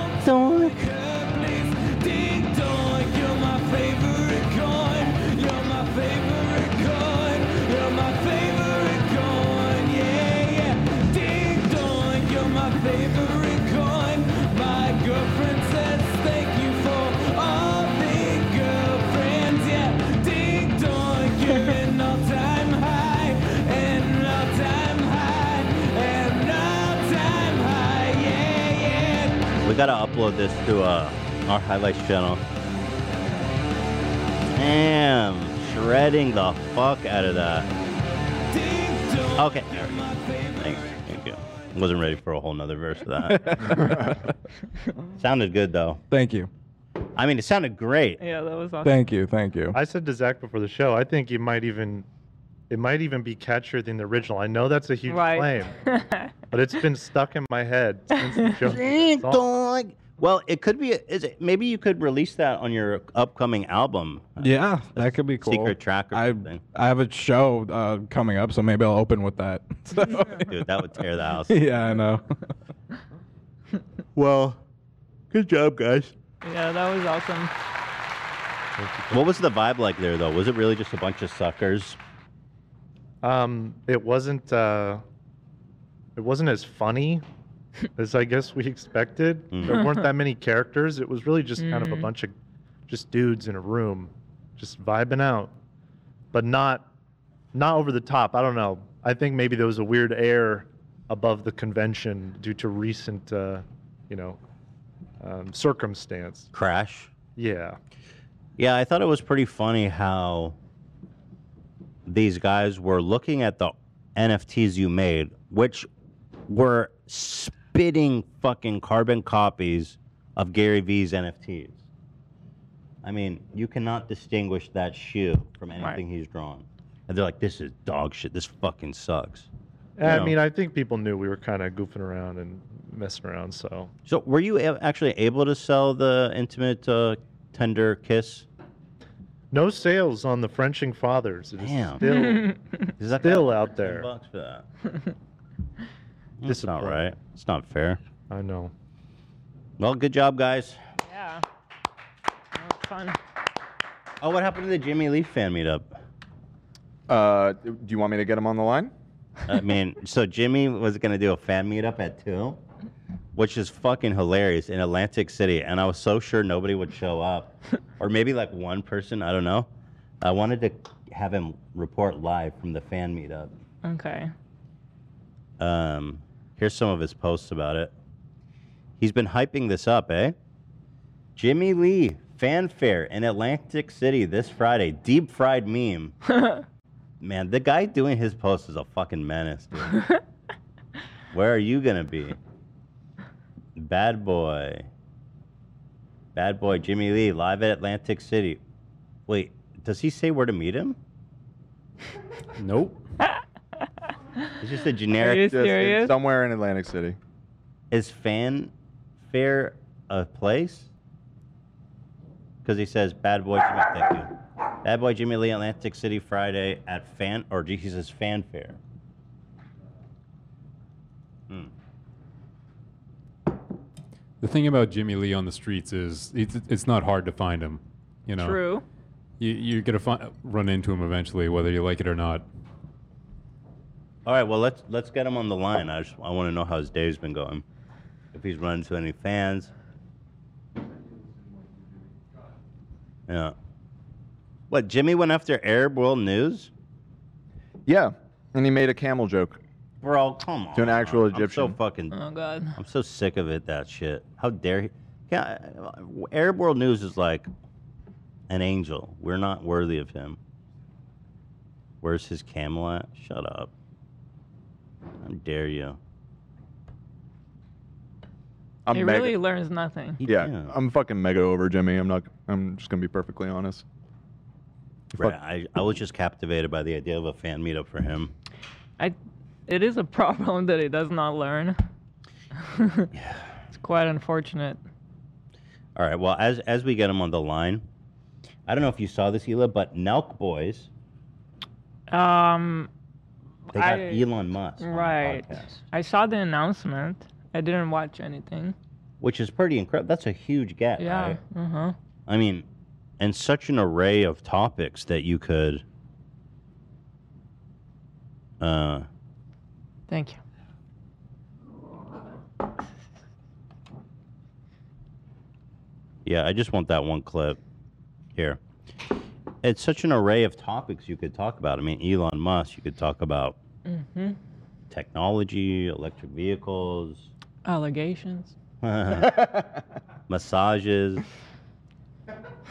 Ding dong, you're my favorite coin. You're my favorite coin. You're my favorite coin. Yeah, yeah. Ding dong, you're my favorite coin. My girlfriend says thank you for all the girlfriends. Yeah. Ding dong, you're an all-time high. An all-time high. An all-time high. Yeah, yeah.
We gotta upload this to uh, our highlights channel. Damn, shredding the fuck out of that. Okay. there we go. Thank thank you. Wasn't ready for a whole nother verse of that. sounded good though.
Thank you.
I mean, it sounded great.
Yeah, that was awesome.
you, thank you.
I said to Zach before the show, I think it might even, it might even be catchier than the original. I know that's a huge
Right.
claim, but it's been stuck in my head since the show.
Ding dong. Well, it could be. Is it? Maybe you could release that on your upcoming album.
Yeah, that could be cool.
Secret track or
I,
something.
I have a show uh, coming up, so maybe I'll open with that.
Dude, that would tear the house.
yeah, I know.
well, good job, guys.
Yeah, that was awesome.
What was the vibe like there, though? Was it really just a bunch of suckers?
Um, it wasn't, uh, it wasn't as funny as I guess we expected.
Mm.
There weren't that many characters. It was really just kind of a
Mm.
bunch of just dudes in a room, just vibing out, but not, not over the top. I don't know. I think maybe there was a weird air above the convention due to recent, uh, you know, um, circumstance.
Crash.
Yeah.
Yeah, I thought it was pretty funny how these guys were looking at the NFTs you made, which were spitting fucking carbon copies of Gary Vee's NFTs. I mean, you cannot distinguish that shoe from anything he's drawn. And they're like, this is dog shit. This fucking sucks. You
I
know?
mean, I think people knew we were kind of goofing around and messing around. So
so were you a- actually able to sell the intimate, uh, tender kiss?
no sales on the Frenching Fathers. It is
Damn.
still,
Is that
still out there.
Bucks for that. It's not right. It's not fair.
I know.
Well, good job, guys.
Yeah. That was fun.
Oh, what happened to the Jimmy Lee fan meetup?
Uh, do you want me to get him on the line?
I mean, so Jimmy was gonna do a fan meetup at two, which is fucking hilarious in Atlantic City, and I was so sure nobody would show up, or maybe like one person. I don't know. I wanted to have him report live from the fan meetup.
Okay.
Um, here's some of his posts about it. He's been hyping this up, eh? Jimmy Lee fanfare in Atlantic City this Friday. Deep fried meme. Man, the guy doing his post is a fucking menace, dude. Where are you gonna be? Bad boy. Bad boy Jimmy Lee live at Atlantic City. Wait, does he say where to meet him? Nope. It's just a generic.
Just in- somewhere in Atlantic City.
Is fanfare a place? Because he says Bad Boy Jimmy. Thank you. Bad Boy Jimmy Lee, Atlantic City, Friday at fan or Jesus fanfare. Hmm.
The thing about Jimmy Lee on the streets is it's, it's not hard to find him. You know.
True.
You, you're gonna fi- run into him eventually, whether you like it or not.
All right. Well, let's let's get him on the line. I just I want to know how his day's been going. If he's run into any fans. Yeah. What? Jimmy went after Arab World News.
Yeah, and he made a camel joke.
Bro, come on.
To an actual
I'm
Egyptian.
so fucking.
Oh god.
I'm so sick of it. That shit. How dare he? Yeah, Arab World News is like an angel. We're not worthy of him. Where's his camel at? Shut up. How dare you?
I'm
he
mega-
really learns nothing.
yeah, I'm fucking mega over Jimmy. I'm not. I'm just gonna be perfectly honest.
Right, I, I was just captivated by the idea of a fan meetup for him.
I. It is a problem that he does not learn. it's quite unfortunate.
All right. Well, as as we get him on the line, I don't know if you saw this, Hila, but Nelk Boys
Um.
they got
I-
Elon Musk,
Right. I saw the announcement. I didn't watch anything.
which is pretty incredible. That's a huge get.
yeah.
right?
Uh huh.
I mean, and such an array of topics that you could. Uh,
Thank you.
yeah, I just want that one clip here. It's such an array of topics you could talk about. I mean, Elon Musk, you could talk about
Mm-hmm.
technology, electric vehicles,
Allegations.
massages,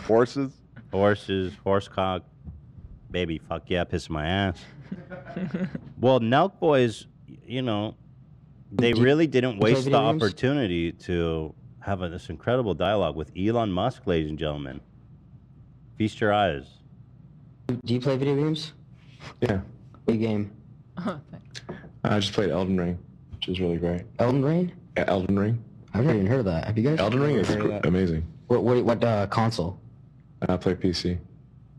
horses,
horses, horse cock, baby, fuck yeah, piss my ass. well, Nelk Boys, you know, they really didn't
Is that
waste the
video games?
opportunity to have a, this incredible dialogue with Elon Musk, ladies and gentlemen. Feast your eyes.
Do you play video games?
Yeah.
Big game.
Oh,
I just played Elden Ring, which is really great.
Elden Ring?
Yeah, Elden Ring.
I've never even heard of that. Have you guys?
Elden Ring is
Heard of that?
amazing. Uh,
What what what uh, console?
I play PC.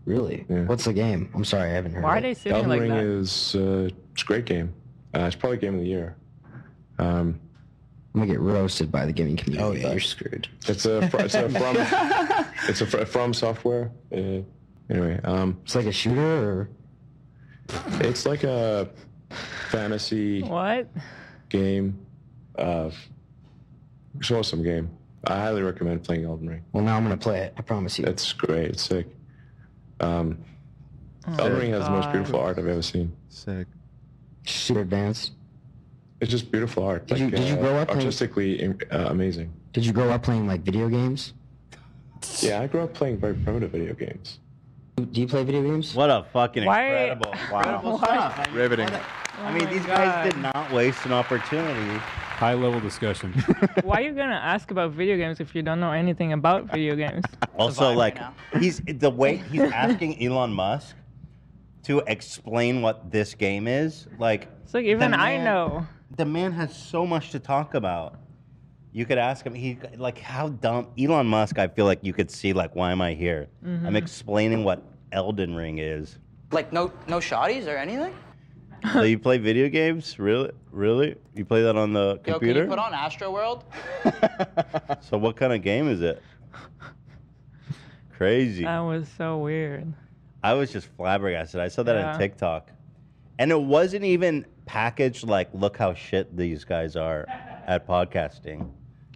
Really?
Yeah.
What's the game? I'm sorry, I haven't heard.
Why
of
are
it.
they sitting
Elden
like
Ring
that?
is uh, it's a great game. Uh, it's probably game of the year. Um,
I'm gonna get roasted by the gaming community. Oh yeah, you're screwed.
It's a fr- it's a from it's a fr- from software. Uh, anyway, um,
it's like a shooter. or?
It's like a fantasy
What?
game. Uh, it's an awesome game. I highly recommend playing Elden Ring.
Well, now I'm gonna play it. I promise you.
It's great. It's sick. Um,
Oh,
Elden Ring has the most
God.
beautiful art I've ever seen.
Sick. Super advanced.
It's just beautiful art. uh,
Did you- did you grow up playing-
artistically im- uh, amazing?
Did you grow up playing like video games?
Yeah, I grew up playing very primitive video games.
Do you play video games?
What a fucking
Why-
incredible, wow.
Riveting.
I
Oh
mean, these guys did not waste an opportunity.
High level discussion.
Why are you gonna ask about video games if you don't know anything about video games?
Also, like he's the way he's asking Elon Musk to explain what this game is. Like,
It's like even
the
I
man-
know.
The man has so much to talk about. You could ask him. He like how dumb Elon Musk. I feel like you could see like why am I here? I'm
Mhm.
explaining what Elden Ring is.
Like no no shotties or anything?
so you play video games? Really? Really? You play that on the
Yo, can
computer?
you put on Astro World?
So what kind of game is it? Crazy.
That was so weird.
I was just flabbergasted. I saw that
Yeah.
on TikTok. And it wasn't even packaged like look how shit these guys are at podcasting.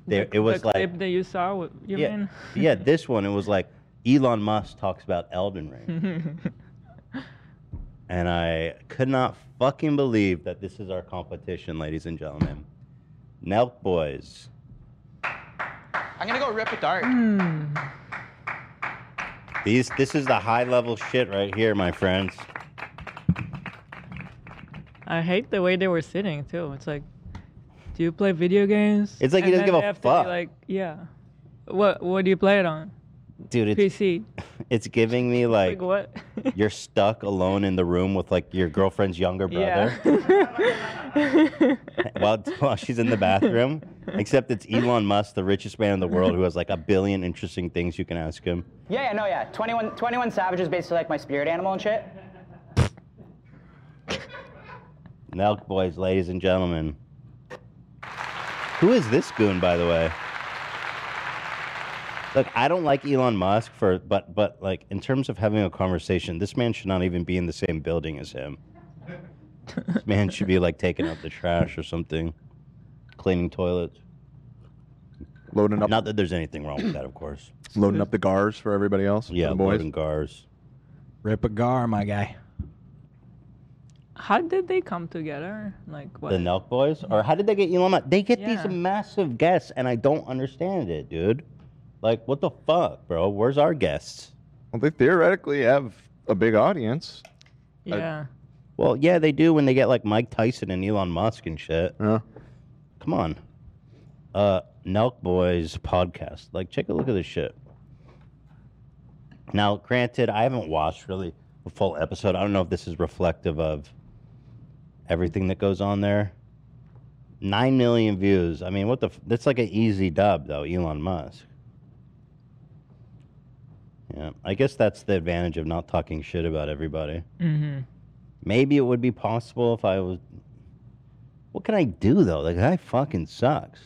They, it was
the
like
clip that you saw. What you
yeah, yeah, this one it was like Elon Musk talks about Elden Ring.
mean?
And I could not fucking believe that this is our competition, ladies and gentlemen. Nelk boys.
I'm gonna go rip a dart.
These this is the high level shit right here, my friends.
I hate the way they were sitting too. It's like, do you play video games?
It's like he doesn't
then
give
they
a
have to be
fuck.
Like, yeah. What What do you play it on?
Dude, it's
PC.
it's giving me like
Like what?
you're stuck alone in the room with like your girlfriend's younger brother while, while she's in the bathroom. Except it's Elon Musk, the richest man in the world, who has like a billion interesting things you can ask him.
Yeah, yeah, no, yeah. 21, 21 Savage is basically like my spirit animal and shit.
Nelk boys, ladies and gentlemen. Who is this goon, by the way? Look, I don't like Elon Musk for, but but like in terms of having a conversation, this man should not even be in the same building as him. This man should be like taking out the trash or something, cleaning toilets,
loading up.
Not that there's anything wrong with that, of course.
Loading up the gars for everybody else. for
Yeah,
the boys.
loading gars.
Rip a gar, my guy.
How did they come together? Like what?
The Nelk boys, or how did they get Elon Musk? They get
Yeah.
these massive guests, and I don't understand it, dude. Like, what the fuck, bro? Where's our guests?
Well, they theoretically have a big audience.
yeah.
Well, yeah, they do when they get like Mike Tyson and Elon Musk and shit.
Yeah.
Come on. Uh Nelk Boys podcast. Like take a look at this shit. Now, granted, I haven't watched really a full episode. I don't know if this is reflective of everything that goes on there. 9 million views. I mean, what the f- that's like an easy dub though, Elon Musk. Yeah, I guess that's the advantage of not talking shit about everybody.
Mm-hmm.
Maybe it would be possible if I was. What can I do though? The guy fucking sucks.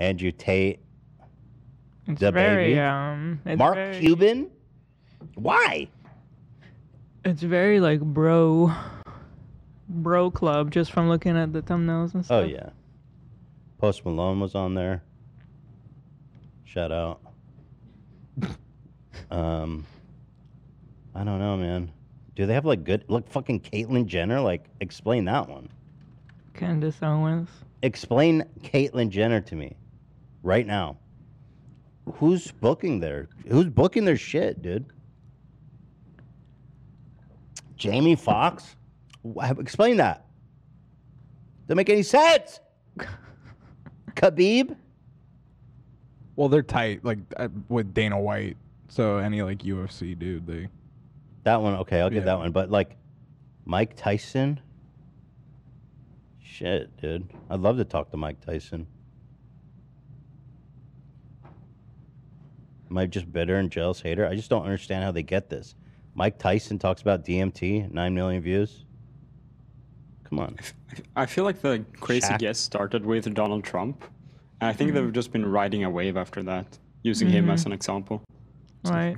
Andrew Tate.
It's
the
very
baby.
um. It's
Mark
very,
Cuban. Why?
It's very like bro. Bro club, just from looking at the thumbnails and
Oh
stuff.
yeah. Post Malone was on there. Shout out. um. I don't know, man. Do they have like good look? Fucking Caitlyn Jenner. Like, explain that one.
Candace Owens.
Explain Caitlyn Jenner to me right now. Who's booking their Who's booking their shit, dude? Jamie Fox? Wha- Explain that. Doesn't make any sense. Khabib?
Well, they're tight, like uh, with Dana White. So any like UFC dude, they.
That one, okay, I'll get that one. But like Mike Tyson? Shit, dude. I'd love to talk to Mike Tyson. Am I just bitter and jealous hater? I just don't understand how they get this. Mike Tyson talks about DMT, 9 million views. Come on.
I feel like the crazy
Shaq.
guest started with Donald Trump. And I
Mm-hmm.
think they've just been riding a wave after that, using him
Mhm.
as an example.
Right.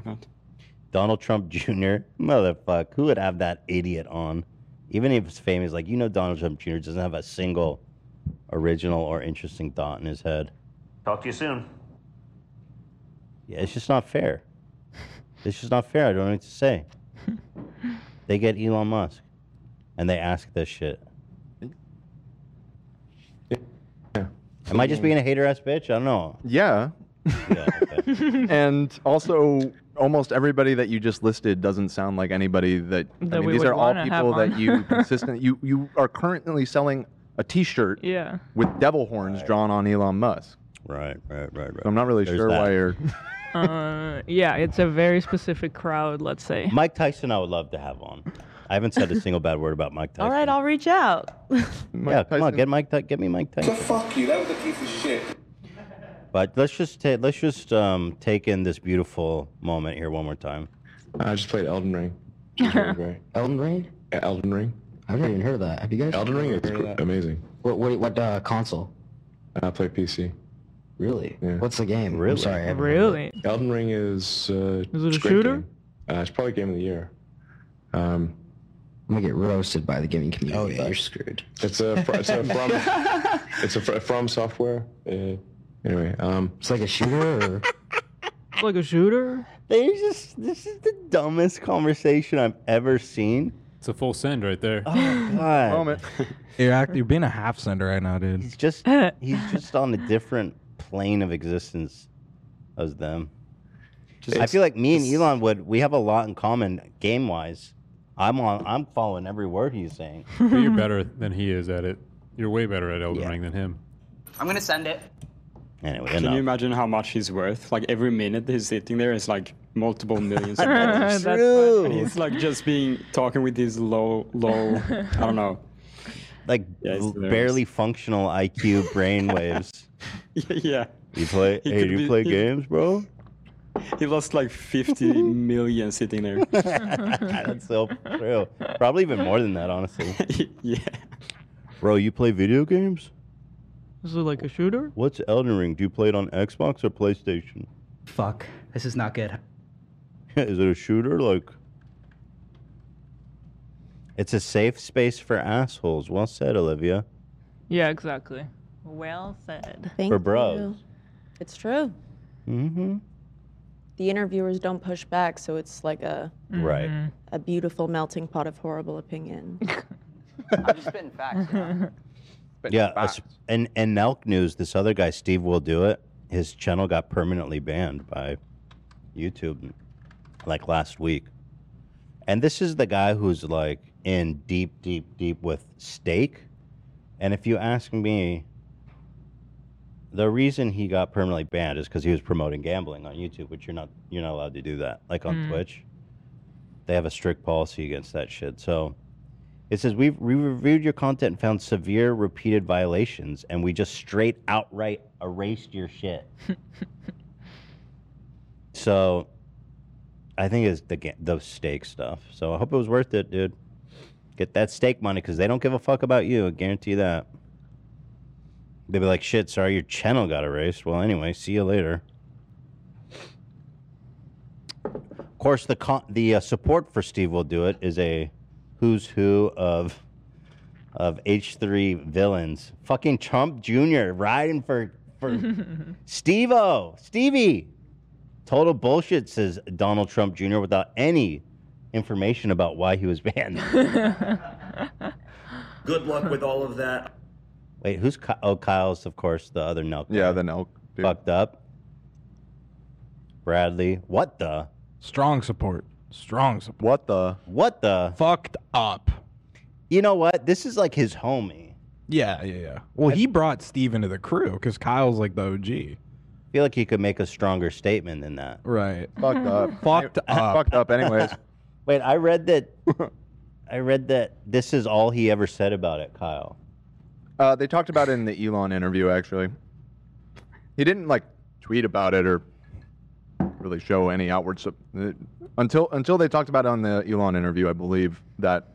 Donald Trump Jr. Motherfuck, who would have that idiot on? Even if it's famous, like you know, Donald Trump Jr. doesn't have a single original or interesting thought in his head.
Talk to you soon.
Yeah, it's just not fair. It's just not fair. I don't know what to say. they get Elon Musk, and they ask this shit. Am I just being a hater ass bitch? I don't know.
Yeah. and also, almost everybody that you just listed doesn't sound like anybody that. I
That
mean,
we
these
would
are all
wanna have
people that
on.
you consistent. You you are currently selling a T-shirt.
Yeah.
With devil horns drawn on Elon Musk.
Right, right, right, right.
I'm not really
There's
sure
that.
why you're.
uh, yeah, it's a very specific crowd, let's say.
Mike Tyson, I would love to have on. I haven't said a single bad word about Mike Tyson.
All right, I'll reach out.
yeah, come on, get Mike. Ty- get me Mike Tyson.
Fuck
you. That was a piece of shit.
But let's just ta- let's just um, take in this beautiful moment here one more time.
I just played Elden Ring.
Elden Ring?
Yeah, Elden Ring.
I've never even heard of that. Have you guys?
Elden Ring is gr- amazing.
What? What? What uh, console?
I play PC.
Really?
Yeah.
What's the game? I'm sorry. I haven't-
Really?
Elden Ring is. Uh,
Is it a
it's great
shooter?
game. Uh, it's probably game of the year. Um,
I'm gonna get roasted by the gaming community. Oh yeah, you're screwed.
It's a fr- it's a from it's a fr- from software. Uh, anyway, um,
it's like a shooter. Or...
It's like a shooter.
They just this is the dumbest conversation I've ever seen. Oh,
It's a full send right there.
God.
Moment.
You're act. You're being a half sender right now, dude.
He's just he's just on a different plane of existence as them. I feel like me and Elon would we have a lot in common game wise. I'm on I'm following every word he's saying.
But you're better than he is at it. You're way better at Elden Ring than him.
I'm gonna send it.
Anyway,
Can
enough.
you imagine how much he's worth? Like every minute he's sitting there is like multiple millions of
That's
dollars.
True.
And he's like just being talking with his low, low, I don't know.
Like
it's hilarious.
barely functional IQ brain waves.
yeah.
You play
He
hey,
could
you
be-
play
he-
games, bro?
He lost like 50 million sitting there.
That's so true. Probably even more than that, honestly.
yeah.
Bro, you play video games?
Is it like a shooter?
What's Elden Ring? Do you play it on Xbox or PlayStation?
Fuck. This is not good.
Is it a shooter? Like, it's a safe space for assholes. Well said, Olivia.
Yeah, exactly. Well said.
Thank
For bros.
you. It's true.
Mm-hmm.
The interviewers don't push back, so it's like a
Right.
Mm-hmm.
a beautiful melting pot of horrible opinion.
I'm just spitting facts. you know?
yeah. a s- and and Nelk News, this other guy, Steve Will Do It, his channel got permanently banned by YouTube like last week. And this is the guy who's like in deep, deep, deep with steak. And if you ask me, the reason he got permanently banned is because he was promoting gambling on YouTube, which you're not you're not allowed to do that. Like on
Mm.
Twitch, they have a strict policy against that shit. So it says we've we reviewed your content and found severe repeated violations, and we just straight outright erased your shit. so I think it's the ga- the steak stuff. So I hope it was worth it, dude. Get that steak money because they don't give a fuck about you. I guarantee that. They'd be like, shit, sorry, your channel got erased. Well, anyway, see you later. Of course, the con- the uh, support for Steve will do it is a who's who of of H3 villains. Fucking Trump Jr. riding for for Steve O, Stevie. Total bullshit, says Donald Trump Jr. without any information about why he was banned.
Good luck with all of that.
Wait, who's Ky- oh Kyle's of course the other Nelk. Yeah,
the Nelk.
Fucked up. Bradley, what the?
Strong support. Strong support.
What the? What the?
Fucked up.
You know what? This is like his homie.
Yeah, yeah, yeah. Well, he brought Steve into the crew because Kyle's like the OG.
I feel like he could make a stronger statement than that.
Right.
Fucked up.
Fucked up.
Fucked up, anyways.
Wait, I read that. I read that this is all he ever said about it, Kyle.
Uh, they talked about it in the Elon interview, actually. He didn't like tweet about it or really show any outward sup- uh, until until they talked about it on the Elon interview. I believe that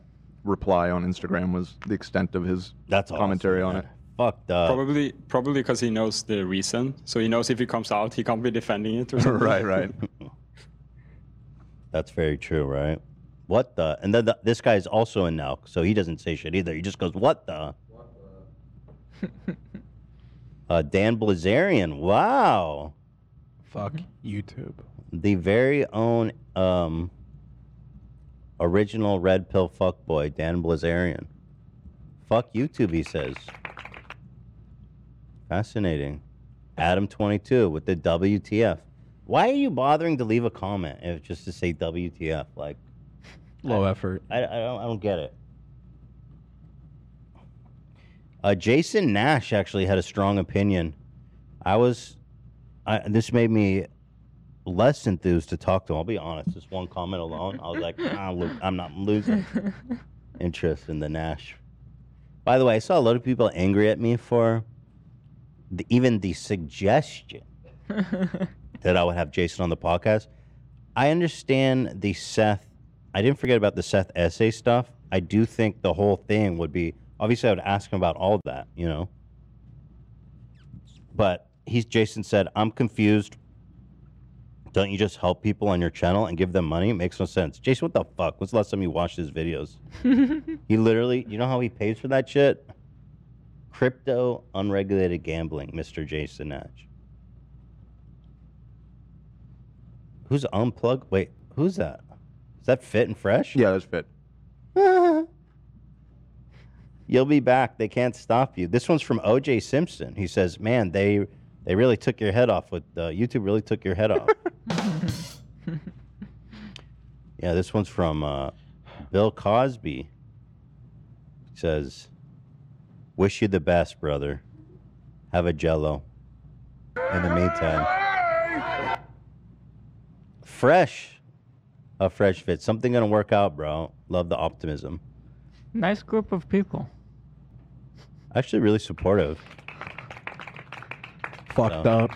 reply on Instagram was the extent of his
That's
commentary on it.
Fucked up.
Probably, probably because he knows the reason, so he knows if it comes out, he can't be defending it or something.
right, right.
That's very true, right? What the? And then the, this guy's also in now, so he doesn't say shit either. He just goes, "What the?" uh, Dan Blazarian, wow,
Fuck YouTube.
the very own um, original red pill fuckboy, Dan Blazarian. Fuck YouTube, he says. Fascinating. Adam twenty two with the WTF. Why are you bothering to leave a comment if just to say WTF? Like,
Low effort.
I, I don't I don't get it. Uh, Jason Nash actually had a strong opinion. I was, I, this made me less enthused to talk to him. I'll be honest. This one comment alone, I was like, ah, look, I'm not losing interest in the Nash. By the way, I saw a lot of people angry at me for the, even the suggestion that I would have Jason on the podcast. I understand the Seth. I didn't forget about the Seth essay stuff. I do think the whole thing would be obviously I would ask him about all of that, you know. But he's Jason said, "I'm confused. Don't you just help people on your channel and give them money? It makes no sense." Jason, what the fuck? When's the last time you watched his videos? He literally, you know how he pays for that shit? Crypto unregulated gambling, Mr. Jason Natch. Who's unplug? Wait, who's that? Is that Fit and Fresh?
Yeah, that's Fit.
Mm-hmm.
You'll be back. They can't stop you. This one's from OJ Simpson. He says, "Man, they they really took your head off with uh, YouTube. Really took your head off." yeah, this one's from uh, Bill Cosby. He says, "Wish you the best, brother. Have a Jello." In the meantime, fresh, a fresh fit. Something gonna work out, bro. Love the optimism.
Nice group of people.
Actually, really supportive.
Fucked
So-
up.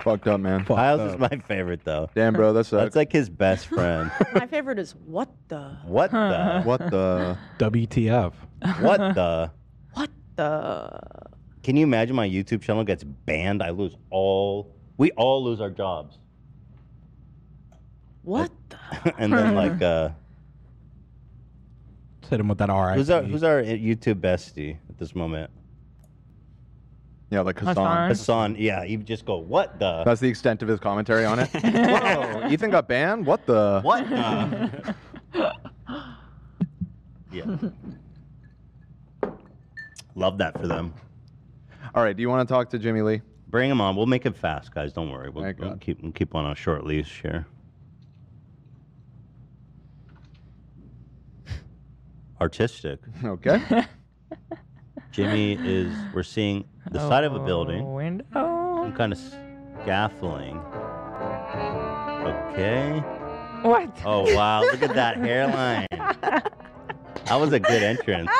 Fucked up, man.
Kyle's is my favorite though.
Damn, bro, that sucks.
That's like his best friend.
My favorite is what the
What the?
what the?
WTF.
What the?
the
Can you imagine my YouTube channel gets banned? I lose all. We all lose our jobs.
what
and then like, uh,
Let's hit him with that RIP.
who's our who's our YouTube bestie at this moment?
Yeah, like Hassan.
Hassan. Hassan. Yeah, you just uh, go. What the?
That's the extent of his commentary on it. Whoa, Ethan got banned. Uh, What the?
What Uh, the? yeah. Love that for them.
All right. Do you want to talk to Jimmy Lee?
Bring him on. We'll make it fast, guys. Don't worry. We'll,
Thank
we'll
God.
keep we'll keep on a short leash here. Artistic.
Okay.
Jimmy is. We're seeing the side of a building.
Window.
Some kind of scaffolding. Okay.
What?
Oh wow! Look at that hairline. That was a good entrance.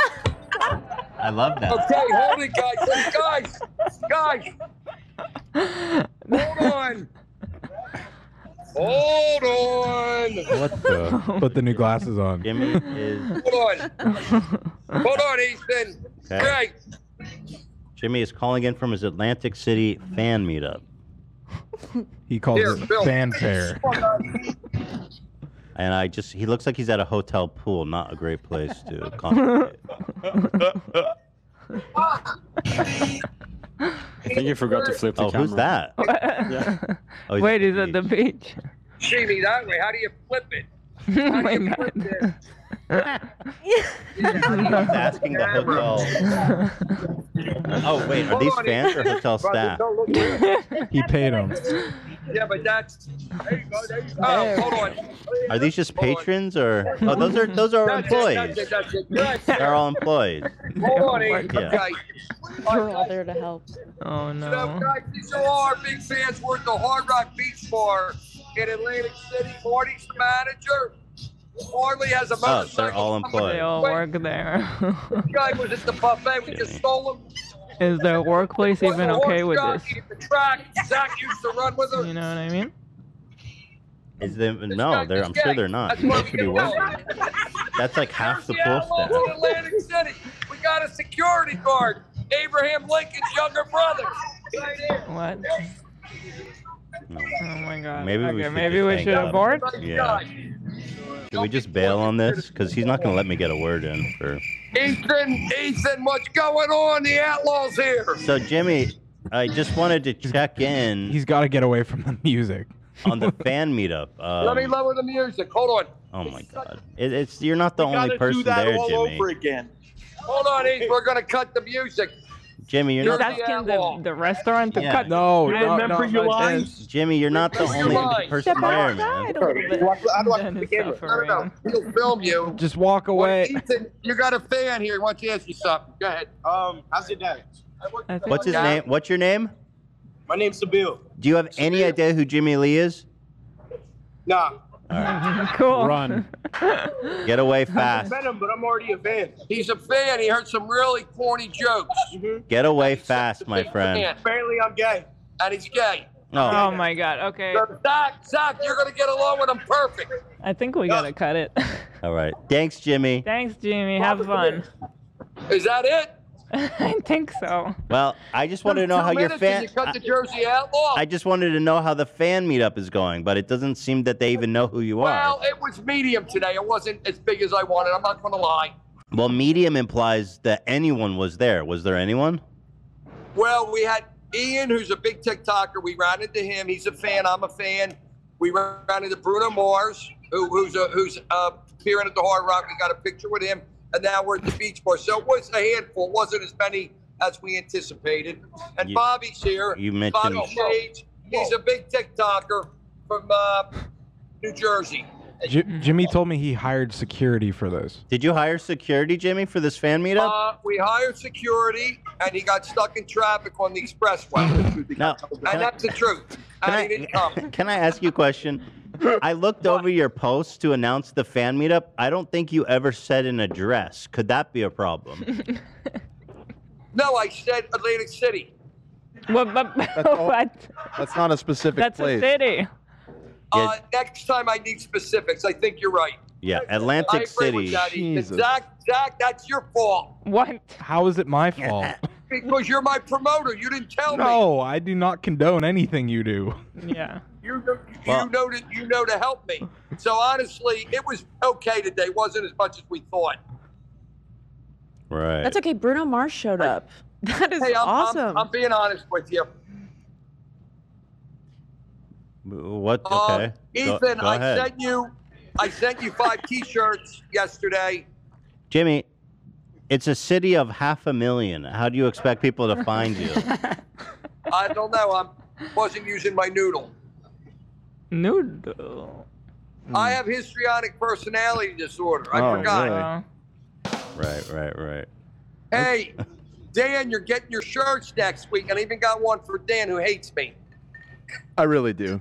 I love that.
Okay, hold it, guys. Guys, guys. Hold on. Hold on.
What the?
Put the new glasses on.
Jimmy is
Hold on. Hold on, Ethan.
Okay.
Right.
Jimmy is calling in from his Atlantic City fan meetup.
He calls
Here,
it
Bill.
fanfare.
And I just, he looks like he's at a hotel pool, not a great place to congregate.
I think you forgot to flip the
Oh,
camera.
who's that?
Yeah.
Oh, he's
Wait,
at
he's at the beach.
Jimmy, that way. How do you flip it?
oh my
Flip
god.
this.
Oh. He's asking the hotel. Oh, wait, are
Hold
these
on,
fans or
Ethan.
hotel
Roger,
staff?
don't look at it.
He paid him.
Yeah, but that's. There you go. There you go. Oh, hold on.
Are these just patrons or? Oh, those are those are
That's it,
employees.
that's it, that's it. Yes.
They're all employees.
Hold on, Ian.
Yeah.
Okay.
We're all there to help.
Oh
So, guys, these are all our big fans. We're at the Hard Rock Beach Bar in Atlantic City. Marty's the manager. Marley has a
Oh,
motorcycle.
they're all
They
employees.
all work there.
This guy was at the buffet. We just stole him.
Is their workplace even okay with this?
The track. Zach used to run with her.
You know what I mean?
Is them? No, they're. I'm sure they're not.
That's why
They
we
should be
get
working.
down.
That's like half the pool
Outlaws in
staff.
Atlantic City. We got a security guard, Abraham Lincoln's younger brother. Right here.
What? Oh my god.
Maybe we
Okay,
should
maybe
just
we
hang
should
up.
abort?
Yeah. Can we just bail on this? Because he's not gonna let me get a word in for.
Ethan, Ethan, what's going on? The outlaws here.
So Jimmy, I just wanted to check in. He's
got to get away from the music.
on the fan meetup.
Let me
Um,
lower the music. Hold on.
oh my god, it, it's you're not the
We
only
gotta do
person
that
there,
all
Jimmy.
over
again.
Hold on, Ethan. We're gonna cut the music.
Jimmy, you're
Just
not.
asking the, the restaurant to
Yeah.
cut.
No,
I
no, no, no,
Jimmy, you're not the
Remember
only
your lines. Step
person there,
outside
man.
a little bit. Walk- I'd walk to
Dennis
the camera. No, no, no.
Suffering.
He'll film you.
Just walk away.
Ethan, you got a fan here. He wants to ask you something. Go ahead. Um, how's your day?
What's his name? What's your name?
My name's Sabil.
Do you have any idea who Jimmy Lee is?
Nah.
cool.
Run. Get away fast.
met him, but I'm already a fan.
He's a fan. He heard some really corny jokes.
Get away fast, my friend.
Apparently, I'm gay. And he's gay.
Oh
Oh,
my god. Okay.
So, Zach, Zach, you're gonna get along with him perfect.
I think we gotta cut it.
all right. Thanks, Jimmy.
Thanks, Jimmy. Have fun.
Is that it?
I think so.
Well, I just wanted to know
Two
how your
minutes and
fan.
You cut
I-
the jersey outlaw.
I just wanted to know how the fan meetup is going, but it doesn't seem that they even know who you are.
Well, it was medium today. It wasn't as big as I wanted. I'm not gonna lie.
Well, medium implies that anyone was there. Was there anyone?
Well, we had Ian, who's a big TikToker. We ran into him. He's a fan. I'm a fan. We ran into Bruno Mars, who, who's a, who's uh, appearing at the Hard Rock. We got a picture with him, and now we're at the beach bar. So it was a handful. It wasn't as many as we anticipated. And
You-
Bobby's here.
you mentioned-
Bobby Shades. He's a big TikToker from uh, New Jersey.
J- Jimmy told me he hired security for this.
Did you hire security, Jimmy, for this fan meetup?
Uh, we hired security, and he got stuck in traffic on the expressway.
no.
and that's the truth. And he didn't come.
Can I ask you a question? I looked over your post to announce the fan meetup. I don't think you ever said an address. Could that be a problem?
No, I said Atlantic City.
What? But,
all-
what?
That's not a specific
That's
place.
a city.
Uh, next time I need specifics. I think you're right. I
Yeah,
agree
Atlantic
with
City.
that. Ethan.
Jesus.
Zach, Zach, that's your fault
What?
How is it my fault?
because you're my promoter. You didn't tell me.
No, I do not condone anything you do.
Yeah.
You know,
Well-
you know to you know to help me. So honestly, it was okay today. It wasn't as much as we thought.
Right.
That's okay. Bruno Mars showed up. That is
hey, I'm, I'm,
awesome.
I'm being honest with you.
What?
Uh,
Okay. Go-
Ethan,
go
I
ahead.
sent you, I sent you five T-shirts yesterday.
Jimmy, it's a city of half a million. How do you expect people to find you?
I don't know. I wasn't using my noodle.
Noodle.
I have histrionic personality disorder. I
Hmm. Oh,
forgot.
really?
Uh-huh.
right, right, right.
Hey, Dan, you're getting your shirts next week, and I even got one for Dan who hates me.
I really do.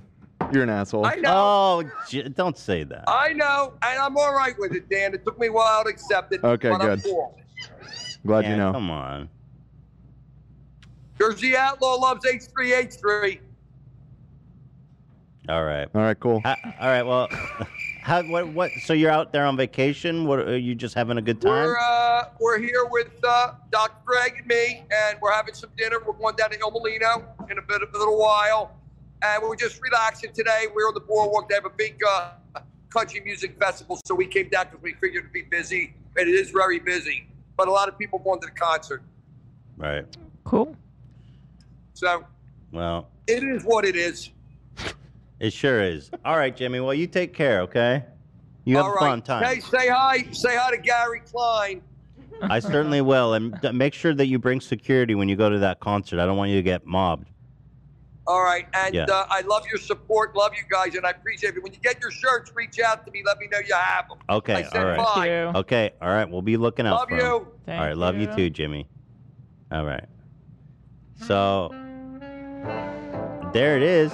You're an asshole.
I know.
Oh, j- don't say that.
I know, and I'm all right with it, Dan. It took me a while to accept it.
Okay,
but I'm
good.
cool.
Glad
Yeah,
you know.
Come on.
Jersey Outlaw loves H3H3.
All right.
All right, cool.
Ha- all right. Well, how? What? What? So you're out there on vacation? What? Are you just having a good time?
We're uh, we're here with uh, Doc Greg and me, and we're having some dinner. We're going down to Il Molino in a bit a little while, and we were just relaxing today. We were on the boardwalk. They have a big uh, country music festival, so we came down because we figured it'd be busy, and it is very busy. But a lot of people going to the concert,
Right.
Cool.
so
Well,
it is what it is.
it sure is. All right, Jimmy. Well, you take care. Okay. You have
All
a
right.
fun time.
Hey, say hi. Say hi to Gary Klein.
I certainly will, and d- make sure that you bring security when you go to that concert. I don't want you to get mobbed.
All right. And
Yeah.
uh, I love your support. Love you guys. And I appreciate it. When you get your shirts, reach out to me. Let me know you have them. I
Okay,
said
all right.
bye.
Okay, all right. We'll be looking out
Love
for
you.
'em.
Thank
all right, love you.
you.
too, Jimmy. All right. So there it is.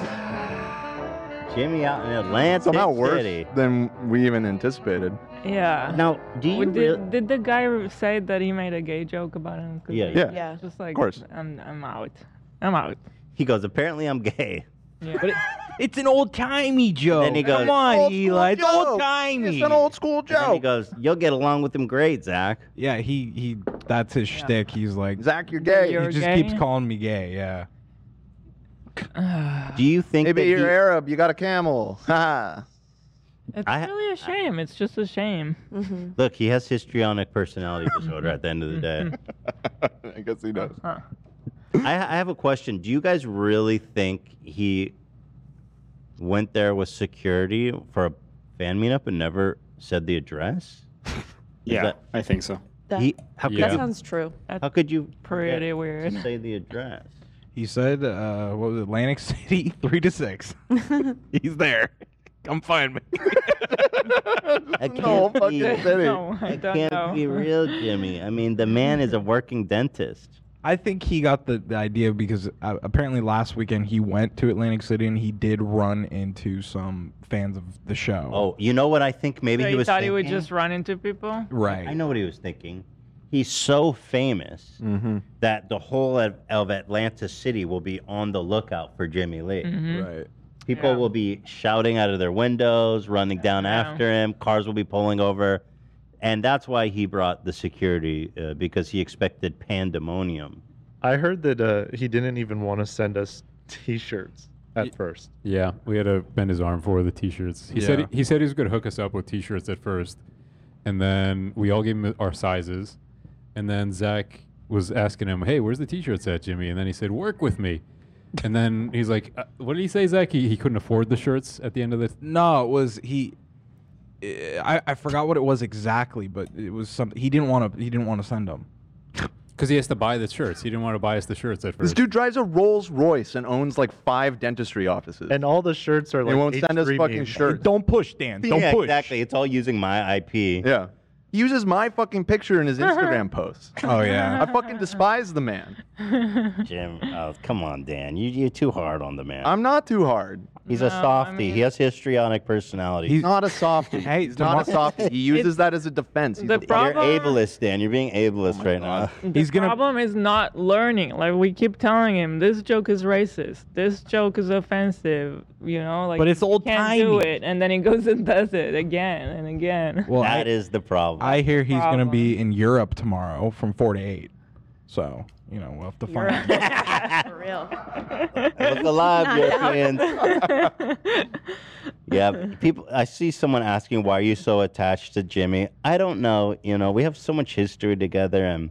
Jimmy out in Atlantic
Somehow worse
City.
than we even anticipated.
Yeah.
Now, do
Well,
you
did,
real-
did the guy say that he made a gay joke about him? 'Cause
Yeah,
he-
yeah. Yeah.
Just like,
course.
I'm, I'm out. I'm out.
He goes, apparently I'm gay.
Yeah.
It's an old timey joke.
then he goes,
Come on, Eli. It's old timey.
school
And then he goes, you'll get along with him great, Zach.
Yeah, he he. That's his shtick. He's like
Zach, you're
he
gay.
just keeps calling me gay. Yeah.
Do you think
Maybe
that
you're
he-
Arab. You got a camel. Ha.
It's
I- Mm-hmm.
really a shame. it's just a shame.
Look, he has histrionic personality disorder at the end of the day.
I guess he does.
I, I have a question. Do you guys really think he went there with security for a fan meetup and never said the address?
Yeah, I think so.
That,
He- how could
that
you-
sounds true.
How could you
Pretty
forget
weird.
To say the address.
He said, uh, "What was it, Atlantic City, three to six. He's there. Come find me."
I can't
No
be,
fucking city. No, I
I
don't
can't
know.
be real, Jimmy. I mean, the man is a working dentist.
I think he got the, the idea because uh, apparently last weekend he went to Atlantic City and he did run into some fans of the show.
Oh, you know what I think? Maybe
so
he
you
was
thought
thinking.
he would just run into people?
right. I know what he was thinking. He's so famous
Mm-hmm.
that the whole of, of Atlanta City will be on the lookout for Jimmy Lee.
Mhm. Right.
People will be shouting out of their windows, running down after him. Cars will be pulling over, and that's why he brought the security uh, because he expected pandemonium.
I heard that uh, he didn't even want to send us T-shirts at first.
Yeah, we had to bend his arm for the t-shirts. He
Yeah.
said he said he was going to hook us up with t-shirts at first, and then we all gave him our sizes, and then Zach was asking him, "Hey, where's the t-shirts at, Jimmy?" And then he said, "Work with me." And then he's like, uh, "What did he say, Zach? He, he couldn't afford the shirts at the end of the
No, it was he. eh, I, I forgot what it was exactly, but it was something he didn't want to. He didn't want to send them.
because he has to buy the shirts. He didn't want to buy us the shirts at
This
first.
dude drives a Rolls Royce and owns like five dentistry offices.
And all the shirts are
They
like
won't send us
H3
fucking
memes.
shirts.
Don't push, Dan.
yeah, exactly. It's all using my IP.
Yeah. He uses my fucking picture in his Instagram posts.
Oh, yeah.
I fucking despise the man.
Jim, oh, come on, Dan. You, you're too hard on the man.
I'm not too hard.
He's
No,
a
I
softy. he
mean-
has histrionic personality.
He's not a softie. hey, he's not a softie. He uses that as a defense. He's
The
a Oh
problem-
You're ableist, Dan. You're being ableist right now.
The problem is not learning. Like we keep telling him, this joke is racist. This joke is offensive. You know, like
But it's
you can't do
old-timey.
it, and then he goes and does it again and again.
Well, I-
That is the problem.
I hear he's going
Problem.
to be in Europe tomorrow from four to eight. So you know we'll have to find. out.
For real.
Look alive, Europeans.
Europeans.
yeah, people. I see someone asking, "Why are you so attached to Jimmy?" I don't know. You know, we have so much history together, and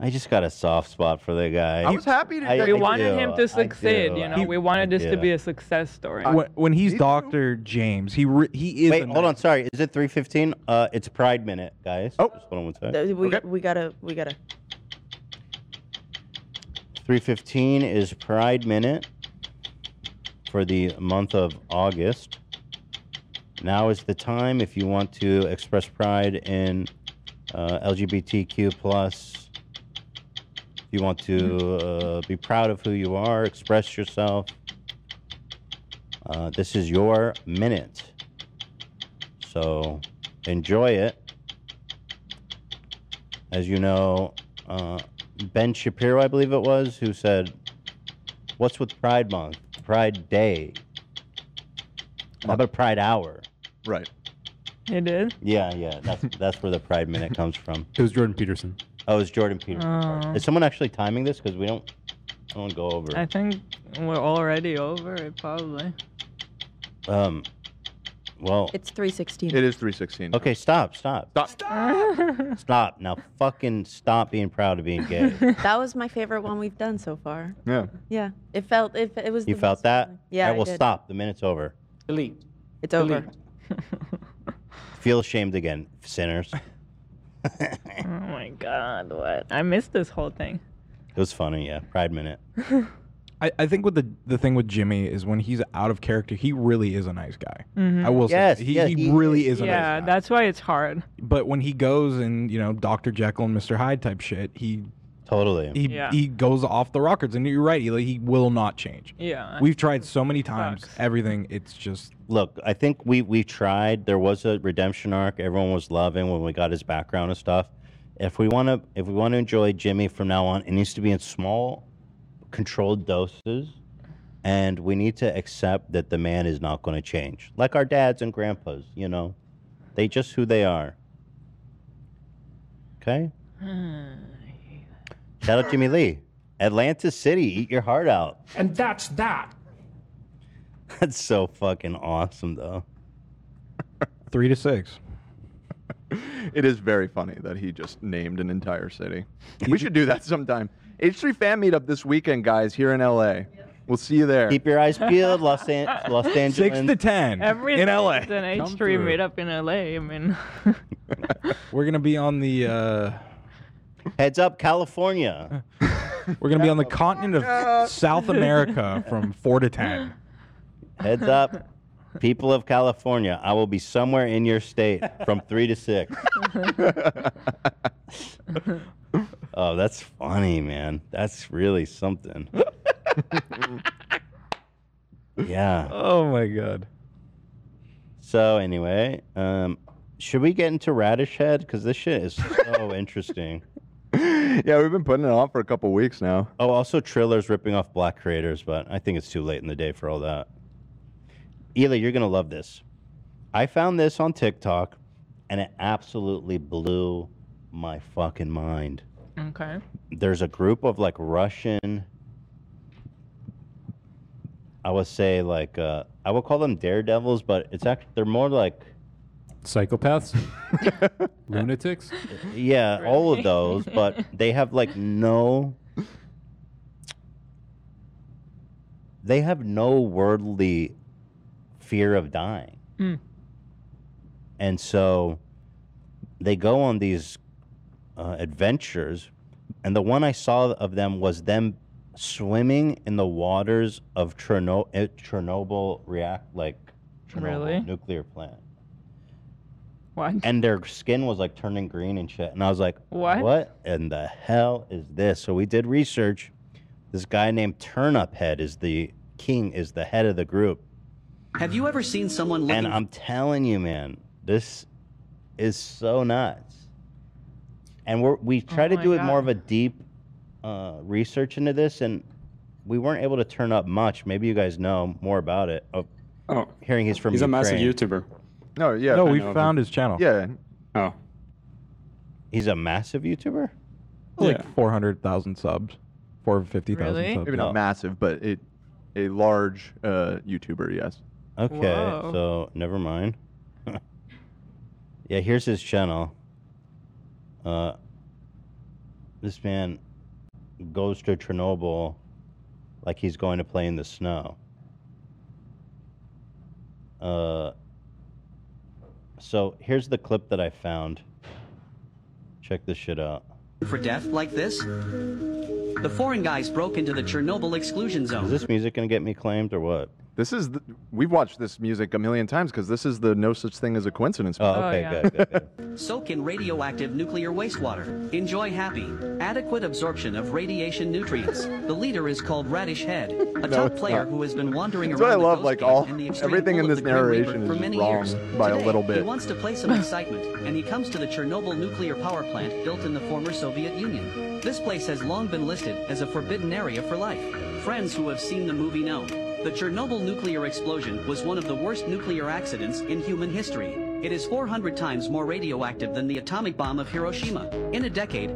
I just got a soft spot for the guy.
I was happy to-
I-
we
I
wanted
do,
him
I
to succeed.
do,
You know,
I-
we wanted
I
this to
do.
be a success story.
when, when he's Doctor James, he re- he is.
Wait,
a
hold on. Sorry, is it three fifteen? Uh, it's Pride Minute, guys. Oh, just hold on one second.
Th- we, we gotta, we gotta.
Three fifteen is Pride Minute for the month of August. Now is the time if you want to express pride in uh, LGBTQ plus. If you want to uh, be proud of who you are, express yourself. Uh, this is your minute, so enjoy it. As you know, uh, Ben Shapiro, I believe it was, who said, "What's with Pride Month? Pride Day? How about Pride Hour?"
Uh, Right.
He did.
Yeah, yeah. That's that's where the Pride Minute comes from.
It was Jordan Peterson.
Oh, it's Jordan Peterson. sorry.
Oh.
Is someone actually timing this? Because we don't, I don't go over.
I think we're already over it, probably.
um, well,
It's 316.
is three sixteen.
Okay, stop, stop,
stop,
stop. Now, fucking stop being proud of being gay.
that was my favorite one we've done so far.
Yeah.
Yeah, it felt it. It was.
You
the
felt
most-
that?
Yeah,
I
I
will
did.
stop. The minute's over.
Delete. It's over.
Feel ashamed again, sinners.
oh my god, what? I missed this whole thing.
It was funny, yeah. Pride Minute.
I I, I think with the the thing with Jimmy is when he's out of character, he really is a nice guy. I will
Yes,
say that. he,
yes,
he,
he
really is. a nice
Mm-hmm. Yeah, that's why it's hard.
But when he goes and you know Dr. Jekyll and Mr. Hyde type shit, he
totally
he
Yeah.
he goes off the rockets. And you're right, he, like, he will not change.
Yeah.
we've tried so many times. Everything, it's just
Look, I think we we tried. There was a redemption arc. Everyone was loving when we got his background and stuff. If we want to, if we want to enjoy Jimmy from now on, it needs to be in small, controlled doses, and we need to accept that the man is not going to change. Like our dads and grandpas, you know, they just who they are. Okay. Shout out Jimmy Lee, Atlanta City, eat your heart out.
And that's that.
That's so fucking awesome, though.
three to six.
It is very funny that he just named an entire city. We should do that sometime. H3 fan meetup this weekend, guys, here in LA. We'll see you there.
Keep your eyes peeled, Los, An- Los Angeles.
ten
Every
in LA.
It's an H
Come
three
through.
meetup in LA. I mean,
We're gonna be on the uh,
heads up, California.
We're gonna be on the continent
Oh
of South America from four to ten.
Heads up, people of California. I will be somewhere in your state from three to six. oh, that's funny, man. That's really something. yeah.
Oh my god.
So anyway, um, should we get into Radish Head? Because this shit is so interesting.
yeah, we've been putting it on for a couple weeks now.
Oh, also Triller's ripping off black creators, but I think it's too late in the day for all that. Ela, you're gonna love this. I found this on TikTok, and it absolutely blew my fucking mind.
okay.
There's a group of like Russian, I would say like uh, I would call them daredevils, but it's actually they're more like
Psychopaths, lunatics.
Yeah, all of those, but they have like no. They have no worldly fear of dying.
Mm.
And so they go on these uh, adventures. And the one I saw of them was them swimming in the waters of Cherno- eh, Chernobyl react like Chernobyl
Really?
nuclear plant
What?
and their skin was like turning green and shit. And I was like,
What?
What in the hell is this? So we did research. This guy named Turnip Head is the king, is the head of the group.
Have you ever seen someone looking?
And I'm telling you, man, this is so nuts. And we're, we try to
Oh my
do it
God.
more of a deep uh, research into this, and we weren't able to turn up much. Maybe you guys know more about it. Oh,
oh.
hearing he's from
He's a massive
Ukraine.
YouTuber.
No, yeah.
No, we I know of found him.
his channel.
Yeah.
Oh.
He's a massive YouTuber.
Like four hundred thousand subs, four fifty thousand
Really?
subs.
Maybe not massive, but it a large uh, YouTuber, yes.
Okay, so never mind. yeah, here's his channel. Uh, this man goes to Chernobyl like he's going to play in the snow. Uh, so here's the clip that I found. Check this shit out.
for death like this? The foreign guys broke into the Chernobyl exclusion zone.
Is this music gonna get me claimed or what?
This is the, we've watched this music a million times because this is the no such thing as a coincidence.
Oh, okay, good, good, good.
Soak in radioactive nuclear wastewater. Enjoy happy, adequate absorption of radiation nutrients. The leader is called Radish Head, a top
it's
player
not.
who has been wandering
That's
around
what I
the
love.
ghost
Like
camp
all
and the extreme
everything in
pull of
this
the Grim Reaper
narration
for
is
many years.
wrong by a
Today,
little
He
bit.
wants to play some excitement, and he comes to the Chernobyl nuclear power plant built in the former Soviet Union. This place has long been listed as a forbidden area for life. Friends who have seen the movie know. The Chernobyl nuclear explosion was one of the worst nuclear accidents in human history. It is 400 times more radioactive than the atomic bomb of Hiroshima. In a decade,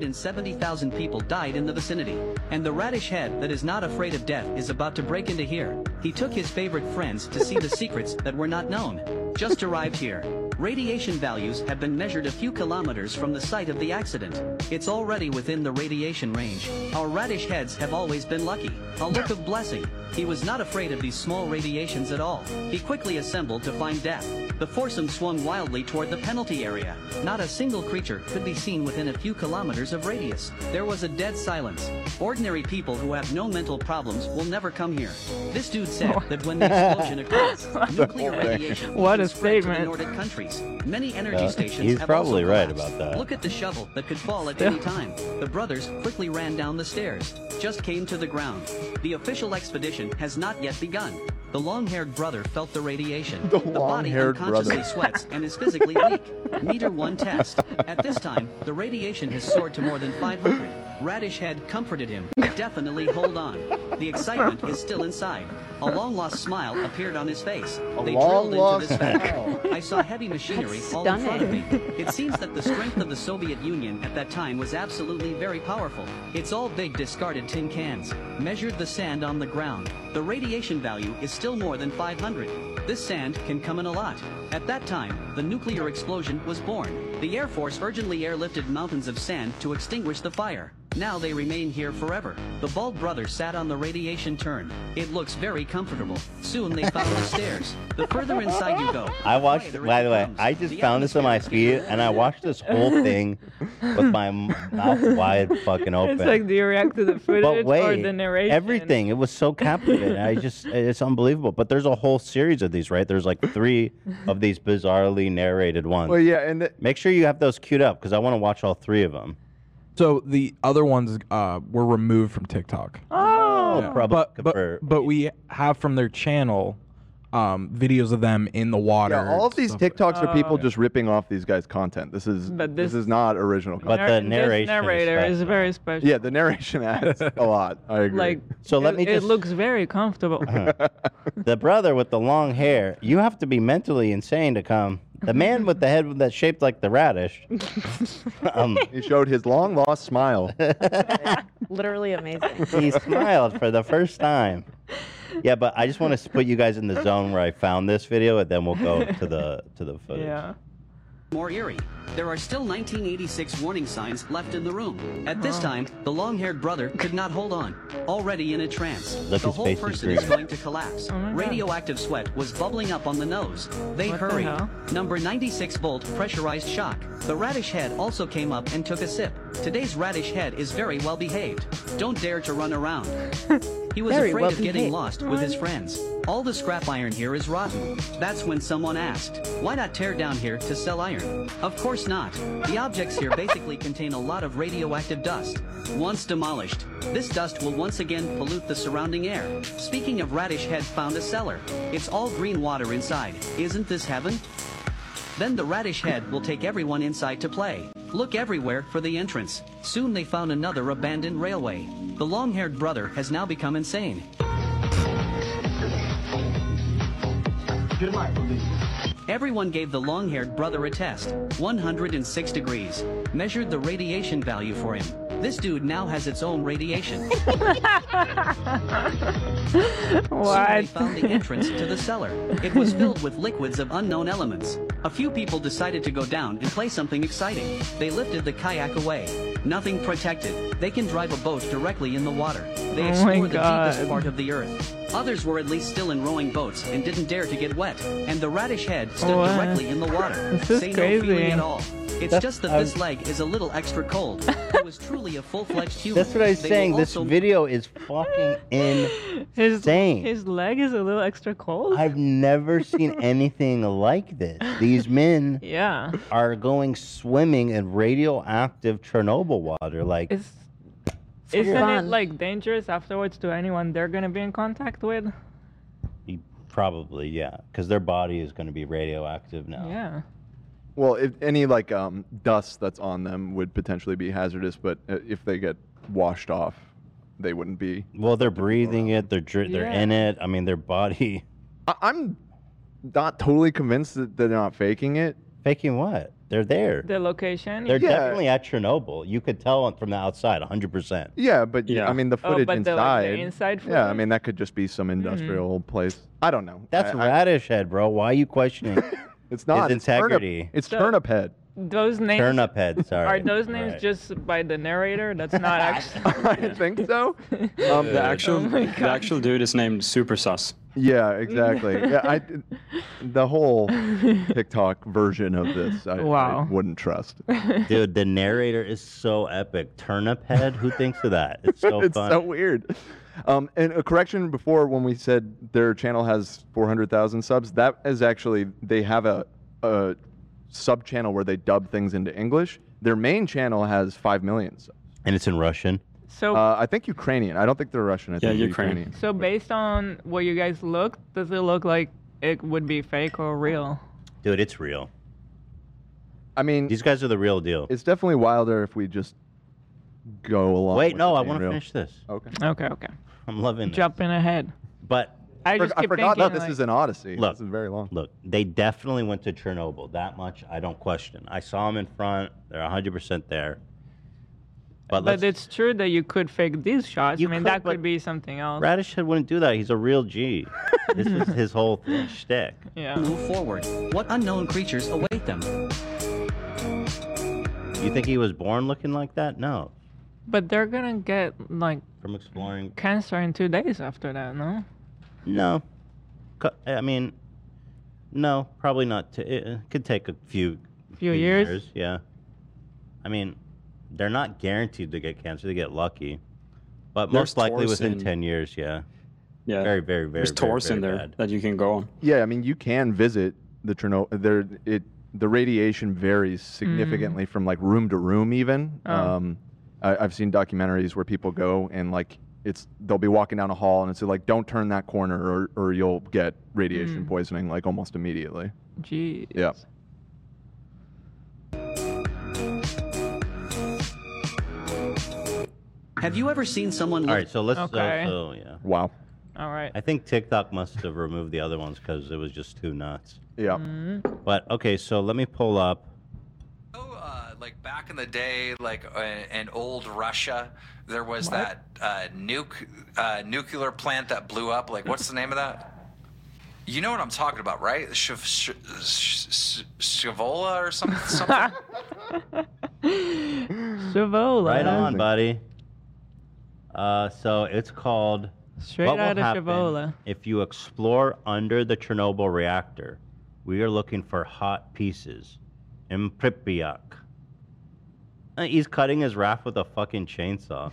170,000 people died in the vicinity. And the radish head that is not afraid of death is about to break into here. He took his favorite friends to see the secrets that were not known. Just arrived here. Radiation values have been measured a few kilometers from the site of the accident. It's already within the radiation range. Our radish heads have always been lucky. A look of blessing. He was not afraid of these small radiations at all. He quickly assembled to find death. The foursome swung wildly toward the penalty area. Not a single creature could be seen within a few kilometers of radius. There was a dead silence. Ordinary people who have no mental problems will never come here. This dude said that when the explosion occurs, nuclear radiation
What
will
a
spread to the
statement.
Nordic countries. Many energy
Uh,
stations
he's
have
probably
also
right
collapsed.
about that.
Look at the shovel that could fall at
Yeah.
any time. The brothers quickly ran down the stairs, just came to the ground. The official expedition has not yet begun. The long-haired brother felt the radiation. The, body
long-haired
unconsciously
brother.
sweats and is physically weak. Meter one test. At this time, the radiation has soared to more than 500. Radish Head comforted him. Definitely hold on. The excitement is still inside. A long-lost smile appeared on his face. they drilled
long-lost
into this fact. I saw heavy machinery
That's
all in front of me.
stunning.
It seems that the strength of the Soviet Union at that time was absolutely very powerful. It's all big discarded tin cans. Measured the sand on the ground. The radiation value is still more than 500. This sand can come in a lot. At that time, the nuclear explosion was born. The Air Force urgently airlifted mountains of sand to extinguish the fire. Now they remain here forever. The bald brother sat on the radiation turn. It looks very comfortable. Soon they found the stairs. The further inside you go,
I watched. By the way, I just found this on my feed, and I watched this whole thing with my m- mouth wide fucking open.
It's like, do you react to the footage
but
or
wait,
the narration?
everything. It was so captivating. I just, it's unbelievable. But there's a whole series of these, right? There's like three of these bizarrely narrated ones.
Well, yeah, and uh, the,
Make sure you have those queued up because I want to watch all three of them.
So the other ones uh, were removed from TikTok.
Oh,
Yeah,
probably.
but, but but we have from their channel um, videos of them in the water.
yeah, all of these TikToks are people
Oh.
just ripping off these guys' content. This is
But
this,
this-
is not original.
Nar-
content.
this narrator is very special.
yeah, the narration adds a lot. I agree.
Like, it, it looks very comfortable.
Uh-huh. the brother with the long hair, you have to be mentally insane to come. The man with the head that's shaped like the radish. um,
he showed his long lost smile.
Literally amazing.
he smiled for the first time. Yeah, but I just want to put you guys in the zone where I found this video, and then we'll go to the to the footage.
Yeah.
more eerie. There are still 1986 warning signs left in the room. At this time, the long-haired brother could not hold on. Already in a trance,
Look,
the
his
whole
face is
person
green.
is going to collapse.
God.
Radioactive sweat was bubbling up on the nose. They
What the
hurried.
hell?
Number 96 volt pressurized shock. The radish head also came up and took a sip. Today's radish head is very well behaved. Don't dare to run around. He was
Very
afraid
well
of getting
behaved.
lost with his friends. All the scrap iron here is rotten. That's when someone asked, why not tear down here to sell iron? Of course not. The objects here basically contain a lot of radioactive dust. Once demolished, this dust will once again pollute the surrounding air. Speaking of Radish Head found a cellar. It's all green water inside. Isn't this heaven? Then the radish head will take everyone inside to play. Look everywhere for the entrance. Soon they found another abandoned railway. The long haired brother has now become insane. Good luck, Everyone gave the long haired brother a test 106 degrees. Measured the radiation value for him. This dude now has its own radiation. Soon they
What?
found the entrance to the cellar. It was filled with liquids of unknown elements. A few people decided to go down and play something exciting. They lifted the kayak away. Nothing protected. They can drive a boat directly in the water. They
Oh my
explore the deepest
God.
part of the earth. Others were at least still in rowing boats and didn't dare to get wet. And the radish head stood
What?
directly in the water.
This is
Say
crazy.
no feeling at all. It's
That's-
just that
I'm-
this leg is a little extra cold. It was truly a full-fledged human.
That's what I was
They will
saying. This
also
video is fucking
His,
insane.
his leg is a little extra cold.
I've never seen anything like this. These men
yeah.
are going swimming in radioactive Chernobyl water. Like,
It's Isn't it
fun.
like dangerous afterwards to anyone they're gonna be in contact with?
probably, yeah, because their body is going to be radioactive
Oh.
now.
Yeah.
Well, if any like um, dust that's on them would potentially be hazardous, but uh, if they get washed off, they wouldn't be.
Well, they're breathing it. They're dri- they're in
Yeah.
it. I mean, their body.
I- I'm not totally convinced that they're not faking it.
Faking what? They're there.
The location.
They're definitely at Chernobyl. You could tell on- from the outside, 100%.
Yeah, but yeah. I mean the
Oh,
footage
but the, like,
inside.
the inside
Yeah, I
footage?
mean that could just be some industrial place. I don't know.
That's
I- I-
radish head, bro. Why are you questioning?
It's not.
His
it's turnip-
integrity.
It's turnip head.
Those names.
Turnip head, sorry.
Are those names
Right.
just by the narrator? That's not actually.
I think so.
Um, the actual
Oh my
the actual dude is named Super Sus.
Yeah, exactly. yeah, I, the whole TikTok version of this, I, I
Wow.
wouldn't trust.
Dude, the narrator is so epic. Turnip head? Who thinks of that? It's so
it's
fun.
so weird. Um, and a correction before when we said their channel has 400,000 subs, that is actually, they have a, a sub channel where they dub things into English. Their main channel has 5 million subs.
And it's in Russian?
So-
uh, I think Ukrainian. I don't think they're Russian. I
Yeah,
think they're
Ukrainian.
Ukrainian.
So based on what you guys looked, does it look like it would be fake or real?
Dude, it's real.
I mean,
these guys are the real deal.
It's definitely wilder if we just go along.
Wait,
with
no,
it
I
being
want to
real.
finish this.
Okay.
Okay, okay.
I'm loving it.
Jumping ahead.
But
I just
I
keep
forgot that
thinking,
this
like-
is an Odyssey.
Look,
this is very long.
Look, they definitely went to Chernobyl. That much I don't question. I saw them in front. They're 100% there. But,
But,
Uh, let's,
it's true that you could fake these shots. I mean,
could,
that
but-
could be something else.
Radish Head wouldn't do that. He's a real G. this is his whole thing, shtick.
Move forward. What unknown creatures await them?
You think he was born looking like that? No.
But they're gonna get like
From exploring.
cancer in two days after that, no?
No. Co- I mean, no, probably not. T- it it could take a few.
Few years?
Yeah. I mean, they're not guaranteed to get cancer. They get lucky, but
There's
most likely within
Torsen.
ten years. Yeah.
Yeah.
Very, very, very.
There's
very,
Taurus
very
in there
bad.
that you can go on.
Yeah, I mean, you can visit the Chernobyl. There, it the radiation varies significantly from like room to room. Even
Oh.
um, I, I've seen documentaries where people go and like it's they'll be walking down a hall and it's like don't turn that corner or or you'll get radiation
Mm.
poisoning like almost immediately.
Gee.
Yeah.
Have you ever seen someone?
All right, so let's.
Okay.
So, so, yeah.
Wow.
All right.
I think TikTok must have removed the other ones because it was just too nuts.
Yeah.
Mm-hmm.
But okay, so let me pull up.
uh, like back in the day, like uh, in old Russia, there was that uh, nuke uh, nuclear plant that blew up. Like, what's the name of that? You know what I'm talking about, right? Sh- sh- sh- sh- Shavola or something. something.
Shavola.
Right on, buddy. Uh, so it's called.
Straight
What Will
outta
Happen
Chavola.
If you explore under the Chernobyl reactor, we are looking for hot pieces. In Pripyat. Uh, He's cutting his raft with a fucking chainsaw.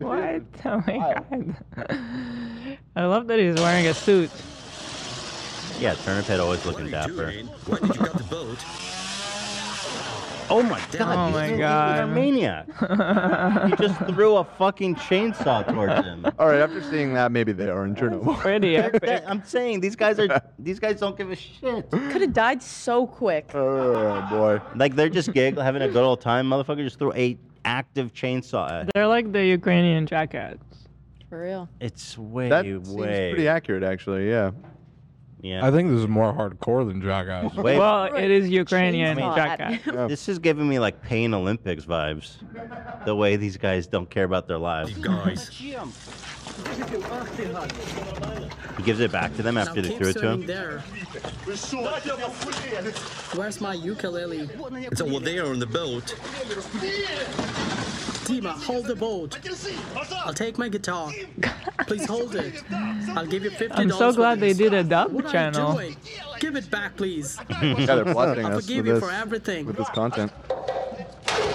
What? Oh my god. I love that he's wearing a suit.
Yeah, Turnip Head always looking dapper.
When did you got the boat?
Oh my god!
Oh
he's
my
an- he's
god.
a maniac! he just threw a fucking chainsaw towards him.
All right. After seeing that, maybe they are in Chernobyl.
Pretty epic.
I'm saying these guys are these guys don't give a shit.
Could have died so quick.
Oh boy!
Like they're just giggling, having a good old time. Motherfucker just threw a active chainsaw. At.
They're like the Ukrainian jackets.
For real.
It's way
that
way.
seems pretty accurate, actually. Yeah.
Yeah.
I think this is more hardcore than Jagas.
Way-
Well, it is Ukrainian
Chainsaw at
jacket.
him.
This is giving me like Pain Olympics vibes. The way these guys don't care about their lives. He gives it back to them after they
keep
threw it to
serving
him.
There. Where's my ukulele?
So well, they are on the boat.
Dima, hold the boat. I'll take my guitar. Please hold it. I'll give you fifty
I'm so
dollars.
glad they did a dub
What are you
channel.
doing? Give it back, please.
Yeah, they're blessing
I
us
forgive
with
you
this,
for everything.
with this content.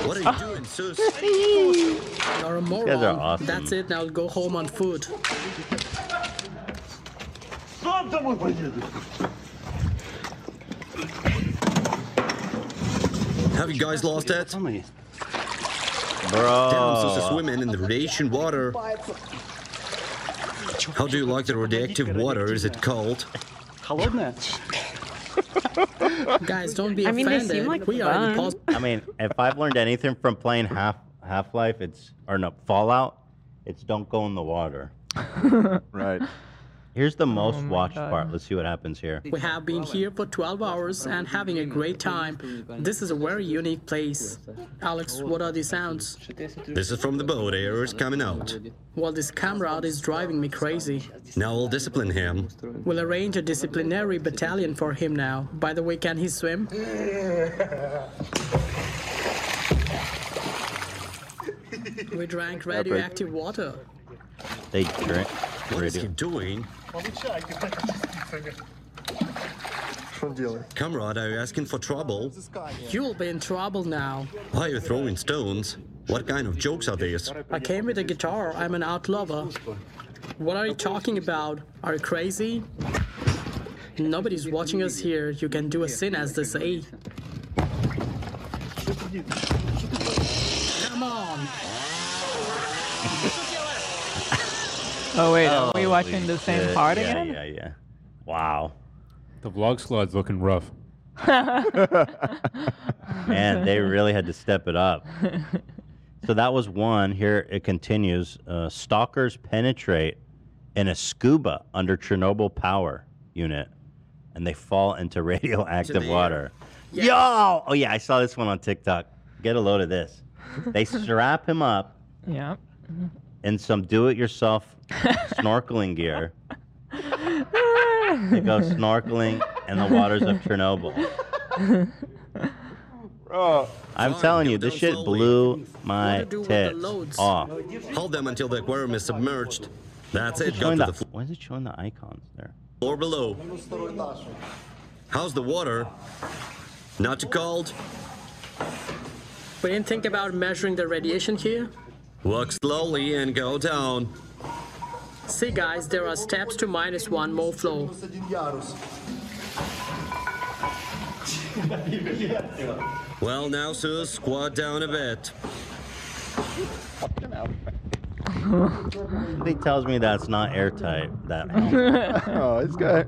What
Ah.
are you doing, Sus? You're a moron.
guys are awesome.
That's it. Now go home on food.
Have you guys lost it?
Bro.
Damn, so they're swimming in the radiation water. How do you like the radioactive water? Is it cold?
Guys, don't be
I mean,
offended.
they seem like
we are in
fun.
pos-
I mean, if I've learned anything from playing Half Half Life, it's or no Fallout, it's don't go in the water.
Right.
Here's the
Oh
most
my
watched
God.
part. Let's see what happens here.
We have been here for 12 hours and having a great time. This is a very unique place. Alex, what are these sounds?
This is from the boat. Air is coming out.
Well, this comrade is driving me crazy.
Now I'll discipline him.
We'll arrange a disciplinary battalion for him now. By the way, can he swim? We drank radioactive water.
They drink.
What is he doing? Comrade, are you asking for trouble?
You'll be in trouble now.
Why are you throwing stones? What kind of jokes are these?
I came with a guitar. I'm an art lover. What are you talking about? Are you crazy? Nobody's watching us here. You can do a sin, as they say. Come on.
Oh wait, are we watching the same part
yeah,
again?
Yeah, yeah. Wow.
The vlog squad's looking rough.
Man, they really had to step it up. So that was one. Here it continues. Uh, stalkers penetrate in a scuba under Chernobyl power unit, and they fall into radioactive
air.
water. Yo! Oh yeah, I saw this one on TikTok. Get a load of this. They strap him up
Yeah.
in some do-it-yourself snorkeling gear. They go snorkeling in the waters of Chernobyl.
Bro.
I'm telling you, this shit blew my tits off.
Hold them until the aquarium is submerged. That's it. Go
Showing
to
the-
the
why is it showing the icons there?
floor below. How's the water? Not too cold?
We didn't think about measuring the radiation here.
Walk slowly and go down.
See, guys, there are steps to minus one more flow.
Well, now, Sue, squat down a bit.
He tells me that's not airtight. That
oh, it's got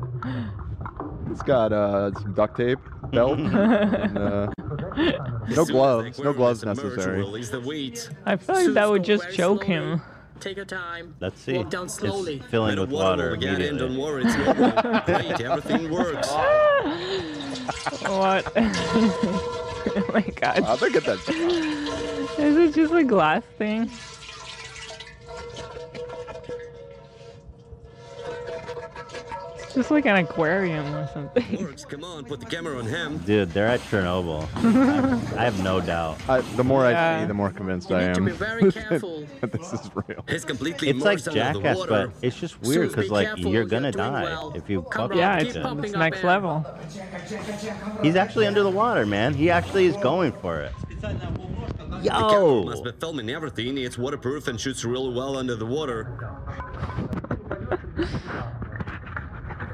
it's got uh, some duct tape, belt, and, uh, no gloves. No gloves necessary.
Release the weight.
I feel like that would just choke him.
Take your time.
Let's see.
Walk down slowly.
It's filling with water
will get in.
immediately.
Don't worry, it's normal. Great, everything works.
What? oh my god.
I think that's.
Is it just a glass thing? It's just like an aquarium or something.
Works. Come on, put the camera on him.
Dude, they're at Chernobyl. I have no doubt.
I, the more I
Yeah.
see, the more convinced
You
I
need
am.
to be very careful.
that this is real.
It's completely
It's like
immersed under the
Jackass,
water.
but it's just weird because like you're gonna die if you fuck
yeah,
with
it's,
it.
it's next
Oh,
level.
He's actually under the water, man. He actually is going for it.
The camera
Yo!
must be filming everything. It's waterproof and shoots really well under the water.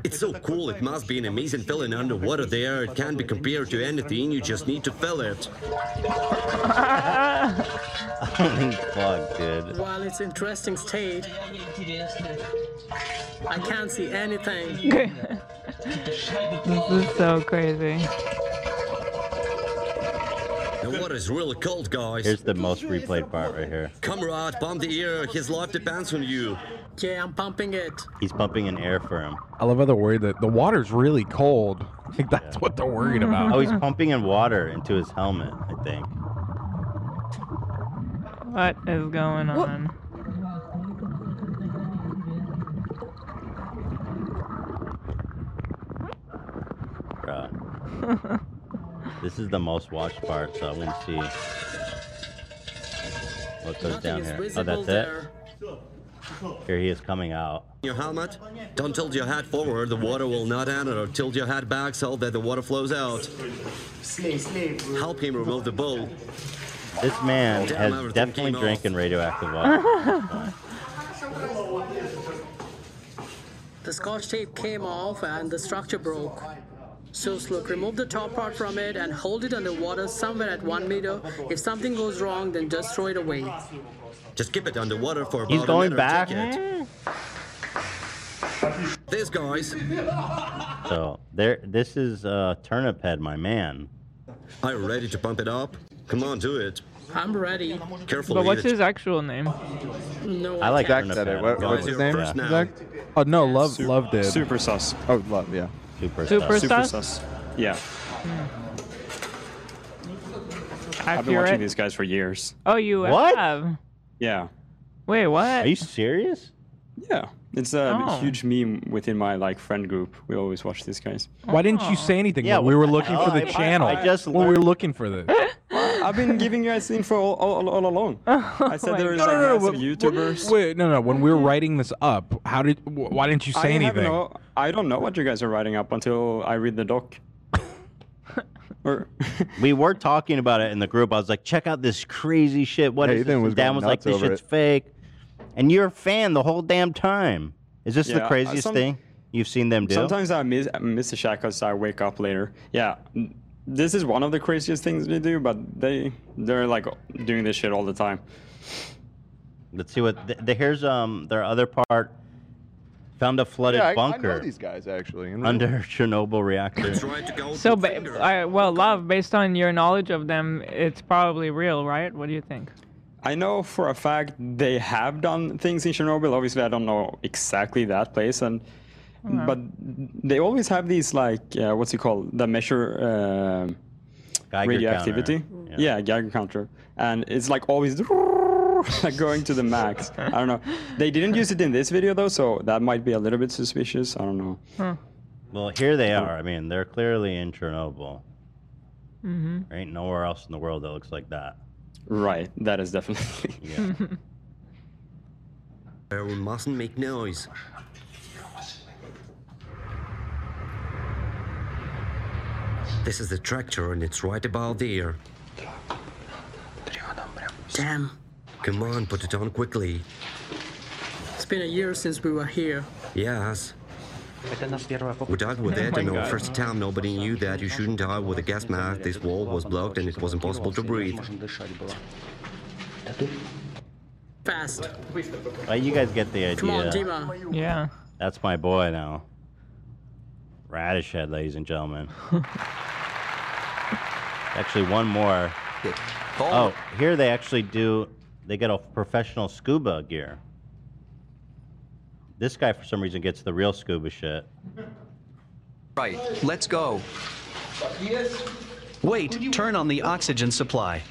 It's so cool. It must be an amazing feeling underwater there. It can't be compared to anything. You just need to feel it.
Holy fuck, dude.
While it's interesting state, I can't see anything.
This is so crazy.
The water is really cold, guys.
Here's the most replayed part right here.
Comrade, pump the air. His life depends on you.
Yeah, I'm pumping it.
He's pumping in air for him.
I love how they're worried that the water's really cold. I think that's what they're worried about.
Oh, he's pumping in water into his helmet, I think.
What is going on?
Bruh. this is the most watched part, so I want to see what goes down here. Oh, that's it. Here he is coming out.
Your helmet? Don't tilt your head forward. The water will not enter. Tilt your head back so that the water flows out. Help him remove the bowl.
This man
Oh, Damn,
has
everything
definitely
came off.
drinking radioactive water.
The scotch tape came off and the structure broke. So look, remove the top part from it and hold it underwater somewhere at one meter. If something goes wrong, then just throw it away.
Just keep it underwater for about
He's
a
going
minute.
back.
Take it. This guys.
so there, this is uh, turnip head, my man.
Are you ready to pump it up? Come on, do it.
I'm ready.
Careful.
But what's his actual name?
No,
I like
Zach
Erna
said it.
Bad.
What, what's
Guys,
his name?
first now.
Zach? Oh no, love, love did.
Super sus.
Oh, love, yeah.
Super,
Super sus. sus?
Yeah. I've been watching
Accurate.
these guys for years.
Oh, you
What?
have.
Yeah.
Wait, what?
Are you serious?
Yeah. It's a
Oh.
huge meme within my like friend group. We always watch these guys.
Why didn't
Oh.
you say anything?
Yeah,
when we
what
were
the
looking
hell?
for the
I- I-
channel.
I just
when we were looking for this.
I've been giving you guys info all, all, all along.
Oh
I said there is
no,
like
no, no,
massive
wait,
YouTubers.
Wait, no, no. When we were writing this up, how did? wh- Why didn't you
I
say
have
anything?
no- I don't know what you guys are writing up until I read the doc. or
we were talking about it in the group. I was like, check out this crazy shit. What
Yeah,
is
Ethan
this?
was
And Dan
going
was like,
nuts
this
over
shit's
it.
fake. And you're a fan the whole damn time. Is this
Yeah,
the
uh,
craziest
some-
thing you've seen them do?
Sometimes I miss I miss the shack because I wake up later. Yeah, n- this is one of the craziest things they do, but they they're like doing this shit all the time.
Let's see what the, the, here's um their other part. Found a flooded
yeah, I,
bunker
I know these guys actually. in real-
under Chernobyl reactor.
So, ba- I, well, love. Based on your knowledge of them, it's probably real, right? What do you think?
I know for a fact they have done things in Chernobyl. Obviously, I don't know exactly that place, and
Wow.
but they always have these like uh, what's it called? The measure um
Geiger
radioactivity.
counter,
Yeah. Geiger counter, and it's like always like going to the max. I don't know. They didn't use it in this video though, so that might be a little bit suspicious. I don't know.
Well, here they are. I mean, they're clearly in Chernobyl.
Mm-hmm.
There ain't nowhere else in the world that looks like that.
Right, that is definitely.
Yeah.
Uh, We mustn't make noise. This is the tractor, and it's right about there.
Damn.
Come on, put it on quickly.
It's been a year since we were here.
Yes. We dealt with
Oh
it,
my
and our
God.
first time nobody knew that you shouldn't dive with a gas mask. This wall was blocked, and it was impossible to breathe.
Fast.
But you guys get the idea.
Come on, Dima.
Yeah.
That's my boy now. Radish head, ladies and gentlemen. actually, one more. Oh, here they actually do. They get a professional scuba gear. This guy, for some reason, gets the real scuba shit.
Right, let's go. Wait, turn on the oxygen supply.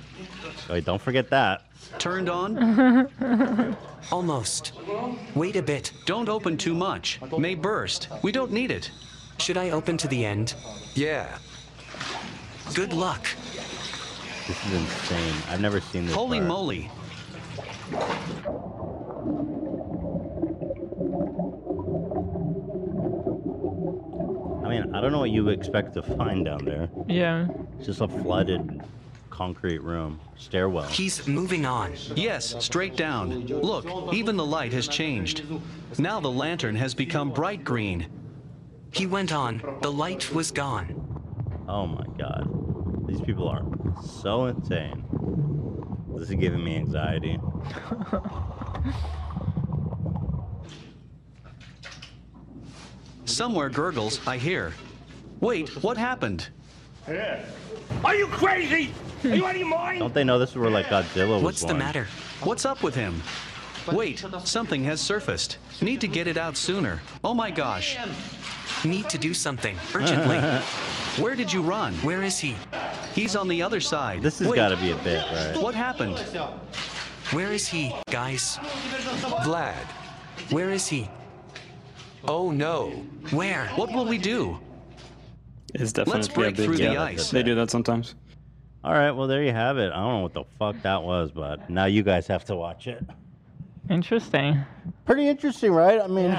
Wait, don't forget that.
Turned on? Almost. Wait a bit. Don't open too much. May burst. We don't need it. Should I open to the end? Yeah. Good luck.
This is insane. I've never seen this.
Holy
part.
moly.
I mean, I don't know what you expect to find down there.
Yeah.
It's just a flooded concrete room, stairwell.
He's moving on. Yes, straight down. Look, even the light has changed. Now the lantern has become bright green. He went on. The light was gone.
Oh my god. These people are so insane. This is giving me anxiety.
Somewhere gurgles, I hear. Wait, what happened?
Are you crazy? Are you out of your mind?
Don't they know this is where like Godzilla was
What's the
born?
matter? What's up with him? Wait, something has surfaced. Need to get it out sooner. Oh my gosh. Need to do something urgently. Where did you run? Where is he? He's on the other side.
This has
Wait,
gotta be a bit, right?
What happened? Where is he, guys? Vlad. Where is he? Oh no. Where? What will we do?
It's
Let's
definitely
break
a big
through the
deal.
ice.
They do that sometimes.
All right, well there you have it. I don't know what the fuck that was, but now you guys have to watch it.
Interesting.
Pretty interesting, right? I mean,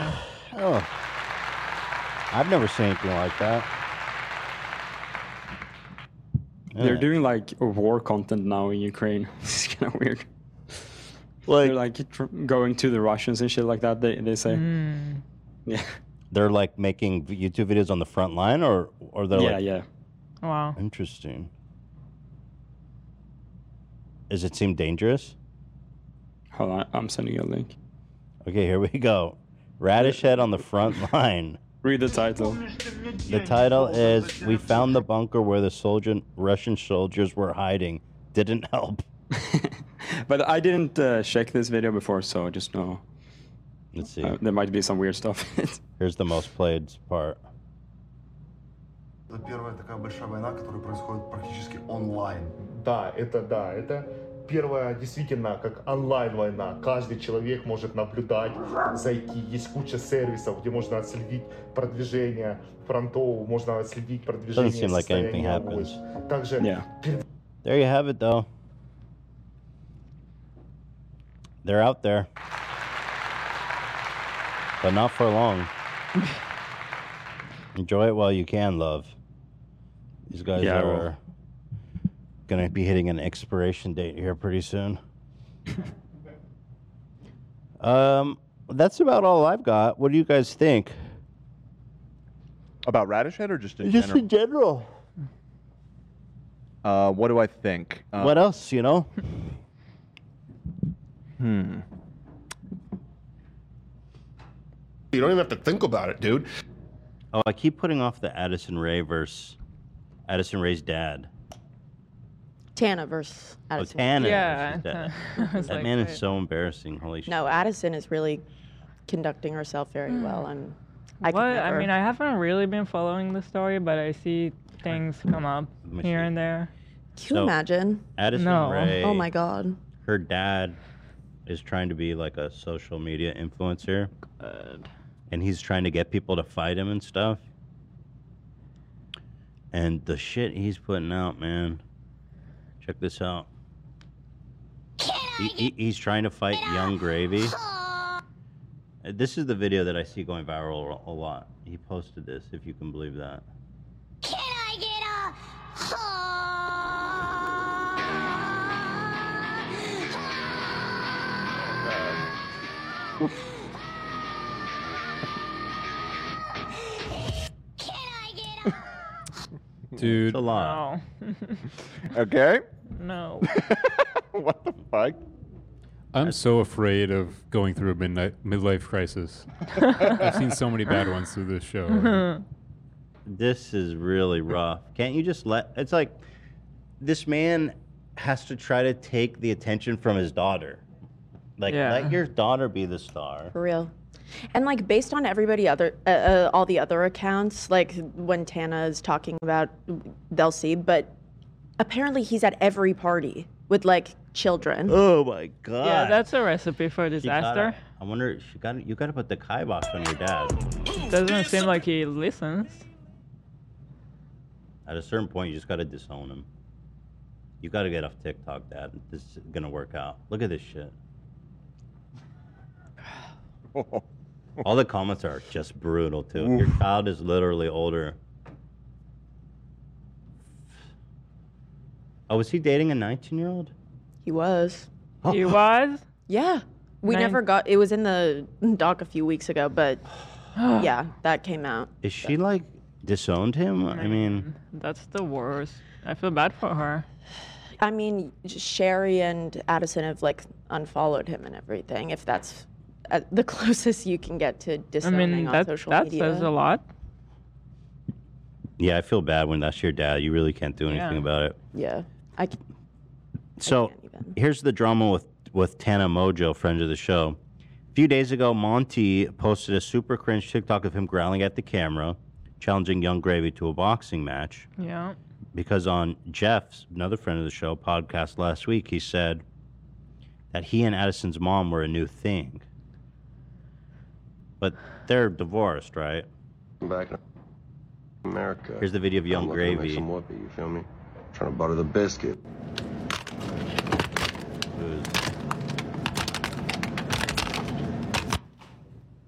oh, I've never seen anything like that.
They're doing like war content now in Ukraine. It's kind of weird. They're like tr- going to the Russians and shit like that. They they say, yeah,
They're like making v- YouTube videos on the front line, or or they're
yeah,
like
yeah.
Wow.
interesting. Does it seem dangerous?
Hold on, I'm sending you a link.
Okay, here we go. Radish head on the front line.
Read the title.
The title is "We found the bunker where the soldier Russian soldiers were hiding. didn't help.
But I didn't uh, check this video before, so just know. Uh,
Let's see.
there might be some weird stuff.
Here's the most played part.
Это первая такая большая война, которая происходит практически онлайн.
Да, это да, это первая действительно как онлайн война. Каждый человек может наблюдать, зайти. Есть куча сервисов, где можно отследить продвижение фронтов, можно отследить продвижение
Doesn't seem like anything
состояния
happens.
войск. Также перед-
There you have it, though. They're out there, but not for long. Enjoy it while you can, love. These guys
Yeah, I will.
are gonna be hitting an expiration date here pretty soon. um, that's about all I've got. What do you guys think?
About Radish Head or just in
Just
general?
in general.
Uh, what do I think? Uh,
what else, you know?
Hmm.
You don't even have to think about it, dude.
Oh, I keep putting off the Addison Ray versus Addison Ray's dad.
Tana versus
Oh,
Addison.
Tana. versus dad. that man is so embarrassing. Holy shit.
No, Addison is really conducting herself very
Mm.
well, and I
what?
could never.
I mean, I haven't really been following the story, but I see things come up
Let me
here and there.
Can you imagine?
Addison
No.
Rae,
Oh my God.
Her dad is trying to be like a social media influencer. And he's trying to get people to fight him and stuff. And the shit he's putting out, man. Check this out. He, he- he's trying to fight Young Gravy. Uh, This is the video that I see going viral a lot. He posted this, if you can believe that.
Dude.
It's a lot.
Okay.
No.
what the fuck?
I'm so afraid of going through a midnight midlife crisis. I've seen so many bad ones through this show.
this is really rough. Can't you just let? It's like this man has to try to take the attention from his daughter. Like,
Yeah.
let your daughter be the star.
For real. And like based on everybody other uh, uh, all the other accounts, like when Tana is talking about, they'll see. But apparently he's at every party with like children.
Oh my
Yeah, that's a recipe for
She gotta-
disaster.
I wonder. She got. You got to put the kibosh on your dad.
Doesn't seem like he listens.
At a certain point, you just got to disown him. You got to get off TikTok, Dad. This is gonna work out. Look at this shit. All the comments are just brutal too. Your child is literally older. Oh, was he dating a 19-year-old?
He was.
He was.
Yeah. We
Nine-
never got. It was in the doc a few weeks ago, but yeah, that came out.
Is she like disowned him? I mean,
That's the worst. I feel bad for her.
I mean, Sherry and Addison have like unfollowed him and everything. If that's uh, the closest you can get to
I
disowning
mean,
on
that,
social
that
media.
says a lot.
yeah, I feel bad when that's your dad. You really can't do anything
Yeah.
about it.
Yeah, I c-
So here's the drama with with Tana Mojo, friend of the show. A few days ago, Monty posted a super cringe TikTok of him growling at the camera, challenging Young Gravy to a boxing match.
Yeah.
because on Jeff's, another friend of the show, podcast last week, he said that he and Addison's mom were a new thing. But they're divorced, right?
Back in America.
Here's the video of Young
I'm looking to make
Gravy.
Some whoopee, you feel me? Trying to butter the biscuit.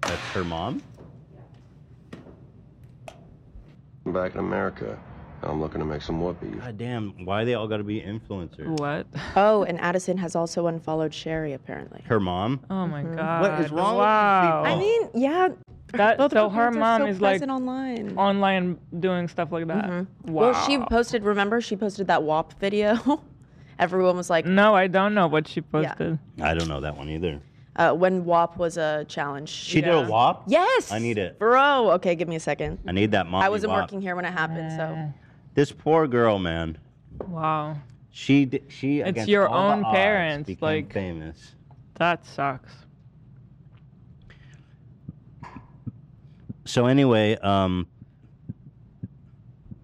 That's her mom?
Back in America. I'm looking to make some whoopee. you
God damn, why they all gotta be influencers?
What?
Oh, and Addison has also unfollowed Sherry apparently.
Her mom?
Oh my god.
What is wrong
wow.
Mm-hmm. I mean, yeah.
That,
both of
so
her
her
parents are
mom
so
is like
present online. Mm-hmm.
online doing stuff like that. Wow.
Well, she posted. Remember, she posted that WAP video. Everyone was like,
no, I don't know what she posted.
I don't know that one either.
uh, when WAP was a challenge.
She did a Yeah. WAP?
Yes.
I need it.
Bro, okay, give me a second.
I need that mom.
I wasn't working here when it happened, so.
This poor girl, man.
Wow.
She d- she
It's
against
your
all the
own
odds,
parents,
became
like-
famous.
That sucks.
So anyway, um,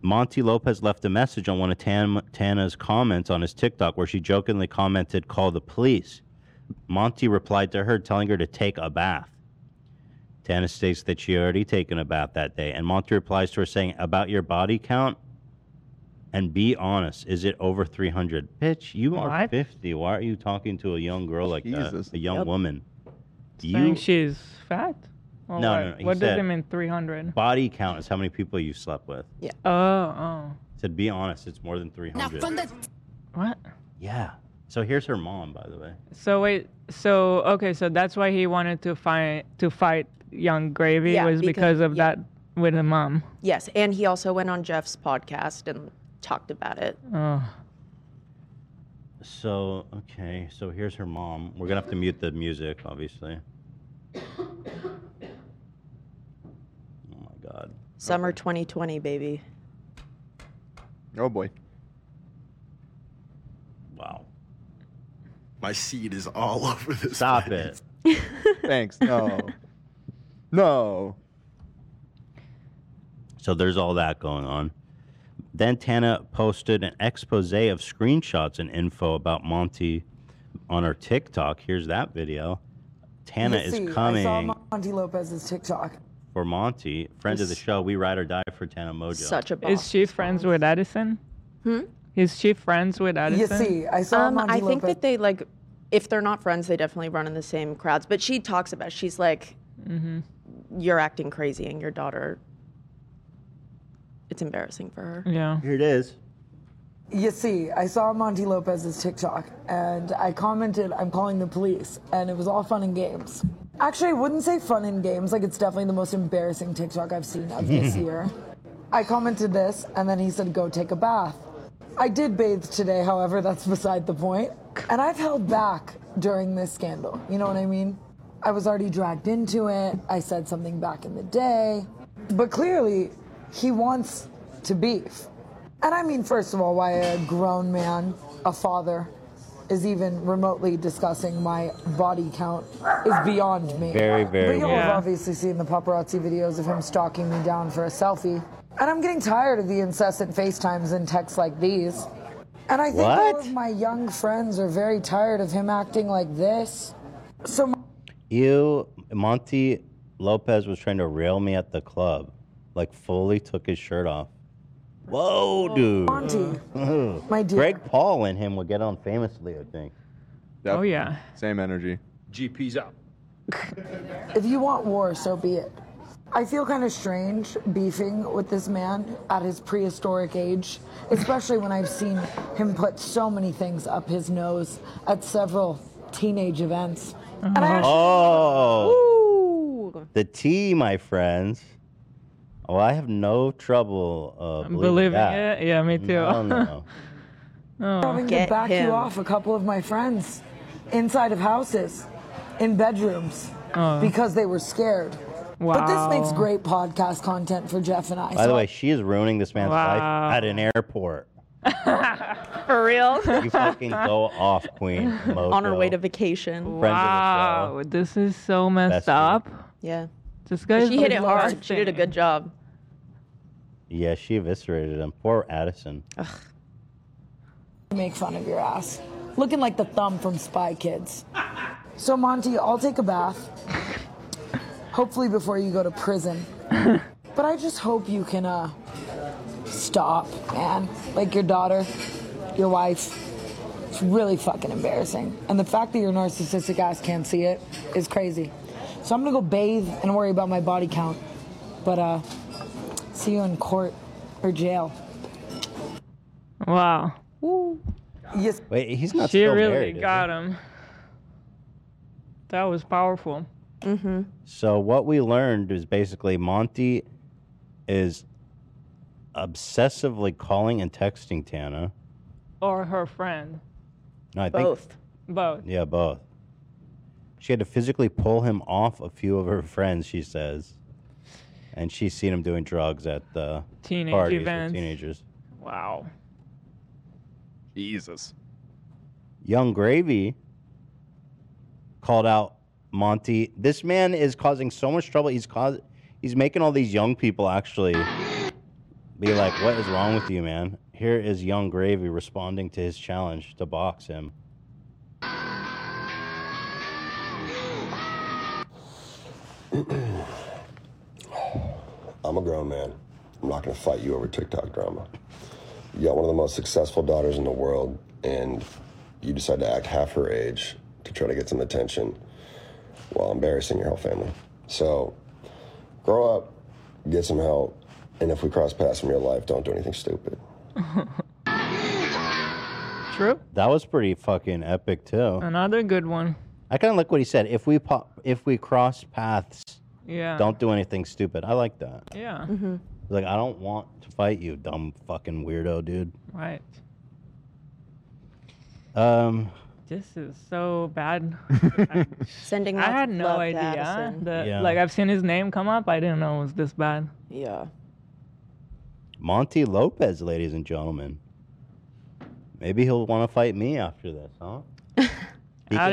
Monty Lopez left a message on one of Tan- Tana's comments on his TikTok where she jokingly commented, "Call the police." Monty replied to her, telling her to take a bath. Tana states that she already taken a bath that day, and Monty replies to her saying, "About your body count." And be honest, is it over 300? Bitch, you are 50. Why are you talking to a young girl like
Jesus.
that? A young
Yep.
woman.
Saying she's fat? Or
No,
what?
no, no, he
Oh, What does
said-
it mean, 300?
Body count is how many people you slept with.
Yeah.
Oh, oh.
Said, be honest, it's more than 300.
What?
yeah. So here's her mom, by the way.
So wait, so okay, so that's why he wanted to fight to fight Young Gravy
Yeah,
was
because-
because, of that with the mom.
Yes, and he also went on Jeff's podcast and talked about it.
Oh.
So, okay. So here's her mom. We're going to have to mute the music, obviously. Oh my God.
Summer 2020, baby.
Oh boy.
Wow.
My seed is all over this.
Stop it.
Thanks. No. no.
So there's all that going on. Then Tana posted an expose of screenshots and info about Monty on her TikTok. Here's that video. Tana
Let's see,
is coming
I saw Monty Lopez's TikTok.
for Monty, friend of the show. We ride or die for Tana Mojo.
Is she friends with Addison?
Hmm?
Is she friends with Addison?
Um, I think that they like, if they're not friends, they definitely run in the same crowds. But she talks about, she's like,
Mm-hmm.
"You're acting crazy, and your daughter." It's embarrassing for her.
Yeah.
Here it is.
You see, I saw Monty Lopez's TikTok and I commented, I'm calling the police. And it was all fun and games. Actually, I wouldn't say fun and games. Like, it's definitely the most embarrassing TikTok I've seen of this year. I commented this and then he said, go take a bath. I did bathe today, however, that's beside the point. And I've held back during this scandal. You know what I mean? I was already dragged into it. I said something back in the day. But clearly, he wants to beef. And I mean, first of all, why a grown man, a father, is even remotely discussing my body count is beyond me.
Very, very
But you'll
weird.
have
Yeah.
obviously seen the paparazzi videos of him stalking me down for a selfie. And I'm getting tired of the incessant FaceTimes and texts like these. And I think all
What?
of my young friends are very tired of him acting like this. So
You, Monty Lopez was trying to rail me at the club, like fully took his shirt off. Whoa, dude.
Monty,
Ugh.
my dear.
Greg Paul and him would get on famously, I think.
Oh, yeah.
Same energy.
GP's up. if you want war, so be it. I feel kind of strange beefing with this man at his prehistoric age, especially when I've seen him put so many things up his nose at several teenage events. And
Mm-hmm.
I actually
Oh, the tea, my friends. Oh, I have no trouble uh, believing,
Believing
that.
it? Yeah, me too. Oh.
No, no.
having
Get
to back
him.
you off a couple of my friends inside of houses, in bedrooms,
Oh.
because they were scared. But
Wow.
this makes great podcast content for Jeff and I.
By the
so
way, she is ruining this man's
Wow.
life at an airport.
For real?
You fucking go off, Queen.
On her
Mojo.
way to vacation.
Friends of the show.
Wow, this is so messed up.
Yeah.
This guy.
she hit it hard. She did a good job.
Yeah, she eviscerated him. Poor Addison.
make fun of your ass. Looking like the thumb from Spy Kids. So, Monty, I'll take a bath. Hopefully, before you go to prison. but I just hope you can uh, stop, man. Like your daughter, your wife. It's really fucking embarrassing. And the fact that your narcissistic ass can't see it is crazy. So, I'm gonna go bathe and worry about my body count. But, uh, see you in court or jail.
Wow.
Yes.
Wait, he's
not
She
still
really
married, is he?
got him. That was powerful. Mm-hmm.
So what we learned is basically Monty is obsessively calling and texting Tana.
Or her friend.
No, I think
Both.
yeah, both. She had to physically pull him off a few of her friends, she says. And she's seen him doing drugs at the
Teenage
parties
events.
with teenagers.
Wow.
Jesus.
Young Gravy called out Monty. This man is causing so much trouble. He's cause he's making all these young people actually be like, "What is wrong with you, man?" Here is Young Gravy responding to his challenge to box him.
I'm a grown man. I'm not going to fight you over TikTok drama. You got one of the most successful daughters in the world, and you decide to act half her age to try to get some attention while embarrassing your whole family. So, grow up, get some help, and if we cross paths in real life, don't do anything stupid.
True.
That was pretty fucking epic too.
Another good one.
I kind of like what he said. If we pop, if we cross paths,
Yeah.
don't do anything stupid. I like that.
Yeah.
Mm-hmm.
Like I don't want to fight you, dumb fucking weirdo, dude.
Right.
Um,
This is so bad.
Sending
I
lots
had
of
no
love to
idea.
Addison.
That,
Yeah.
Like I've seen his name come up. I didn't know it was this bad.
Yeah.
Monty Lopez, ladies and gentlemen. Maybe he'll want to fight me after this, huh? He
Add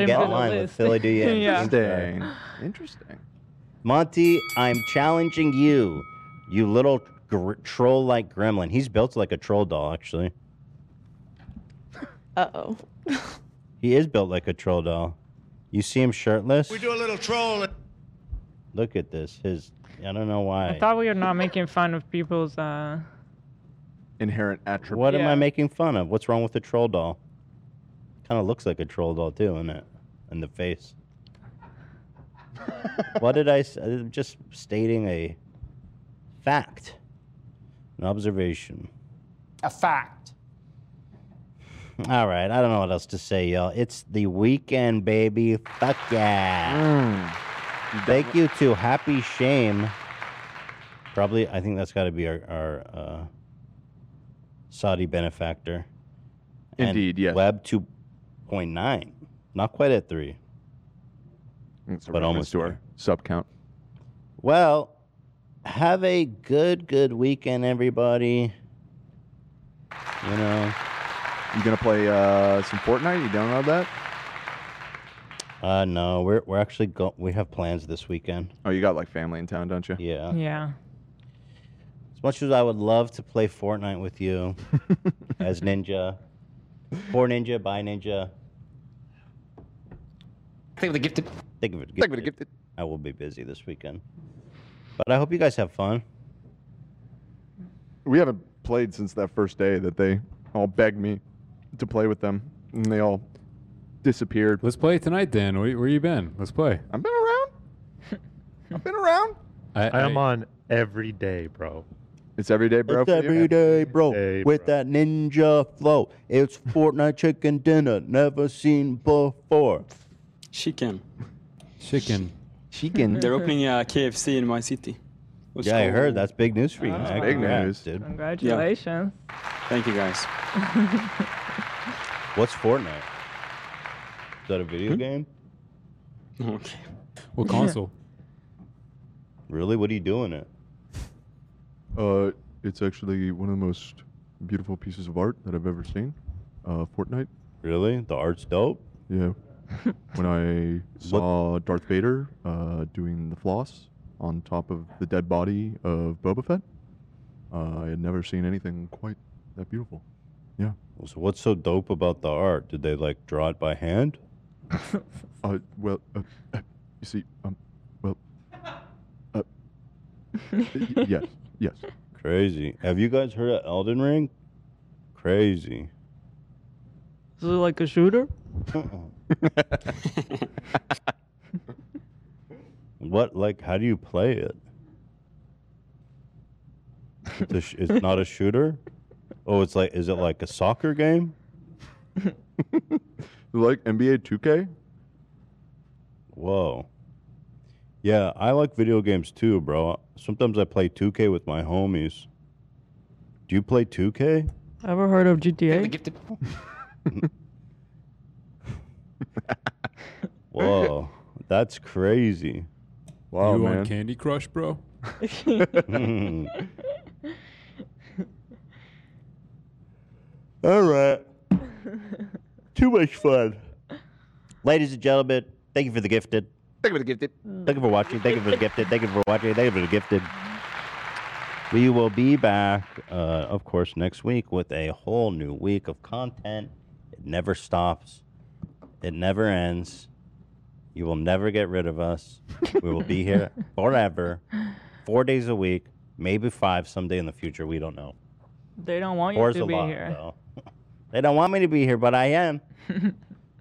can
him
get
to
in
the
line with
list.
Philly Do You.
Yeah.
Interesting.
Monty, I'm challenging you, you little gr- troll like gremlin. He's built like a troll doll, actually.
Uh oh.
He is built like a troll doll. You see him shirtless?
do a little troll.
Look at this. His I don't know why.
I thought we were not making fun of people's. uh
Inherent attribute.
What am
Yeah.
I making fun of? What's wrong with the troll doll? Kind of looks like a troll doll too, isn't it? In the face. what did I? s- I'm just stating a fact, an observation.
A fact.
All right, I don't know what else to say, y'all. It's the weekend, baby. Fuck yeah! Thank you to Happy Shame. Probably, I think that's got to be our, our uh, Saudi benefactor.
Indeed,
yeah. Web two point nine, not quite at three.
but almost to our sub count.
Well, have a good, good weekend, everybody. You know.
You gonna play uh, some Fortnite? You download that?
Uh, no, we're we're actually go- we have plans this weekend.
Oh, you got like family in town, don't you?
Yeah.
Yeah.
As much as I would love to play Fortnite with you as Ninja, for Ninja, by Ninja. Think of the gifted. Think of it. Gifted. Think of it gifted. I will be busy this weekend, but I hope you guys have fun.
We haven't played since that first day that they all begged me to play with them, and they all disappeared.
Let's play tonight, Dan. Where, where you been? Let's play.
I've been around. I've been around.
I-
am
I-
on every day, bro.
It's every day, bro.
It's every
day, bro.
with
that ninja flow, it's Fortnite chicken dinner never seen before.
Chicken.
Chicken.
Chicken.
They're opening uh, a KFC in my city. What's
yeah, I
called-
heard that's big news for you.
Oh.
man.
Big
Congrats,
news.
dude.
Ah. Congratulations.
Thank you guys.
What's Fortnite? Is that a
Hmm?
video game?
Okay.
What console?
really? What are you doing it?
Uh, it's actually one of the most beautiful pieces of art that I've ever seen. Uh, Fortnite.
Really? The art's dope.
Yeah. when I saw Darth Vader uh, doing the floss on top of the dead body of Boba Fett, uh, I had never seen anything quite that beautiful. Yeah.
So what's so dope about the art? Did they like draw it by hand?
Uh, well, uh, you see, um, well, uh, yes, yes.
Crazy. Have you guys heard of Elden Ring? Crazy.
Is it like a shooter?
What like? How do you play it? It's, a sh- it's not a shooter. Oh, it's like is it like a soccer game?
like NBA 2K?
Whoa. Yeah, I like video games too, bro. Sometimes I play 2K with my homies. Do you play 2K?
Ever heard of GTA?
Whoa, that's crazy. Oh,
Wow,
you on Candy Crush, bro?
All right. Too much fun. Ladies and gentlemen, thank you for the gifted.
Thank you for the gifted.
Thank you for watching. Thank you for the gifted. Thank you for watching. Thank you for the gifted. We will be back, uh, of course, next week with a whole new week of content. It never stops, it never ends. You will never get rid of us. We will be here forever, four days a week, maybe five someday in the future. We don't know.
They don't want you
Four's a
to be
lot,
here.
though. They don't want me to be here, but I am.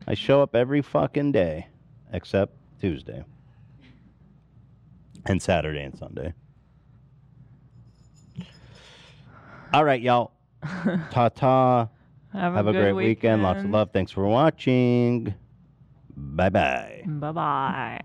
I show up every fucking day, except Tuesday and Saturday and Sunday. All right, y'all. Ta ta.
Have a good
great weekend. Lots of
weekend.
love. Thanks for watching. Bye bye.
Bye bye.